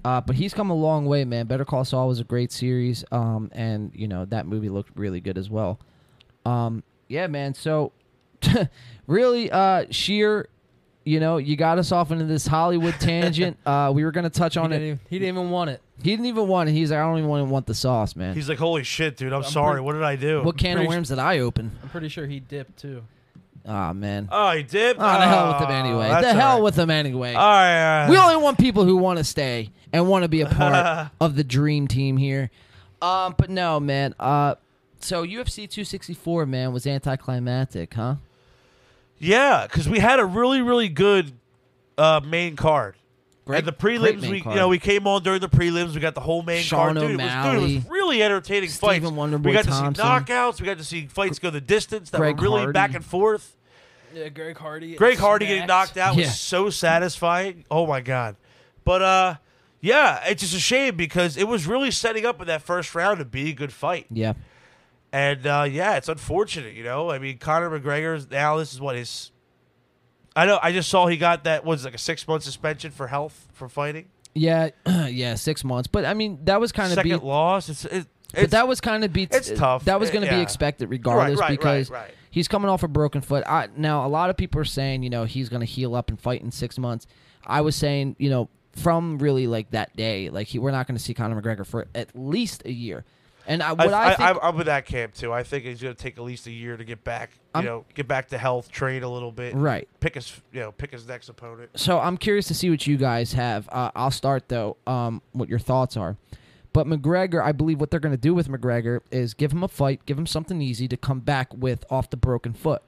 S1: Uh, but he's come a long way, man. Better Call Saul was a great series, um, and you know that movie looked really good as well. Um, yeah, man. So really, uh, sheer. You know, you got us off into this Hollywood tangent. uh, we were gonna touch
S7: He
S1: on
S7: didn't,
S1: it.
S7: even, he didn't even want it.
S1: He didn't even want it. He's like, I don't even want, want the sauce, man.
S2: He's like, holy shit, dude. I'm, sorry. what did I do?
S1: What can of
S7: pretty-
S1: worms did I open?
S7: I'm pretty sure he dipped too.
S1: Ah, man.
S2: oh, he dipped.
S1: Ah, the hell with them
S2: Oh,
S1: anyway.
S2: that's
S1: The hell
S2: all right. Uh,
S1: with them anyway.
S2: All right, all right.
S1: we only want people who want to stay and want to be a part of the dream team here. Um, but no, man. Uh, so UFC 264, man, was anticlimactic, huh?
S2: yeah, because we had a really, really good uh, main card.
S1: Great-
S2: and the
S1: great
S2: prelims,
S1: main
S2: we
S1: card.
S2: you know we came on during the prelims. We got the whole main
S1: Sean
S2: card. Dude, it was, dude, it
S1: O'Malley,
S2: was really entertaining
S1: Stephen
S2: fights.
S1: Wonderboy
S2: we got to see
S1: Thompson.
S2: knockouts. We got to see fights go the distance that
S1: Greg
S2: were really
S1: Hardy.
S2: back and forth.
S3: Uh,
S7: Yeah, Greg Hardy.
S2: Greg Hardy getting knocked out
S1: Yeah.
S2: was so satisfying. Oh my god! But uh, yeah, it's just a shame because it was really setting up in that first round to be a good fight.
S1: Yeah.
S2: And uh, yeah, it's unfortunate, you know. I mean, Conor McGregor's now this is what his. I know. I just saw he got that was like a six month suspension for health for fighting.
S1: Yeah. yeah, six months. But, I mean, that was kind of
S2: Second
S1: beat.
S2: loss. It's it,
S1: But
S2: it's
S1: that was kind of be
S2: it's tough.
S1: That was
S2: Eh,
S1: going to be
S2: yeah.
S1: expected regardless
S2: right, right,
S1: because
S2: right.
S1: he's coming off a broken foot. I, now a lot of people are saying you know he's going to heal up and fight in six months. I was saying you know from really like that day like he, we're not going to see Conor McGregor for at least a year. And I,
S2: I,
S1: what I,
S2: I,
S1: think
S2: am with that camp too. I think it's going to take at least a year to get back. You
S1: I'm-
S2: know, get back to health, train a little bit,
S1: right.
S2: Pick his you know pick his next opponent.
S1: So I'm curious to see what you guys have. Uh, I'll start though. Um, what your thoughts are. But McGregor, I believe what they're going to do with McGregor is give him a fight, give him something easy to come back with off the broken foot.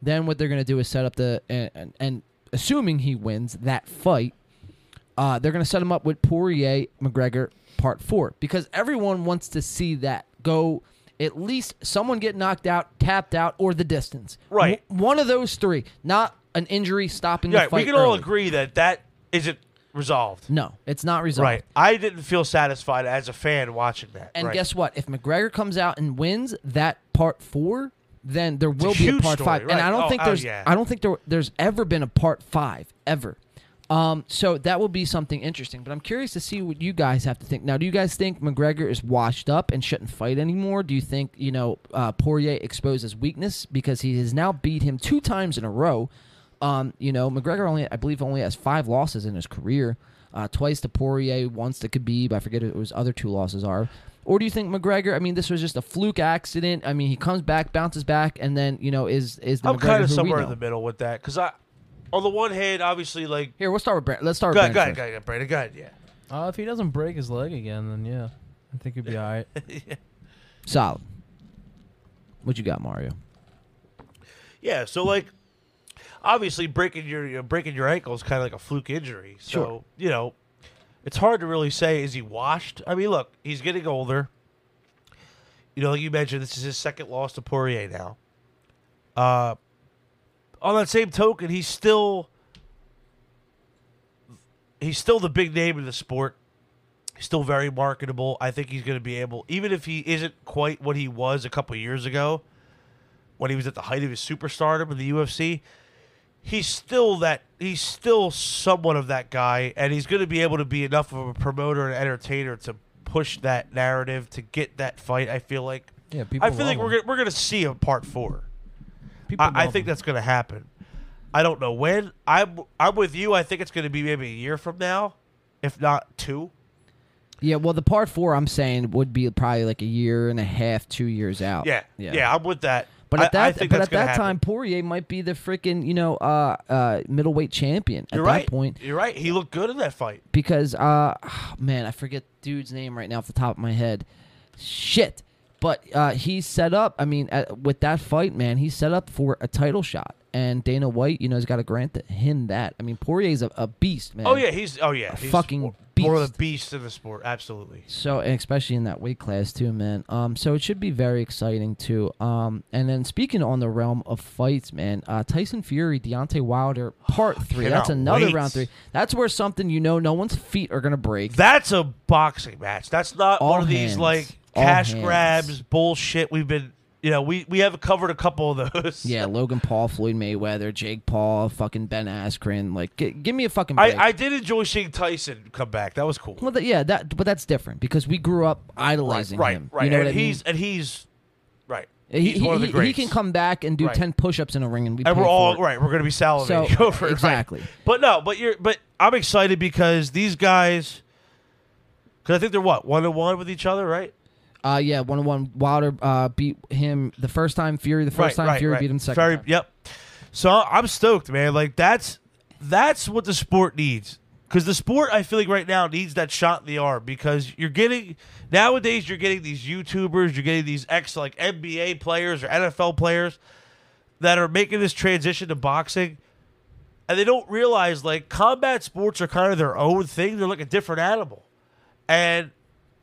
S1: Then what they're going to do is set up the and, and, and assuming he wins that fight, uh, they're going to set him up with Poirier McGregor Part Four because everyone wants to see that go. At least someone get knocked out, tapped out, or the distance.
S2: Right.
S1: W- one of those three, not an injury stopping the
S2: Yeah,
S1: fight.
S2: we can all
S1: early.
S2: agree that that isn't resolved.
S1: No, it's not resolved.
S2: Right. I didn't feel satisfied as a fan watching that.
S1: And
S2: right.
S1: guess what? If McGregor comes out and wins that part four, then there will
S2: a
S1: be a
S2: huge
S1: part
S2: story,
S1: five. And I
S2: right.
S1: don't
S2: Oh,
S1: think
S2: oh,
S1: there's
S2: yeah.
S1: I don't think there there's ever been a part five ever. Um, so that will be something interesting. But I'm curious to see what you guys have to think. Now, do you guys think McGregor is washed up and shouldn't fight anymore? Do you think you know uh, Poirier exposes weakness because he has now beat him two times in a row? Um, you know McGregor only I believe only has five losses in his career. Uh, twice to Poirier, once to Khabib. I forget what his other two losses are. Or do you think McGregor? I mean, this was just a fluke accident. I mean, he comes back, bounces back, and then you know is is the
S2: I'm
S1: McGregor
S2: kind of
S1: who we
S2: somewhere in
S1: know.
S2: the middle with that because I, on the one hand, obviously like
S1: Here, we'll start with Brand. Let's start
S2: go
S1: with
S2: ahead, go
S1: Brandon.
S2: ahead, go ahead, go ahead, Brandon, go ahead, yeah.
S7: Uh, if he doesn't break his leg again, then yeah, I think he'd be all right.
S1: first. Solid. What you got, Mario?
S2: Yeah, so like obviously breaking your you know, breaking your ankle is kind of like a fluke injury. So,
S1: Sure.
S2: you know, it's hard to really say is he washed? I mean, look, he's getting older. You know, like you mentioned, this is his second loss to Poirier now. Uh on that same token, he's still he's still the big name in the sport. He's still very marketable. I think he's going to be able even if he isn't quite what he was a couple years ago when he was at the height of his superstardom in the UFC, he's still that he's still somewhat of that guy, and he's going to be able to be enough of a promoter and entertainer to push that narrative to get that fight. I feel like
S7: Yeah, people
S2: I feel like
S7: love
S2: we're
S7: him.
S2: gonna, we're going to see a part four.
S7: People
S2: I, I
S7: love
S2: think
S7: him.
S2: that's going to happen. I don't know when. I'm I'm with you. I think it's going to be maybe a year from now, if not two.
S1: Yeah, well, the part four I'm saying would be probably like a year and a half, two years out.
S2: Yeah, yeah, I'm with that.
S1: But
S2: I-
S1: at that,
S2: I think
S1: but
S2: that's
S1: at
S2: gonna
S1: that
S2: happen.
S1: time, Poirier might be the freaking you know uh, uh, middleweight champion
S2: you're
S1: at
S2: right.
S1: that point
S2: You're right. He looked good in that fight.
S1: because uh, man, I forget dude's name right now off the top of my head. Shit, but uh, he set up. I mean, uh with that fight, man, he set up for a title shot, and Dana White, you know, has got to grant that, him that. I mean, Poirier's a, a beast, man.
S2: Oh yeah, he's oh yeah,
S1: a
S2: he's
S1: fucking
S2: one- One of the beasts in the sport, absolutely.
S1: So and especially in that weight class too, man. Um, so it should be very exciting too. Um, and then speaking on the realm of fights, man, uh, Tyson Fury, Deontay Wilder, part three. That's
S2: cannot
S1: another
S2: wait.
S1: round three. That's where something you know, no one's feet are gonna break.
S2: That's a boxing match. That's not
S1: All
S2: one of these
S1: hands.
S2: like
S1: All
S2: cash
S1: hands.
S2: grabs bullshit. We've been, you know, we we have covered a couple of those.
S1: yeah, Logan Paul, Floyd Mayweather, Jake Paul, fucking Ben Askren. Like, g- give me a fucking. Break.
S2: I I did enjoy seeing Tyson come back. That was cool.
S1: well, th- yeah, that but that's different because we grew up
S2: Right,
S1: idolizing
S2: right,
S1: him.
S2: right.
S1: You know
S2: and
S1: what I mean?
S2: he's and he's right.
S1: he,
S2: he's one of the
S1: he- he
S2: greats.
S1: can come back and do
S2: Right.
S1: ten push-ups in a ring, and we
S2: and
S1: pay
S2: we're all
S1: for it.
S2: right. We're going to be salivating
S1: So,
S2: over it, right.
S1: exactly.
S2: But no, but you're but I'm excited because these guys, because I think they're what one on one with each other, right?
S1: Uh, yeah, one on one. Wilder uh, beat him the first time. Fury the first time. Fury beat him second.
S2: Very-
S1: time.
S2: Yep. So I'm stoked, man. Like that's that's what the sport needs. Because the sport, I feel like right now needs that shot in the arm. Because you're getting nowadays, you're getting these YouTubers, you're getting these ex like NBA players or NFL players that are making this transition to boxing, and they don't realize like combat sports are kind of their own thing. They're like a different animal, and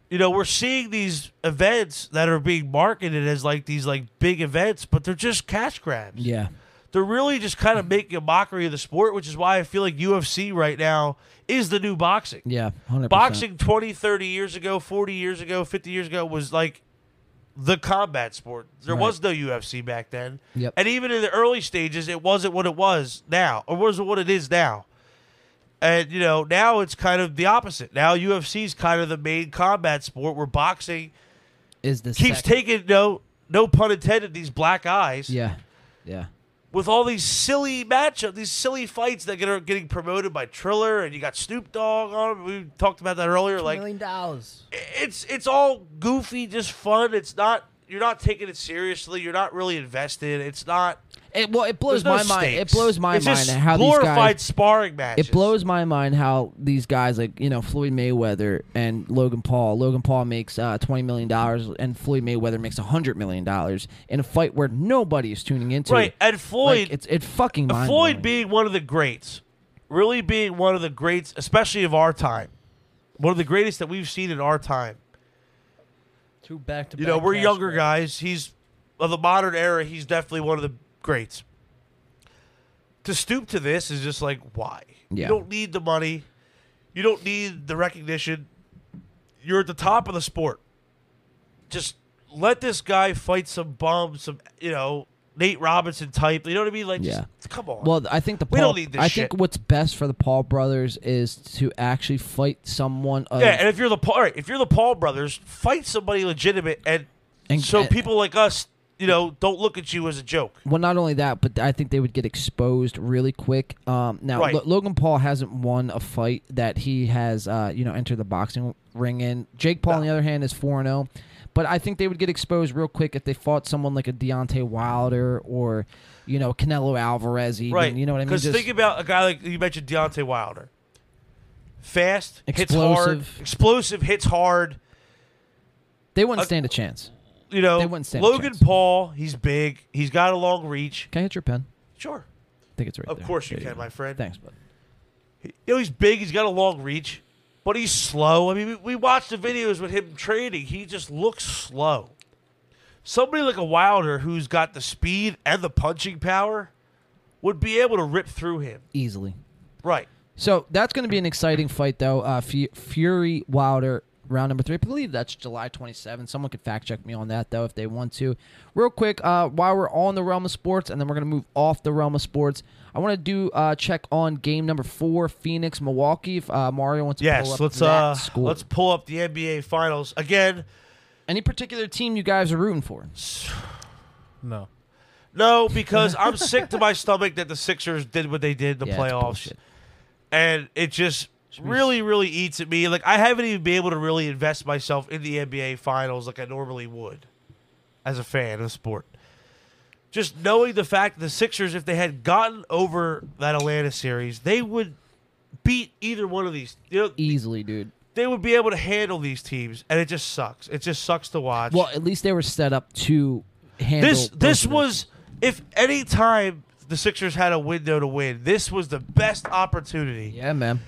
S2: you know we're seeing these events that are being marketed as like these like big events but they're just cash grabs
S1: Yeah.
S2: they're really just kind of making a mockery of the sport which is why i feel like ufc right now is the new boxing
S1: Yeah. 100%.
S2: boxing 20 30 years ago 40 years ago 50 years ago was like the combat sport there
S1: Right.
S2: was no ufc back then
S1: Yep.
S2: and even in the early stages it wasn't what it was now or wasn't what it is now and you know now it's kind of the opposite now ufc is kind of the main combat sport where boxing
S1: is the
S2: keeps
S1: second.
S2: taking no no pun intended these black eyes
S1: Yeah. Yeah.
S2: with all these silly matchups, these silly fights that get, are getting promoted by Triller, and you got Snoop Dogg on. it. We talked about that earlier. Like
S7: dollars.
S2: it's it's all goofy, just fun. It's not you're not taking it seriously. You're not really invested. It's not.
S1: It, well, it blows
S2: there's no
S1: my mind. It
S2: stakes.
S1: blows my
S2: it's
S1: mind
S2: just
S1: how these
S2: glorified
S1: guys.
S2: sparring matches.
S1: It blows my mind how these guys like you know Floyd Mayweather and Logan Paul. Logan Paul makes uh, twenty million dollars, and Floyd Mayweather makes hundred million dollars in a fight where nobody is tuning into.
S2: right, and Floyd. uh,
S1: Like, it's it fucking mind
S2: Floyd being one of the greats, really being one of the greats, especially of our time, one of the greatest that we've seen in our time.
S3: Two back to
S2: You know, we're younger guys. He's of the modern era. He's definitely one of the greats. To stoop to this is just like why.
S1: Yeah.
S2: You don't need the money. You don't need the recognition. You're at the top of the sport. Just let this guy fight some bum, some you know Nate Robinson type. You know what I mean? Like,
S1: Yeah.
S2: just, come on.
S1: Well, I think the
S2: We
S1: Paul,
S2: don't need this
S1: I
S2: shit.
S1: think what's best for the Paul brothers is to actually fight someone. Of,
S2: yeah, and if you're the Paul, all right, if you're the Paul brothers, fight somebody legitimate, and,
S1: And-
S2: so
S1: and-
S2: people like us, you know, don't look at you as a joke.
S1: well, not only that, but I think they would get exposed really quick. Um, now
S2: Right.
S1: Lo- Logan Paul hasn't won a fight that he has, uh, you know, entered the boxing ring in. Jake Paul, on the other hand, is four and zero. But I think they would get exposed real quick if they fought someone like a Deontay Wilder or, you know, Canelo Alvarez. Even,
S2: Right.
S1: You know what I mean?
S2: Because
S1: Just-
S2: think about a guy like you mentioned, Deontay Wilder. Fast, hits
S1: Explosive.
S2: hard, explosive, hits hard.
S1: they wouldn't
S2: a-
S1: stand a chance.
S2: You know,
S1: They wouldn't stand a
S2: Logan
S1: chance.
S2: Paul, he's big. He's got a long reach.
S1: Can I hit your pen?
S2: Sure.
S1: I think it's right
S2: Of
S1: there.
S2: course you
S1: There
S2: can,
S1: go.
S2: my friend.
S1: Thanks, bud.
S2: You know, he's big. He's got a long reach, but he's slow. I mean, we, we watched the videos with him training. He just looks slow. Somebody like a Wilder who's got the speed and the punching power would be able to rip through him.
S1: Easily.
S2: Right.
S1: So that's going to be an exciting fight, though. Uh, Fu- Fury Wilder round number three. I believe that's July 27th. Someone could fact check me on that, though, if they want to. Real quick, uh, while we're all in the realm of sports, and then we're going to move off the realm of sports. I want to do uh, check on game number four, Phoenix Milwaukee. If uh, Mario wants to pull
S2: Yes.
S1: up
S2: Let's
S1: that
S2: uh
S1: score.
S2: let's pull up the NBA finals again.
S1: Any particular team you guys are rooting for?
S7: No.
S2: No, because I'm sick to my stomach that the Sixers did what they did in the
S1: Yeah, it's
S2: playoffs.
S1: bullshit.
S2: and it just really, really eats at me. Like I haven't even been able to really invest myself in the NBA Finals like I normally would, as a fan of sport. Just knowing the fact that the Sixers, if they had gotten over that Atlanta series, they would beat either one of these. You know,
S1: Easily, dude.
S2: they would be able to handle these teams, and it just sucks. It just sucks to watch
S1: Well, at least they were set up to handle
S2: this
S1: both
S2: this
S1: of those
S2: was if any time the Sixers had a window to win, this was the best opportunity.
S1: teams. Yeah, man.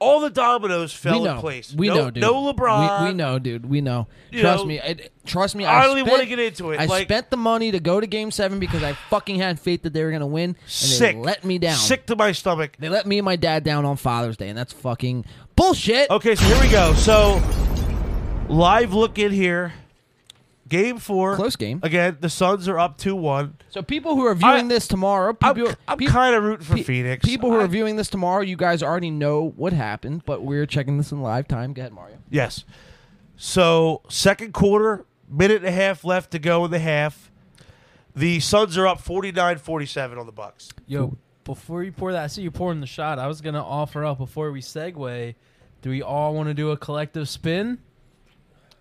S2: All the dominoes fell
S1: we know.
S2: in place.
S1: We
S2: no,
S1: know, dude.
S2: No LeBron.
S1: We, we know, dude. We know.
S2: You
S1: Trust
S2: know,
S1: me. I, trust me.
S2: I
S1: I,
S2: don't even
S1: spent-
S2: wanna get into it,
S1: I
S2: like-
S1: spent the money to go to Game Seven because I fucking had faith that they were gonna win, and
S2: Sick.
S1: they let me down.
S2: Sick to my stomach.
S1: They let me and my dad down on Father's Day, and that's fucking bullshit.
S2: Okay, so here we go. So live look in here. Game four.
S1: Close game.
S2: Again, the Suns are up two one.
S1: So people who are viewing
S2: I-
S1: this tomorrow,
S2: I'm,
S1: people,
S2: I'm
S1: pe-
S2: kind of rooting for
S1: pe-
S2: Phoenix.
S1: People who
S2: I-
S1: are viewing this tomorrow, you guys already know what happened, but we're checking this in live time. Go ahead, Mario.
S2: Yes. So second quarter, minute and a half left to go in the half. The Suns are up 49-47 on the Bucks.
S7: Yo, before you pour that, I see you pouring the shot. I was gonna offer up before we segue. Do we all want to do a collective spin?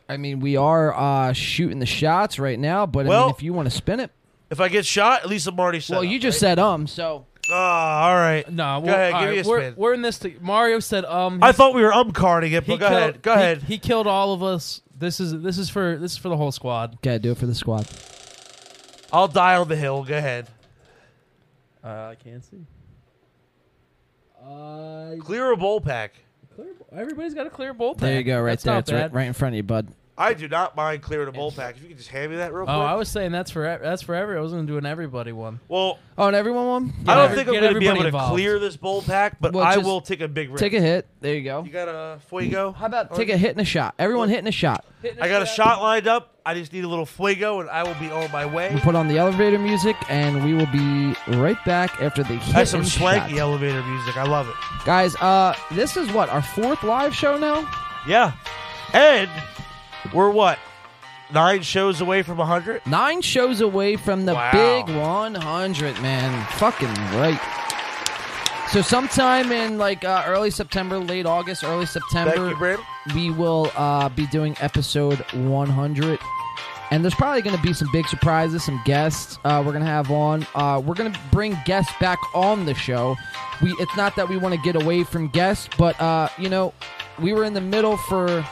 S1: I mean, we are uh, shooting the shots right now, but I
S2: Well-
S1: mean, if you want to spin it,
S2: If I get shot, at least I'm already set.
S1: well, you just said um, so
S2: Ah, all right.
S7: No,
S2: go
S7: well,
S2: ahead.
S7: all
S2: Give
S7: right,
S2: me a
S7: we're,
S2: spin.
S7: we're in this. To, Mario said, "Um,
S2: I thought we were umcarding it, but go
S7: killed-
S2: ahead. Go
S7: he-
S2: ahead.
S7: He killed all of us. This is this is for this is for the whole squad.
S1: okay, do it for the squad.
S2: I'll die on the hill. Go ahead.
S7: Uh, I can't see. Uh,
S2: Clear a bowl pack.
S7: clear, everybody's got a clear bowl.
S1: There you
S7: pack.
S1: go, right
S7: That's
S1: there.
S7: not
S1: It's right,
S7: bad.
S1: right in front of you, bud.
S2: I do not mind clearing a bowl pack. If you could just hand me that real quick.
S7: Oh, I was saying that's for ev- that's for every. I was gonna do an everybody one.
S2: well,
S1: Oh, and everyone won.
S2: I
S7: every-
S2: don't think I'm
S7: get
S2: going to be
S7: everybody
S2: able to
S7: involved.
S2: clear this bowl pack, but
S1: Well,
S2: I
S1: just
S2: will take a big risk.
S1: Take a hit. There you go.
S2: Oh. you got a fuego?
S1: How about take a hit and a shot? Everyone hitting a shot.
S2: I got a shot lined up. I just need a little fuego, and I will be on my way.
S1: We'll put on the elevator music, and we will be right back after the hit
S2: That's some
S1: and
S2: swanky
S1: shot.
S2: elevator music. I love it.
S1: Guys, uh, this is what our fourth live show now.
S2: Yeah. And we're what? Nine shows away from 100?
S1: Nine shows away from the
S2: Wow.
S1: big 100, man. Fucking right. So sometime in like uh, early September, late August, early September.
S2: Thank you, Brandon.
S1: we will uh, be doing episode 100 and there's probably going to be some big surprises some guests uh, we're going to have on uh, we're going to bring guests back on the show we it's not that we want to get away from guests but uh, you know we were in the middle for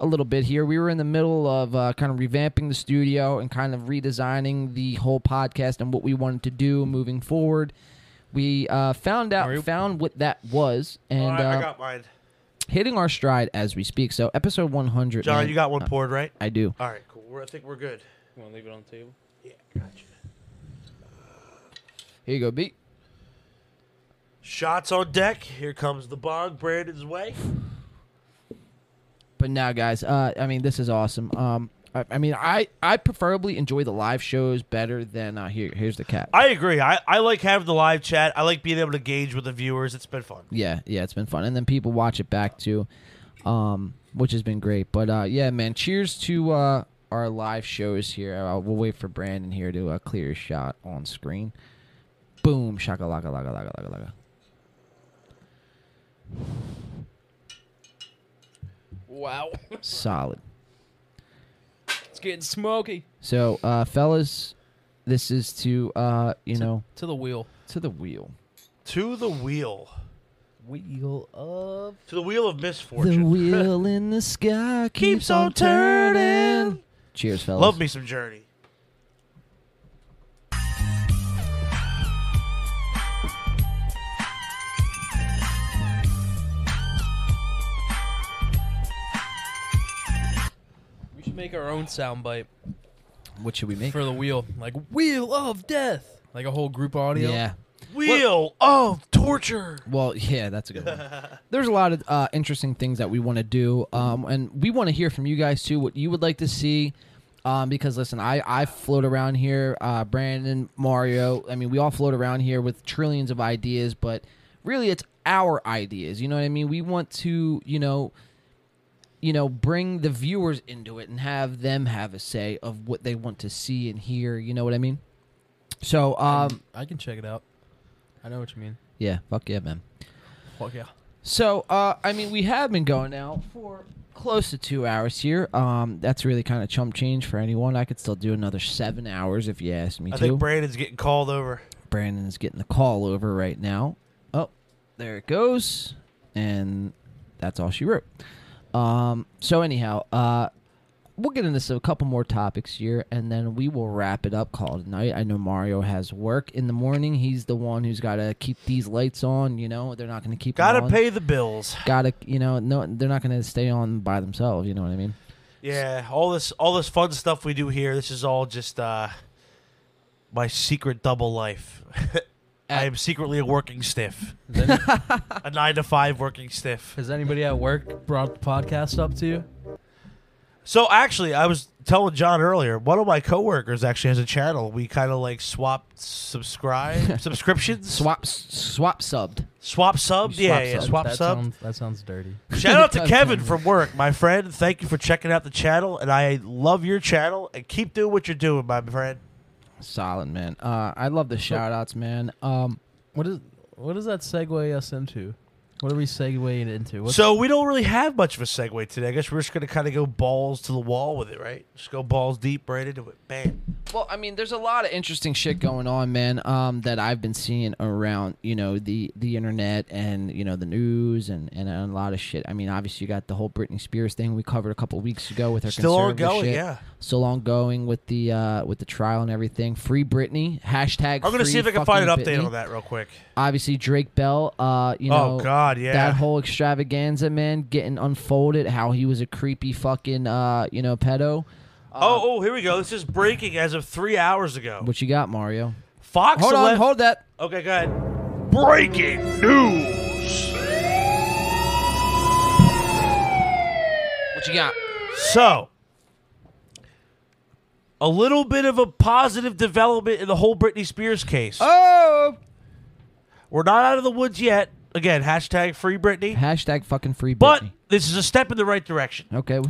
S1: a little bit here we were in the middle of uh, kind of revamping the studio and kind of redesigning the whole podcast and what we wanted to do moving forward we uh, found out found what that was
S2: All
S1: and
S2: right, I
S1: uh,
S2: got mine.
S1: hitting our stride as we speak. So episode 100.
S2: John,
S1: man.
S2: you got one poured, right?
S1: I do.
S2: All right, cool. We're, I think we're good.
S8: Want to leave it on the table?
S1: Here you go, B.
S2: Shots on deck. Here comes the bong Brandon's way.
S1: But now, guys, uh, I mean, this is awesome. Um, I, I mean, I I preferably enjoy the live shows better than uh, here. Here's the cat.
S2: I agree. I, I like having the live chat. I like being able to gauge with the viewers. It's been fun.
S1: yeah, yeah, it's been fun, and then people watch it back too, um, which has been great. But uh, yeah, man, cheers to uh, our live shows here. Uh, we'll wait for Brandon here to uh, clear his shot on screen. Boom, shaka laka laka laka laka laka.
S7: Wow.
S1: Solid.
S7: It's getting smoky.
S1: So, uh, fellas, this is to uh, you know
S7: To the wheel.
S1: to the wheel.
S2: To the wheel.
S7: Wheel of.
S2: To the wheel of
S1: The
S2: misfortune.
S1: wheel in the sky keeps,
S2: on
S1: on turning. Cheers, fellas.
S2: Love me some Journey.
S7: We should make our own soundbite
S1: What should we make?
S7: for the wheel. Like, Wheel of Death. Like a whole group audio.
S1: yeah.
S2: Wheel of torture.
S1: Well, yeah, that's a good one. There's a lot of uh, interesting things that we want to do, um, and we want to hear from you guys too. What you would like to see, um, because listen, I I float around here, uh, Brandon, Mario. I mean, we all float around here with trillions of ideas, but really, it's our ideas. You know what I mean? We want to, you know, you know, bring the viewers into it and have them have a say of what they want to see and hear. You know what I mean? So, um,
S7: I can check it out. I know what you mean.
S1: yeah, fuck yeah, man.
S7: Fuck yeah.
S1: So, uh, I mean, we have been going now for close to two hours here. Um, that's really kind of chump change for anyone. I could still do another seven hours if you asked me
S2: I
S1: to.
S2: think Brandon's getting called over.
S1: Brandon's getting the call over right now. Oh, there it goes. And that's all she wrote. Um, so, anyhow, uh, we'll get into some- a couple more topics here and then we will wrap it up call it a night. I know Mario has work in the morning. He's the one who's got to keep these lights on. You know, they're not going to keep them
S2: Gotta
S1: on
S2: pay the bills.
S1: gotta you know no they're not gonna stay on by themselves you know what i mean
S2: Yeah, all this all this fun stuff we do here, this is all just uh my secret double life. I am secretly a working stiff.
S7: Is any-
S2: A nine to five working stiff.
S7: has anybody at work brought the podcast up to you?
S2: So actually I was telling John earlier, one of my coworkers actually has a channel. We kinda like swap subscribe subscriptions.
S1: swap swap subbed
S2: swap sub?
S1: swap
S2: Yeah, yeah,
S1: sub.
S2: swap
S7: that
S2: sub.
S7: Sounds, that sounds dirty.
S2: Shout out to
S1: That's
S2: Kevin
S1: funny.
S2: from work, my friend. Thank you for checking out the channel, and I love your channel. And keep doing what you're doing, my friend.
S1: solid man uh i love the shout outs man um
S7: What is what does that segue us into? What are we segueing into? What's,
S2: so we don't really have much of a segue today. I guess we're just gonna kind of go balls to the wall with it, right? Just go balls deep right into it. Bam.
S1: well i mean there's a lot of interesting shit going on man um that i've been seeing around you know the the internet and you know the news and and a lot of shit i mean obviously you got the whole britney spears thing we covered a couple weeks ago with her
S2: Still
S1: conservative
S2: ongoing,
S1: shit.
S2: yeah.
S1: still ongoing with the uh with the trial and everything free britney hashtag
S2: I'm gonna
S1: free
S2: see if I can find an
S1: fucking
S2: update
S1: Britney.
S2: on that real quick.
S1: obviously Drake Bell. Uh, you
S2: Oh,
S1: know,
S2: God, yeah.
S1: that whole extravaganza, man, getting unfolded. How he was a creepy fucking, uh, you know, pedo. Uh,
S2: oh, oh, here we go. This is breaking as of three hours ago.
S1: What you got, Mario?
S2: Fox
S1: Hold
S2: 11.
S1: on, hold that.
S2: Okay, go ahead.
S9: Breaking news.
S1: What you got?
S2: So. A little bit of a positive development in the whole Britney Spears case.
S1: Oh,
S2: We're not out of the woods yet. Again, hashtag free Britney.
S1: hashtag fucking free Britney.
S2: But this is a step in the right direction.
S1: okay,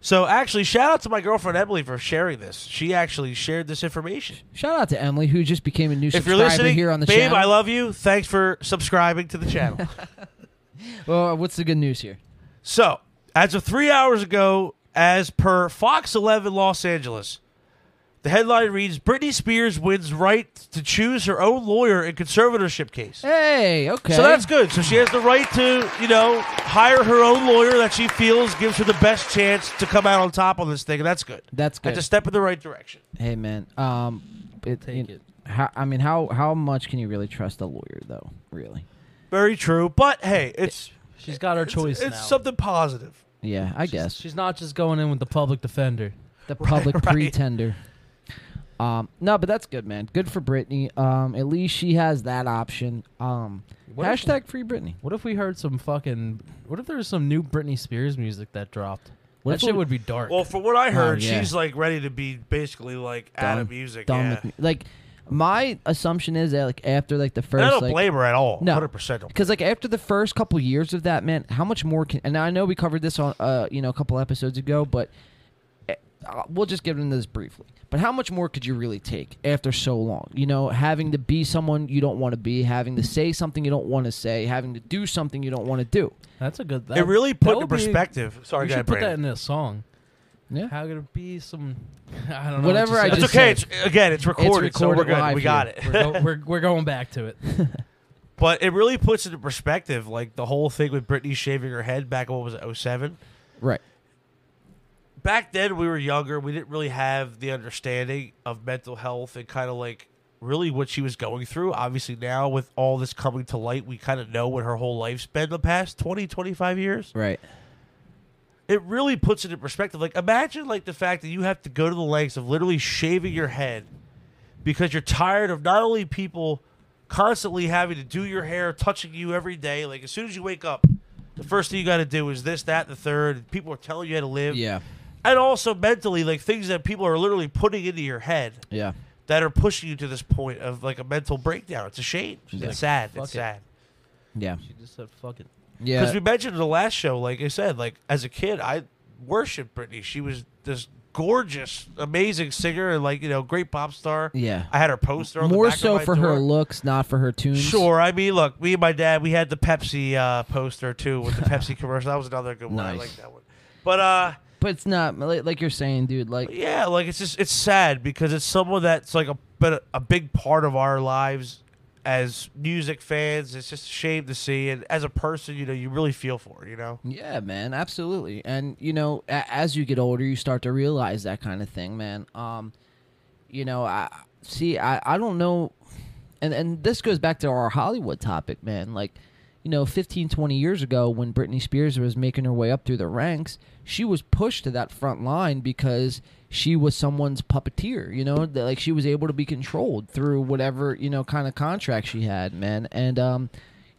S2: So actually, shout out to my girlfriend Emily for sharing this. She actually shared this information.
S1: shout out to Emily who just became a new
S2: If you're
S1: subscriber
S2: listening,
S1: here on the
S2: babe,
S1: channel.
S2: I love you. Thanks for subscribing to the channel.
S1: oh, what's the good news here?
S2: so, as of three hours ago, as per Fox 11 Los Angeles, the headline reads: Britney Spears wins right to choose her own lawyer in conservatorship case.
S1: Hey, okay.
S2: So that's good. So she has the right to, you know, hire her own lawyer that she feels gives her the best chance to come out on top on this thing, and that's good.
S1: That's good.
S2: That's a step in the right direction.
S1: hey, man. Um, it,
S7: Take
S1: you-
S7: it.
S1: How, I mean, how how much can you really trust a lawyer though? Really?
S2: Very true. But hey, it's
S7: she's got her choice
S2: it's
S7: now.
S2: something positive.
S1: Yeah, I guess.
S7: She's not just going in with the public defender.
S1: the public
S2: right.
S1: pretender. Um, no, but that's good, man. Good for Britney. Um, at least she has that option. Um,
S7: What if-
S1: hashtag free Britney.
S7: What if we heard some fucking? What if there was some new Britney Spears music that dropped?
S1: What
S7: That
S1: if
S7: shit
S1: it-
S7: would be dark.
S2: Well, from what I heard,
S1: Oh, yeah.
S2: she's like ready to be basically like out of music.
S1: done
S2: yeah.
S1: with me. Like my assumption is that like after like the
S2: And I
S1: first
S2: don't
S1: like
S2: blame her at all.
S1: No.
S2: hundred percent.
S1: because like after the first couple years of that man how much more can and i know we covered this on uh you know a couple episodes ago but eh, uh, we'll just get into this briefly but how much more could you really take after so long you know having to be someone you don't want to be having to say something you don't want to say having to do something you don't want to do
S7: That's a good. That,
S2: It really
S7: that
S2: put into
S7: would be-
S2: perspective. Sorry,
S7: We
S2: go ahead,
S7: should put that
S2: Brandon.
S7: in a song.
S1: Yeah.
S7: How could it be some? I don't know.
S1: Whatever I
S7: What you said.
S2: It's
S1: just
S2: okay. It's,
S1: said.
S2: again, it's recorded, so we're
S1: recorded
S2: good.
S1: live
S2: We
S1: here.
S2: got it.
S7: we're, go- we're, we're going back to it.
S2: But it really puts into perspective, like the whole thing with Britney shaving her head back. in What was it? 07?
S1: right
S2: back then we were younger we didn't really have the understanding of mental health and kind of like really what she was going through obviously now with all this coming to light we kind of know what her whole life's been the past 20 25 years
S1: right
S2: it really puts it in perspective like imagine like the fact that you have to go to the lengths of literally shaving your head because you're tired of not only people constantly having to do your hair touching you every day like as soon as you wake up the first thing you got to do is this that the third people are telling you how to live
S1: yeah
S2: and also mentally like things that people are literally putting into your head
S1: yeah
S2: that are pushing you to this point of like a mental breakdown it's a shame it's sad
S7: Fuck
S2: it's
S7: it.
S2: sad
S1: yeah
S7: She just said, "Fuck it."
S1: yeah
S2: because we mentioned in the last show like i said like as a kid i worshiped britney she was this gorgeous amazing singer and like you know great pop star
S1: yeah
S2: i had her poster on the
S1: more
S2: back
S1: so
S2: of my
S1: for
S2: door.
S1: her looks not for her tunes
S2: Sure, I mean, look, me and my dad, we had the Pepsi uh, poster too with the Pepsi commercial. That was another good one. I
S1: Nice.
S2: like that one. But uh,
S1: but it's not like like you're saying dude like
S2: Yeah, like it's just it's sad because it's someone that's like a but a big part of our lives as music fans. It's just a shame to see, and as a person, you know, you really feel for, it, you know.
S1: Yeah, man, absolutely. And you know, a- as you get older, you start to realize that kind of thing, man. Um, you know, I see. I I don't know, and and this goes back to our Hollywood topic, man. Like, you know, 15, 20 years ago, when Britney Spears was making her way up through the ranks, she was pushed to that front line because she was someone's puppeteer. You know, that, like she was able to be controlled through whatever you know kind of contract she had, man. And um,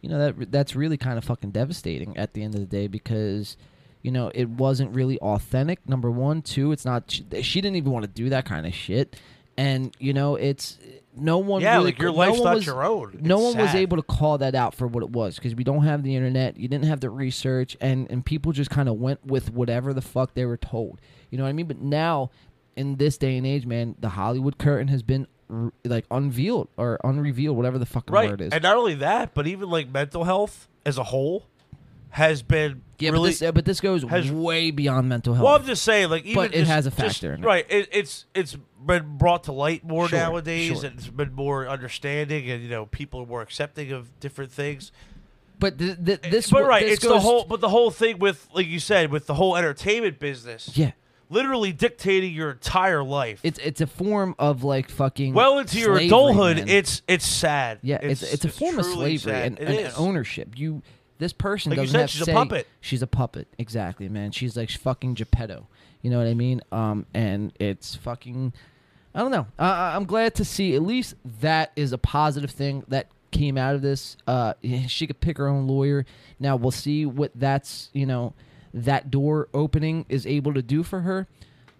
S1: you know that that's really kind of fucking devastating at the end of the day because you know it wasn't really authentic number one two it's not she, she didn't even want to do that kind of shit and you know it's no one
S2: Yeah,
S1: really
S2: like, your
S1: could-
S2: life's
S1: no one
S2: not
S1: was,
S2: your own.
S1: no
S2: It's
S1: one was
S2: sad.
S1: able to call that out for what it was because we don't have the internet you didn't have the research and and people just kind of went with whatever the fuck they were told you know what i mean but now in this day and age man the hollywood curtain has been r- like unveiled or unrevealed whatever the fucking
S2: Right,
S1: word is
S2: and not only that, but even like mental health as a whole has been
S1: Yeah,
S2: really.
S1: but, this, uh, but this goes
S2: has-
S1: way beyond mental health.
S2: well, I'm just saying, like, even
S1: But it
S2: just-
S1: has a
S2: just-
S1: factor in it.
S2: right? It, it's it's been brought to light more
S1: Sure,
S2: nowadays,
S1: sure.
S2: and it's been more understanding, and you know, people are more accepting of different things.
S1: but th- th- this,
S2: but
S1: wa-
S2: right,
S1: this
S2: it's the
S1: goes-
S2: whole, but the whole thing with, like you said, with the whole entertainment business,
S1: Yeah,
S2: literally dictating your entire life.
S1: it's it's a form of like fucking.
S2: well into your
S1: slavery,
S2: adulthood.
S1: man.
S2: It's it's sad.
S1: yeah, it's it's, a form of slavery
S2: truly sad.
S1: and,
S2: It
S1: and
S2: is.
S1: ownership. You this person
S2: Like you
S1: doesn't
S2: said,
S1: have
S2: she's a
S1: say.
S2: puppet.
S1: She's a puppet, exactly, man. She's like fucking Geppetto. You know what I mean? Um, and it's fucking. I don't know. Uh, I'm glad to see at least that is a positive thing that came out of this. Uh, she could pick her own lawyer. Now we'll see what that's you know that door opening is able to do for her.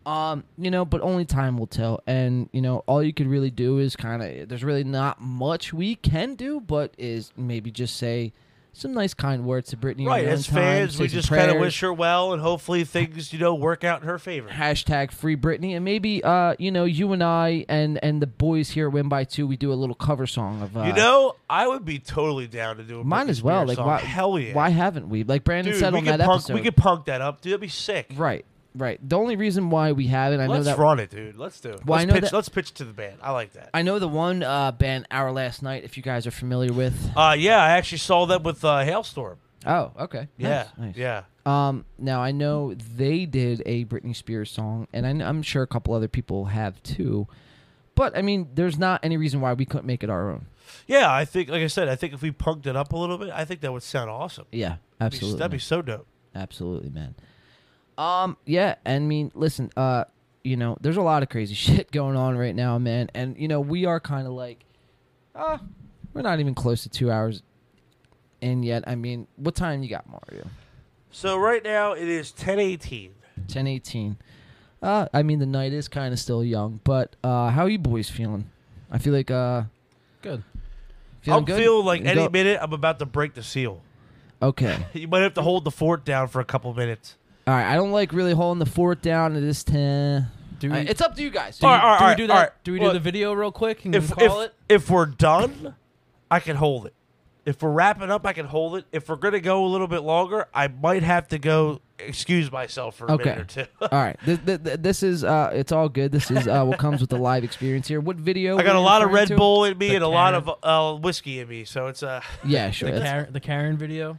S1: Um, you know, but only time will tell. And you know, all you could really do is kind of there's really not much we can do, but is maybe just say some nice kind words to Brittany.
S2: Right,
S1: in your
S2: as
S1: own time,
S2: fans, we
S1: say some
S2: just kind of
S1: prayers
S2: wish her well, and hopefully things, you know, work out in her favor.
S1: hashtag free Britney, and maybe uh, you know, you and I and and the boys here at Win by Two, we do a little cover song of uh,
S2: you know, I would be totally down to do a
S1: mine
S2: Britney
S1: as well.
S2: Spears
S1: Like
S2: song.
S1: why,
S2: hell yeah,
S1: why haven't we? Like Brandon
S2: dude,
S1: said
S2: we
S1: on
S2: could
S1: that
S2: punk,
S1: episode,
S2: we could punk that up, dude. That'd be sick.
S1: right, right. The only reason why we haven't, I know
S2: Let's
S1: that
S2: run it, dude. Let's do it.
S1: Well, I
S2: let's
S1: know
S2: pitch,
S1: that-
S2: let's pitch to the band. I like that.
S1: I know the one uh, band Our Last Night. If you guys are familiar with,
S2: Uh, yeah, I actually saw that with uh, Hailstorm.
S1: oh, okay,
S2: Yeah,
S1: Nice, nice.
S2: yeah.
S1: Um, now I know they did a Britney Spears song, and I kn- I'm sure a couple other people have too. But I mean, there's not any reason why we couldn't make it our own.
S2: Yeah, I think, like I said, I think if we punked it up a little bit, I think that would sound awesome.
S1: Yeah,
S2: That'd be-
S1: absolutely.
S2: That'd be so dope.
S1: Absolutely, man. Um, yeah, and I mean, listen, uh, you know, there's a lot of crazy shit going on right now, man. And you know, we are kind of like, uh, we're not even close to two hours in yet. I mean, what time you got, Mario?
S2: So right now it is 1018.
S1: Ten eighteen. Uh, I mean, the night is kind of still young, but uh, how you boys feeling? I feel like uh,
S7: Good.
S1: feeling
S2: I'll
S1: good?
S2: feel like
S1: Go-
S2: any minute I'm about to break the seal.
S1: Okay.
S2: You might have to hold the fort down for a couple minutes.
S1: All right. I don't like really holding the fort down at this ten.
S7: Do
S1: Uh,
S7: we,
S1: it's up to you guys.
S2: All right, all right, all
S7: do we
S2: right,
S7: do
S2: all
S7: that?
S2: right.
S7: Do we do
S2: Look,
S7: the video real quick and
S2: if
S7: then call
S2: if,
S7: it?
S2: if we're done, I can hold it. If we're wrapping up, I can hold it. If we're gonna go a little bit longer, I might have to go excuse myself for a
S1: Okay.
S2: minute or two.
S1: All right. This, this, this is uh, it's all good. This is uh, what comes with the live experience here. What video?
S2: I got
S1: were
S2: a
S1: you
S2: lot of
S1: referring
S2: Red
S1: to?
S2: Bull in me
S7: The
S2: and a lot of uh, whiskey in me, so it's uh
S1: Yeah, sure.
S7: the,
S1: that's-
S7: Karen, the Karen video.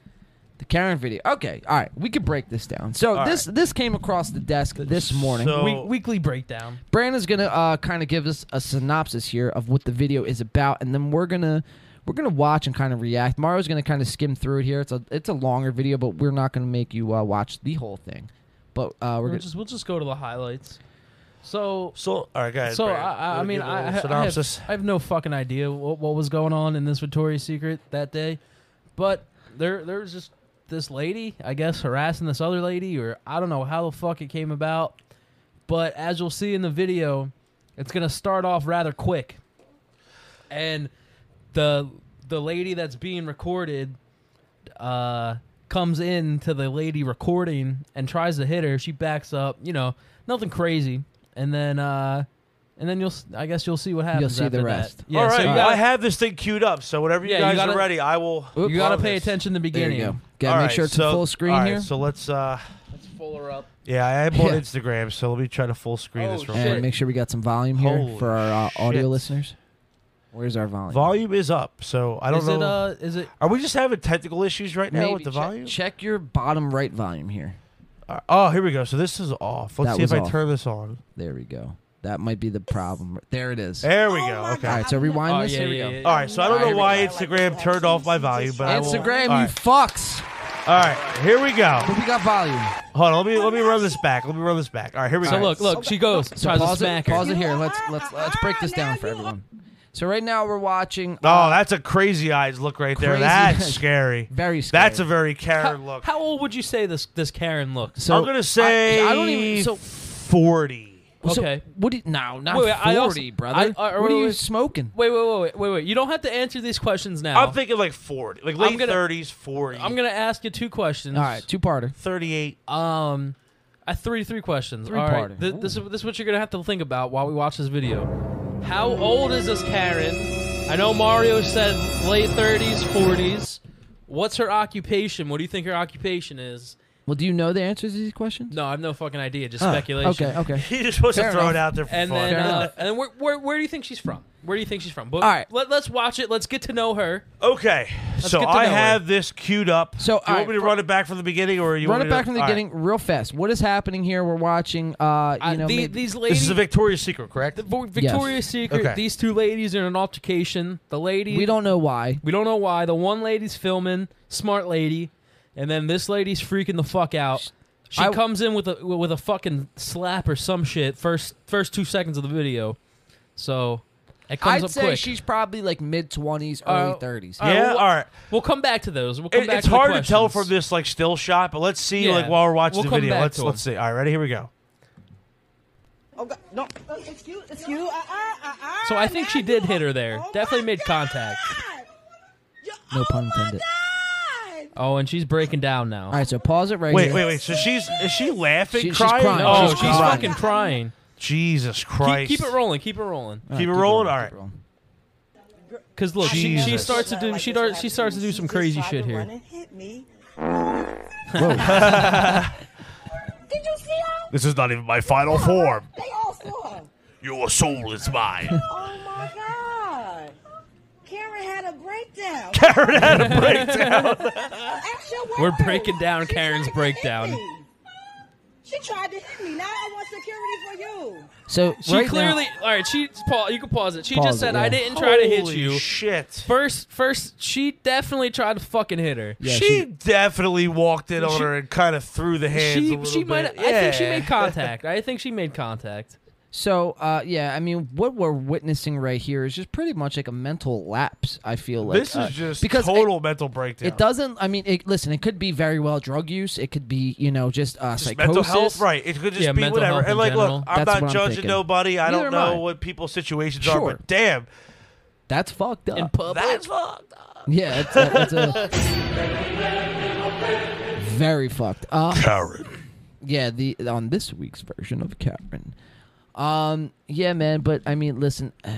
S1: The Karen video. Okay, all right, we could break this down. So
S2: All
S1: this this came across the desk this morning.
S2: So
S7: Week- weekly breakdown.
S1: Brandon's gonna uh, kind of give us a synopsis here of what the video is about, and then we're gonna we're gonna watch and kind of react. Mario's gonna kind of skim through it here. It's a it's a longer video, but we're not gonna make you uh, watch the whole thing. But uh, we're
S7: We'll
S1: gonna,
S7: just we'll just go to the highlights. So
S2: so all right, guys.
S7: so I, I, I mean I, I have, I have
S2: synopsis.
S7: no fucking idea what, what was going on in this Victoria's Secret that day, but there there was just this lady I guess harassing this other lady or I don't know how the fuck it came about, but as you'll see in the video, it's gonna start off rather quick, and the the lady that's being recorded uh, comes in to the lady recording and tries to hit her. She backs up, you know, nothing crazy. And then, uh, and then you'll, s- I guess you'll see what happens.
S1: see the
S7: after that.
S1: rest.
S7: Yeah,
S2: all right,
S7: so you
S2: well,
S7: gotta,
S2: I have this thing queued up, so whenever you
S7: Yeah, you
S2: guys
S7: gotta-
S2: are ready, I will.
S1: Oops.
S7: you gotta
S2: Love
S7: pay
S2: this.
S7: attention to the
S1: there
S7: beginning.
S1: you go. Gotta
S2: All
S1: make
S2: right,
S1: sure it's
S2: so-
S1: a full screen
S2: all right,
S1: here.
S2: So let's. uh
S7: Let's full her up.
S2: Yeah, I am on
S1: Yeah.
S2: Instagram, so let me try to full screen this
S7: Oh,
S2: real
S1: and
S2: quick.
S1: make sure we got some volume here
S2: Holy
S1: for our uh, audio
S2: shit.
S1: listeners. Where's our volume?
S2: Volume is up, so I don't
S7: is
S2: know.
S7: it? Uh, is it?
S2: Are we just having technical issues right now
S1: Maybe
S2: with the
S1: check,
S2: volume?
S1: Check your bottom right volume here.
S2: Uh, Oh, here we go. So this is off. Let's
S1: That
S2: see if
S1: was
S2: I
S1: off.
S2: turn this on.
S1: There we go. That might be the problem. There it is.
S2: There we go. Okay.
S1: All right, so rewind
S7: Oh,
S1: this.
S7: yeah,
S1: Here we
S7: yeah,
S1: go.
S7: yeah, yeah.
S2: All right, so I don't
S1: All
S2: know
S1: right,
S2: why
S1: here
S2: Instagram turned off my volume, but I will-
S1: Instagram,
S2: All
S1: you
S2: right,
S1: fucks.
S2: all right, here we go.
S1: But we got volume.
S2: Hold on, let me let me run this back. Let me run this back. All right, here we
S7: So
S2: go.
S7: look, look, she goes.
S1: So
S7: tries
S1: pause
S7: to smack
S1: it.
S7: her.
S1: Pause it here. Let's let's let's break this down for everyone. So right now we're watching. uh,
S2: Oh, that's a crazy eyes look right there.
S1: Crazy
S2: That's
S1: eyes.
S2: scary.
S1: Very scary.
S2: That's a very Karen
S7: How,
S2: look.
S7: how old would you say this this Karen looks?
S1: so
S2: I'm gonna say
S1: I, I don't even. So,
S2: forty.
S1: so
S7: Okay.
S1: what do you, no, not
S7: Wait, wait, I also-
S1: forty, brother.
S7: I-
S1: what
S7: I-
S1: are
S7: wait,
S1: you
S7: wait.
S1: smoking?
S7: Wait, wait, wait, wait, wait, wait. You don't have to answer these questions now.
S1: Oh.
S2: I'm thinking like forty, like late
S7: gonna-
S2: thirties, forty.
S7: I'm gonna ask you two questions.
S1: All right, two parter.
S2: thirty-eight.
S7: Um, I three three questions.
S1: Three
S7: All right,
S1: parter.
S7: Th- this is this is what you're gonna have to think about while we watch this video. How old is this Karen? I know Mario said late 30s, 40s. What's her occupation? What do you think her occupation is?
S1: Well, do you know the answers to these questions?
S7: No, I have no fucking idea. Just
S1: Ah,
S7: speculation.
S1: Okay, okay.
S2: He just wants
S1: Fair
S2: to throw
S1: enough.
S2: it out there for
S7: And
S2: fun.
S7: then,
S1: Fair
S7: uh,
S1: enough.
S7: and then where, where where do you think she's from? Where do you think she's from? But
S1: All right.
S7: let, us watch it. Let's get to know her.
S2: Okay, so
S7: get to
S2: I
S7: know her.
S2: have this queued up.
S1: So,
S2: do you
S1: all
S2: want me
S1: right,
S2: to run it back from the beginning, or you
S1: Run
S2: want
S1: it
S2: me to-
S1: back from the
S2: all right.
S1: beginning real fast. What is happening here? We're watching. Uh,
S7: Uh,
S1: you know,
S7: the-
S1: maybe-
S7: these
S2: This
S7: ladies,
S2: is a Victoria's Secret, correct?
S7: Victoria's Secret.
S2: Okay.
S7: These two ladies are in an altercation. The lady
S1: we don't know why.
S7: We don't know why. The one lady's filming, smart lady, and then this lady's freaking the fuck out. She
S1: I-
S7: comes in with a with a fucking slap or some shit first first two seconds of the video, so it comes
S1: I'd
S7: up
S1: say
S7: quick.
S1: she's probably like mid twenties,
S7: Uh,
S1: early thirties.
S7: right,
S2: yeah.
S7: well,
S2: all right.
S7: We'll come back to those. We'll come
S2: It-
S7: back.
S2: it's
S7: to the
S2: hard to tell
S7: questions.
S2: from this like still shot, but let's see
S7: Yeah.
S2: like while we're watching
S7: We'll
S2: the
S7: come
S2: video.
S7: back
S2: Let's
S7: to 'em.
S2: let's see. All right, ready? Here we go.
S10: Oh God, no! Uh, excuse, excuse. Uh, uh, uh, uh,
S7: So I think she did hit her there. Definitely made contact.
S1: No pun intended.
S7: Oh, and she's breaking down now.
S1: All right, so pause it right
S2: Wait,
S1: here.
S2: wait, wait. So she's is she laughing,
S1: She- she's
S2: crying?
S1: crying.
S2: Oh,
S7: she's
S2: God.
S7: fucking crying.
S2: Jesus
S7: Keep,
S2: Christ!
S7: keep it rolling. Keep it rolling.
S1: All right,
S2: keep it rolling, all
S1: keep
S2: right.
S1: rolling.
S7: Cause look, she, she
S2: Jesus.
S7: starts to do she starts she starts to do some crazy shit here.
S10: Hit me.
S11: Did you see her?
S2: This is not even my final form.
S11: They all saw her.
S12: Your soul is mine.
S11: Oh my God. Karen had a breakdown.
S2: Karen had a breakdown.
S11: Ask your
S7: We're
S11: wife.
S7: breaking down
S11: She
S7: Karen's
S11: tried to hit
S7: breakdown.
S11: me. She tried to hit me. Now I want security for you.
S1: So
S7: She
S1: right now-
S7: clearly all right. She Paul, you can pause it. She
S1: Pause
S7: just said
S1: it, yeah.
S7: I didn't try to hit
S2: Holy
S7: you.
S2: Shit.
S7: First, first, she definitely tried to fucking hit her.
S1: Yeah,
S2: she,
S1: she-
S2: definitely walked in on
S7: She-
S2: her and kind of threw the hands. a
S7: she
S2: little
S7: she might.
S2: bit.
S7: I think she
S2: Yeah.
S7: made contact. I think she made contact.
S1: So, uh, yeah, I mean, what we're witnessing right here is just pretty much like a mental lapse. I feel like
S2: This is
S1: uh,
S2: just
S1: because
S2: total
S1: it,
S2: mental breakdown.
S1: It doesn't. I mean, it, listen, it could be very well drug use. It could be, you know, just uh,
S2: Just
S1: psychosis.
S2: mental health, right? It could just
S7: Yeah,
S2: be
S7: mental
S2: whatever.
S7: health in
S2: And like,
S7: general.
S2: look, I'm
S1: That's what
S2: not
S1: I'm
S2: judging
S1: thinking.
S2: nobody. I
S1: Neither
S2: don't
S1: am
S2: know
S1: I.
S2: what people's situations are,
S1: Sure.
S2: but damn,
S1: That's fucked up.
S7: in public.
S2: that's fucked. up.
S1: yeah, it's a, it's a very fucked. Uh,
S13: Karen.
S1: yeah, the on this week's version of Karen. Um, yeah, man, but I mean, listen, uh,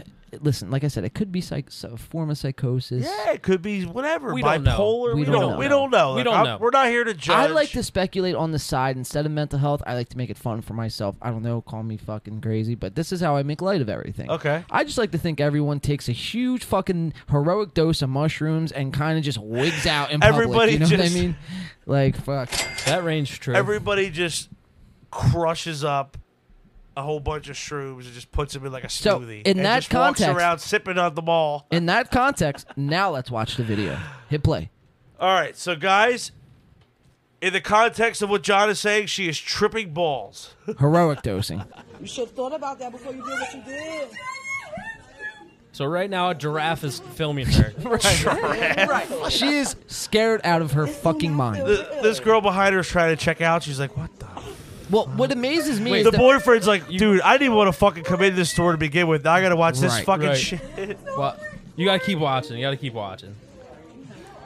S1: listen. Like I said, it could be psych- a form of psychosis.
S2: Yeah, it could be whatever.
S7: We don't know.
S2: Bipolar.
S1: We
S2: We,
S1: don't
S2: don't.
S1: know.
S2: We don't know.
S7: We
S2: Like,
S7: don't
S2: I'm-
S7: know.
S2: We're not here to judge.
S1: I like to speculate on the side instead of mental health. I like to make it fun for myself. I don't know, call me fucking crazy, but this is how I make light of everything.
S2: Okay.
S1: I just like to think everyone takes a huge fucking heroic dose of mushrooms and kind of just wigs out in public.
S2: Everybody
S1: you know what I
S2: just-
S1: mean? Like fuck.
S7: That range true.
S2: Everybody just crushes up a whole bunch of shrooms and just puts them in like a
S1: So,
S2: smoothie.
S1: in
S2: and
S1: that
S2: just
S1: context-
S2: walks around sipping on the ball.
S1: In that context, now let's watch the video. Hit play.
S2: All right, so guys, in the context of what John is saying, she is tripping balls.
S1: Heroic dosing.
S11: You should have thought about that before you did what you did.
S7: So right now a giraffe is filming her.
S1: She is scared out of her fucking mind.
S2: Th- this girl behind her is trying to check out. She's like, "What the?"
S1: Well, what amazes me is
S2: the
S1: that-
S2: boyfriend's like, "Dude, I didn't want to fucking come into this store to begin with. Now I gotta watch this
S1: Right,
S2: fucking
S7: right.
S2: shit."
S7: well, you gotta keep watching. You gotta keep watching.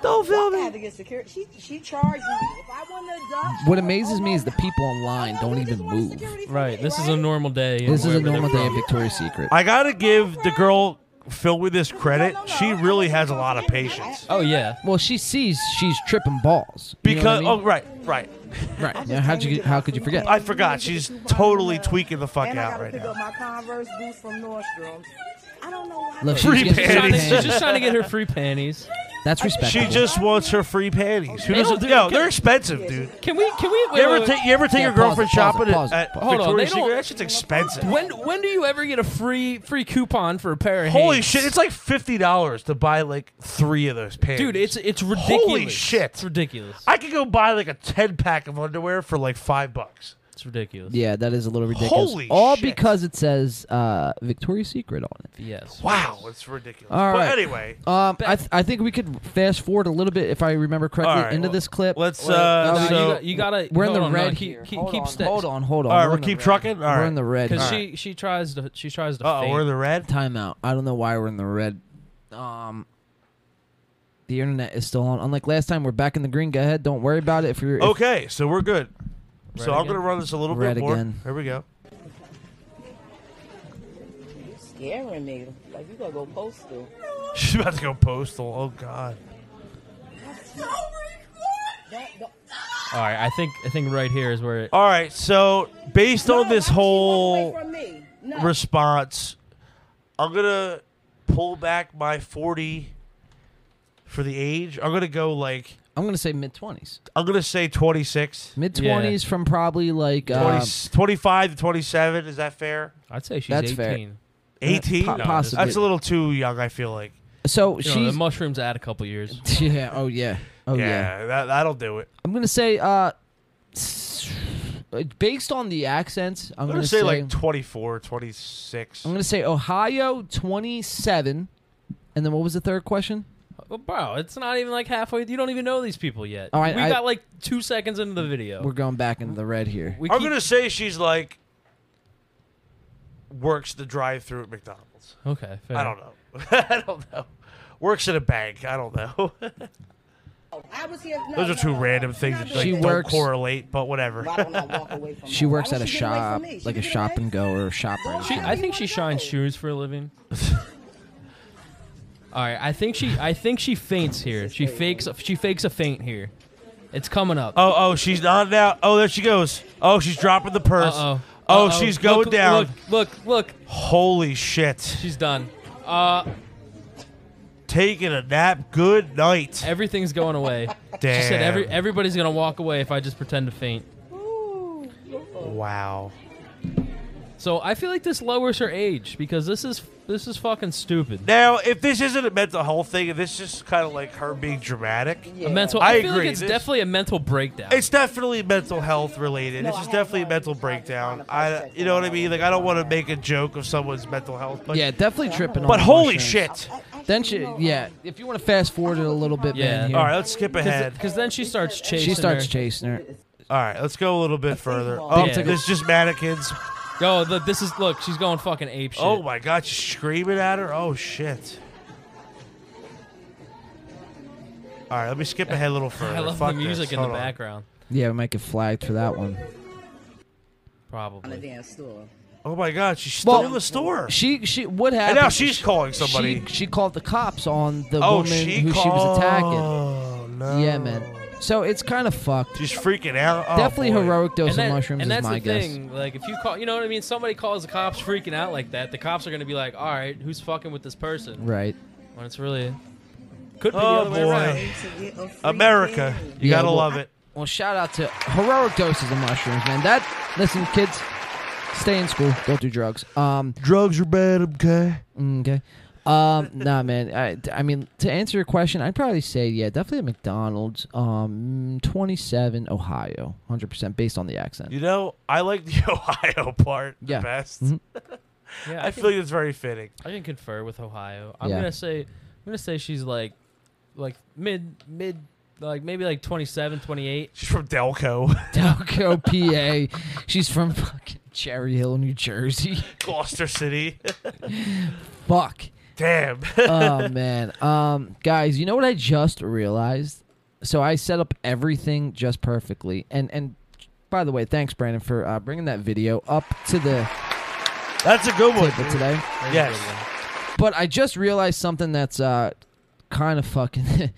S2: Don't film
S11: I had
S2: me.
S11: to get security. She she charged me. If I wanted to adopt,
S1: what amazes me is the people online don't
S11: You just
S1: even
S11: wanted
S1: move.
S11: security for
S7: Right.
S11: me,
S7: This is a normal day. in
S1: This is a
S7: wherever they're
S1: normal day
S7: from.
S1: at Victoria's Secret.
S2: I gotta give the girl filming this credit.
S11: No, no, no.
S2: She really has a lot of patience
S7: Oh yeah.
S1: Well, she sees she's tripping balls. You know what I
S2: because.
S1: mean?
S2: Oh, right, right.
S1: Right. Now, how'd you get, how could you forget?
S2: I forgot. She's totally tweaking the fuck
S11: And I
S2: out
S11: gotta
S2: right
S11: pick
S2: now.
S11: up my Converse boots from Nordstrom. I don't know why.
S1: Look,
S11: they-
S1: she's
S2: Free
S1: getting
S7: She's trying to-
S2: panties.
S7: she's just trying to get her free panties.
S1: That's
S2: She
S1: respectable.
S2: just wants her free panties. Who
S7: They
S2: doesn't?
S7: don't do-
S2: Yo, they're expensive, dude.
S7: Can we? Can we?
S2: You
S7: Wait,
S2: ever
S7: wait, wait.
S2: take you ever take
S1: Yeah,
S2: your
S1: pause it,
S2: girlfriend shopping
S1: pause it, pause it.
S2: at, at
S7: Hold on,
S2: Victoria's
S7: they don't-
S2: Secret? That shit's expensive.
S7: when? When do you ever get a free free coupon for a pair of?
S2: Holy
S7: Hanes?
S2: shit! It's like fifty dollars to buy like three of those pants,
S7: dude, it's it's ridiculous.
S2: Holy shit.
S7: It's ridiculous.
S2: I could go buy like a ten pack of underwear for like five bucks.
S7: It's ridiculous.
S1: Yeah, that is a little ridiculous.
S2: Holy
S1: All
S2: shit.
S1: because it says uh, Victoria's Secret on it.
S7: Yes.
S2: Wow, it's ridiculous.
S1: All
S2: but
S1: right.
S2: anyway,
S1: Um, I, th- I think we could fast forward a little bit if I remember correctly
S2: All right,
S1: into
S2: well,
S1: this clip.
S2: let's,
S1: Well,
S2: uh,
S1: no,
S7: No,
S1: we-
S2: so-
S7: you, got, you gotta.
S1: we're in
S7: hold
S1: the
S7: on,
S1: red
S7: no,
S1: here.
S7: Keep, keep,
S1: hold,
S7: keep
S1: on,
S7: steps.
S1: hold on, hold on.
S2: all right,
S1: we're
S2: we'll
S1: in the
S2: keep
S1: red.
S2: trucking. All
S1: We're in
S2: right.
S1: the red.
S7: Because
S1: All right.
S7: she she tries to she tries to.
S2: Oh,
S7: faint.
S2: we're in the red.
S1: timeout. I don't know why we're in the red. Um, the internet is still on. Unlike last time, we're back in the green. Go ahead. Don't worry about it. If you're if-
S2: Okay, so we're good. so I'm
S7: again?
S2: gonna run this a little
S1: Red
S2: bit more.
S1: again.
S2: Here we go.
S11: You scaring me. Like you gonna go postal.
S2: She's about to go postal. Oh god.
S11: Don't, don't.
S7: All right. I think I think right here is where. It,
S2: All right, so based on this
S11: She walked away
S2: whole
S11: from me. No.
S2: response. I'm gonna pull back my 40 for the age. I'm gonna go like
S1: I'm gonna say mid twenties,
S2: I'm gonna say 26,
S1: mid twenties from probably like uh,
S2: 20, 25 to 27. Is that fair?
S7: I'd say she's
S1: That's fair.
S7: 18.
S2: Eighteen?
S1: po-
S2: No,
S1: possibly.
S2: That's a little too young. I feel like.
S1: So
S7: You know, the
S1: she's
S7: mushrooms add a couple years.
S1: yeah. Oh yeah. Oh yeah.
S2: yeah, That, that'll do it.
S1: I'm gonna say uh, s- based on the accents, I'm,
S2: I'm,
S1: gonna,
S2: gonna say, like 24, 26.
S1: I'm gonna say Ohio 27, and then what was the third question?
S7: Well, bro, it's not even like halfway. You don't even know these people yet.
S1: All right,
S7: we
S1: I-
S7: got like two seconds into the video.
S1: We're going back into the red here.
S7: we
S2: I'm
S7: keep-
S2: gonna say she's like works the drive-through at McDonald's.
S7: Okay. Fair.
S2: I don't know. I don't know. Works at a bank. I don't know.
S11: I was here. No,
S2: Those are
S11: no,
S2: two
S11: no.
S2: random things that
S11: She
S2: like, don't
S1: works-
S2: correlate, but whatever.
S11: Why don't I walk away from
S1: She
S11: her?
S1: works
S11: Why
S1: at a
S11: would she get away
S1: shop,
S11: from me?
S1: like
S11: She
S1: a
S11: could get
S1: shop
S11: away?
S1: and go or a shop right.
S11: She-
S7: I think she shines shoes for a living. All right, I think she I think she faints here. She fakes she fakes a faint here. It's coming up.
S2: Oh, oh, she's not out. Oh, there she goes. Oh, she's dropping the purse.
S7: Uh-oh.
S2: Oh,
S7: Uh-oh.
S2: she's going
S7: Look,
S2: down.
S7: Look, look, look.
S2: Holy shit.
S7: She's done. Uh,
S2: Taking a nap. Good night.
S7: everything's going away.
S2: Damn.
S7: She said every everybody's gonna walk away if I just pretend to faint.
S2: wow.
S7: So I feel like this lowers her age because this is this is fucking stupid.
S2: Now, if this isn't a mental health thing, if this is just kind of like her being dramatic,
S7: A mental. I,
S2: I,
S7: feel
S2: agree.
S7: Like it's
S2: This-
S7: definitely a mental breakdown.
S2: It's definitely mental health related. It's just definitely a mental breakdown. I, you know what I mean? Like I don't want to make a joke of someone's mental health, but
S1: yeah, definitely tripping.
S2: But
S1: on
S2: holy
S1: emotions.
S2: shit!
S1: Then she, yeah. If you want to fast forward it a little bit,
S7: Yeah.
S1: man. Here.
S2: All right, let's skip ahead.
S7: because then she starts chasing.
S1: She starts
S7: her.
S1: chasing her.
S2: All right, let's go a little bit further. Oh,
S7: Yeah.
S2: there's just mannequins.
S7: Yo, look, this is look. She's going fucking ape shit.
S2: Oh my god, she's screaming at her. Oh shit. All right, let me skip ahead a little further.
S7: I love
S2: Fuck
S7: the music
S2: this.
S7: in the
S2: Hold on.
S7: background.
S1: Yeah, we might get flagged for that one.
S7: Probably.
S11: damn store.
S2: Oh my god, she's still
S1: Well-
S2: in the store.
S1: She she would have.
S2: And now she's calling somebody.
S1: She, she called the cops on the
S2: oh,
S1: woman
S2: she
S1: who she was attacking.
S2: Oh no.
S1: Yeah, man. So it's kind of fucked.
S2: She's freaking out. Oh,
S1: Definitely
S2: boy.
S1: heroic dose
S7: and, that-
S1: of mushrooms
S7: and
S1: is
S7: that's
S1: my
S7: the
S1: guess.
S7: thing. Like, if you call, you know what I mean. Somebody calls the cops, freaking out like that. The cops are gonna be like, "All right, who's fucking with this person?"
S1: Right.
S7: When it's really could be
S2: Oh
S7: the other way around.
S2: boy, America, you
S1: Yeah,
S2: gotta
S1: well-
S2: love it.
S1: Well, shout out to heroic doses of mushrooms, man. That listen, kids, stay in school. Don't do drugs. Um,
S2: Drugs are bad, okay?
S1: okay. Um, nah, man. I, I mean, to answer your question, I'd probably say yeah, definitely a McDonald's. Um, twenty-seven, Ohio, hundred percent, based on the accent.
S2: You know, I like the Ohio part the
S1: Yeah.
S2: best.
S1: Mhm.
S7: Yeah,
S2: I feel like it's very fitting.
S7: I can confer with Ohio. I'm
S1: Yeah.
S7: gonna say I'm gonna say she's like like mid mid like maybe like 27, 28.
S2: She's from Delco,
S1: Delco, PA. She's from fucking Cherry Hill, New Jersey.
S2: Gloucester City.
S1: Fuck.
S2: Damn.
S1: Oh man. Um, guys, you know what I just realized? So I set up everything just perfectly, and and by the way, thanks Brandon for uh, bringing that video up to the
S2: That's a good one.
S1: table today.
S7: There's a
S2: Yes.
S7: good one.
S1: But I just realized something that's uh, kind of fucking.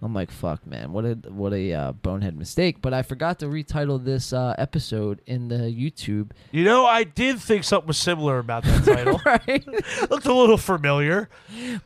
S1: I'm like, fuck, man, what a what a uh, bonehead mistake. But I forgot to retitle this uh, episode in the YouTube.
S2: You know, I did think something was similar about that title.
S1: Right.
S2: Looked a little familiar.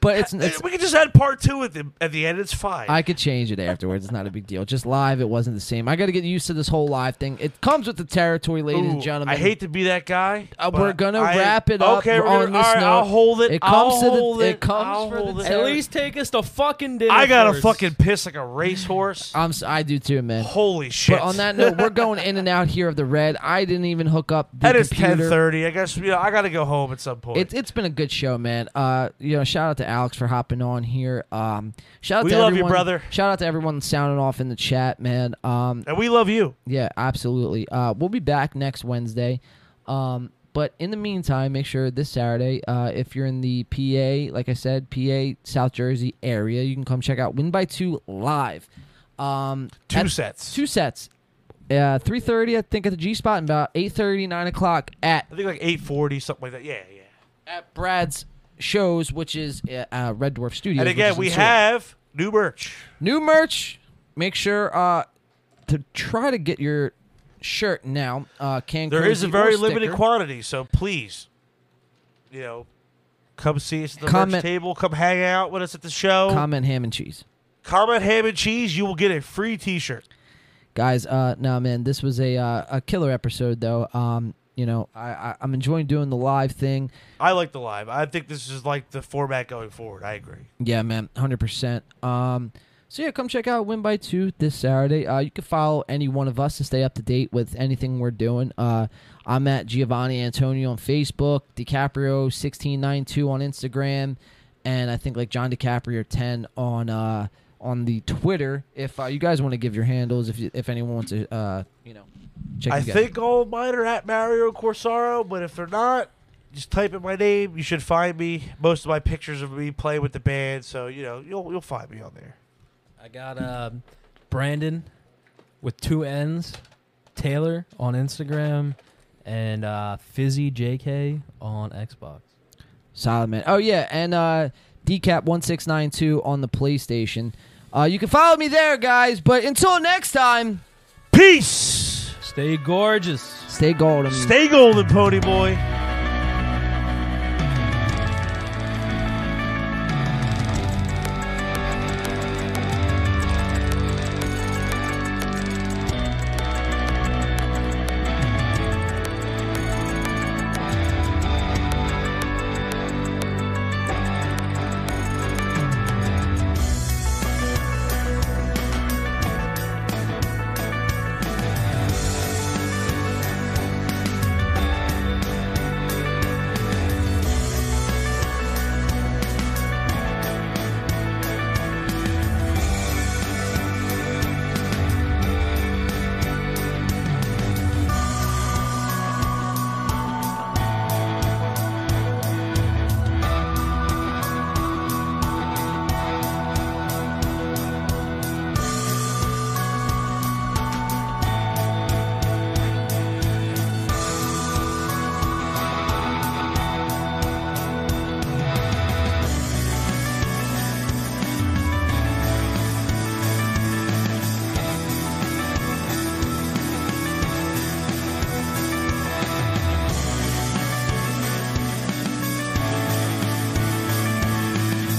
S1: but it's it's
S2: we could just add part two at the at the end. It's fine.
S1: I could change it afterwards. It's not a big deal. Just live, it wasn't the same. I got to get used to this whole live thing. It comes with the territory, ladies and
S2: Ooh,
S1: gentlemen.
S2: I hate to be that guy.
S1: Uh,
S2: but
S1: we're gonna
S2: I-
S1: wrap it up
S2: Okay, we're
S1: on
S2: gonna,
S1: this
S2: all right, I'll
S1: note.
S2: hold it.
S1: It comes
S2: I'll
S1: to the-
S2: hold it.
S1: it comes
S2: I'll
S1: for the
S2: hold it.
S1: terror.
S7: At least take us to fucking dinner.
S2: I gotta
S7: first.
S2: fucking piss like a racehorse.
S1: I'm, si do too, man.
S2: Holy Oh, shit!
S1: Uh, But on that note, we're going in and out here of the red. I didn't even hook up the
S2: That is ten
S1: computer.
S2: thirty. I guess you know, I gotta go home at some point.
S1: It's it's been a good show, man. Uh, you know, shout out to Alex for hopping on here. Um, shout out
S2: We
S1: to
S2: love you,
S1: everyone,
S2: brother.
S1: Shout out to everyone sounding off in the chat, man. Um,
S2: and we love you.
S1: Yeah, absolutely. Uh, we'll be back next Wednesday. Um, but in the meantime, make sure this Saturday, uh, if you're in the PA, like I said, PA, South Jersey area, you can come check out Win by Two live. Um,
S2: Two
S1: at-
S2: sets.
S1: Two sets. Uh, 3.30, I think, at the G Spot, and about 8.30, 9 o'clock at,
S2: I think like eight forty, something like that. Yeah, yeah.
S1: at Brad's shows, which is uh, uh, Red Dwarf Studios.
S2: And
S1: which is
S2: again,
S1: in
S2: we
S1: Sewell.
S2: have new merch.
S1: New merch. Make sure uh, to try to get your shirt now. Uh, can
S2: There is
S1: Crazy
S2: a
S1: or
S2: very limited
S1: sticker.
S2: quantity, so please, you know, come see us at the merch
S1: Comment-
S2: table. Come hang out with us at the show.
S1: Comment ham and cheese.
S2: Comment ham and cheese. You will get a free T-shirt.
S1: guys uh no man this was a uh, a killer episode though um you know I, I i'm enjoying doing the live thing
S2: I like the live. I think this is like the format going forward. I agree.
S1: yeah man 100% um so yeah come check out win by two this saturday uh you can follow any one of us to stay up to date with anything we're doing uh i'm at giovanni antonio on facebook dicaprio 1692 on instagram and i think like john dicaprio 10 on uh on the twitter if uh, you guys want to give your handles if you, if anyone wants to uh you know check
S2: I
S1: you guys-
S2: think all mine are at Mario Corsaro, but if they're not, just type in my name. You should find me. Most of my pictures of me playing with the band, so you know you'll you'll find me on there.
S7: I got uh, Brandon with two N's, Taylor on Instagram, and uh, Fizzy JK on Xbox.
S1: Solid man. Oh yeah, and uh decap one six nine two on the PlayStation. Uh, you can follow me there, guys. But until next time,
S2: Peace.
S7: Stay gorgeous.
S1: stay golden.
S2: Stay golden, Pony Boy.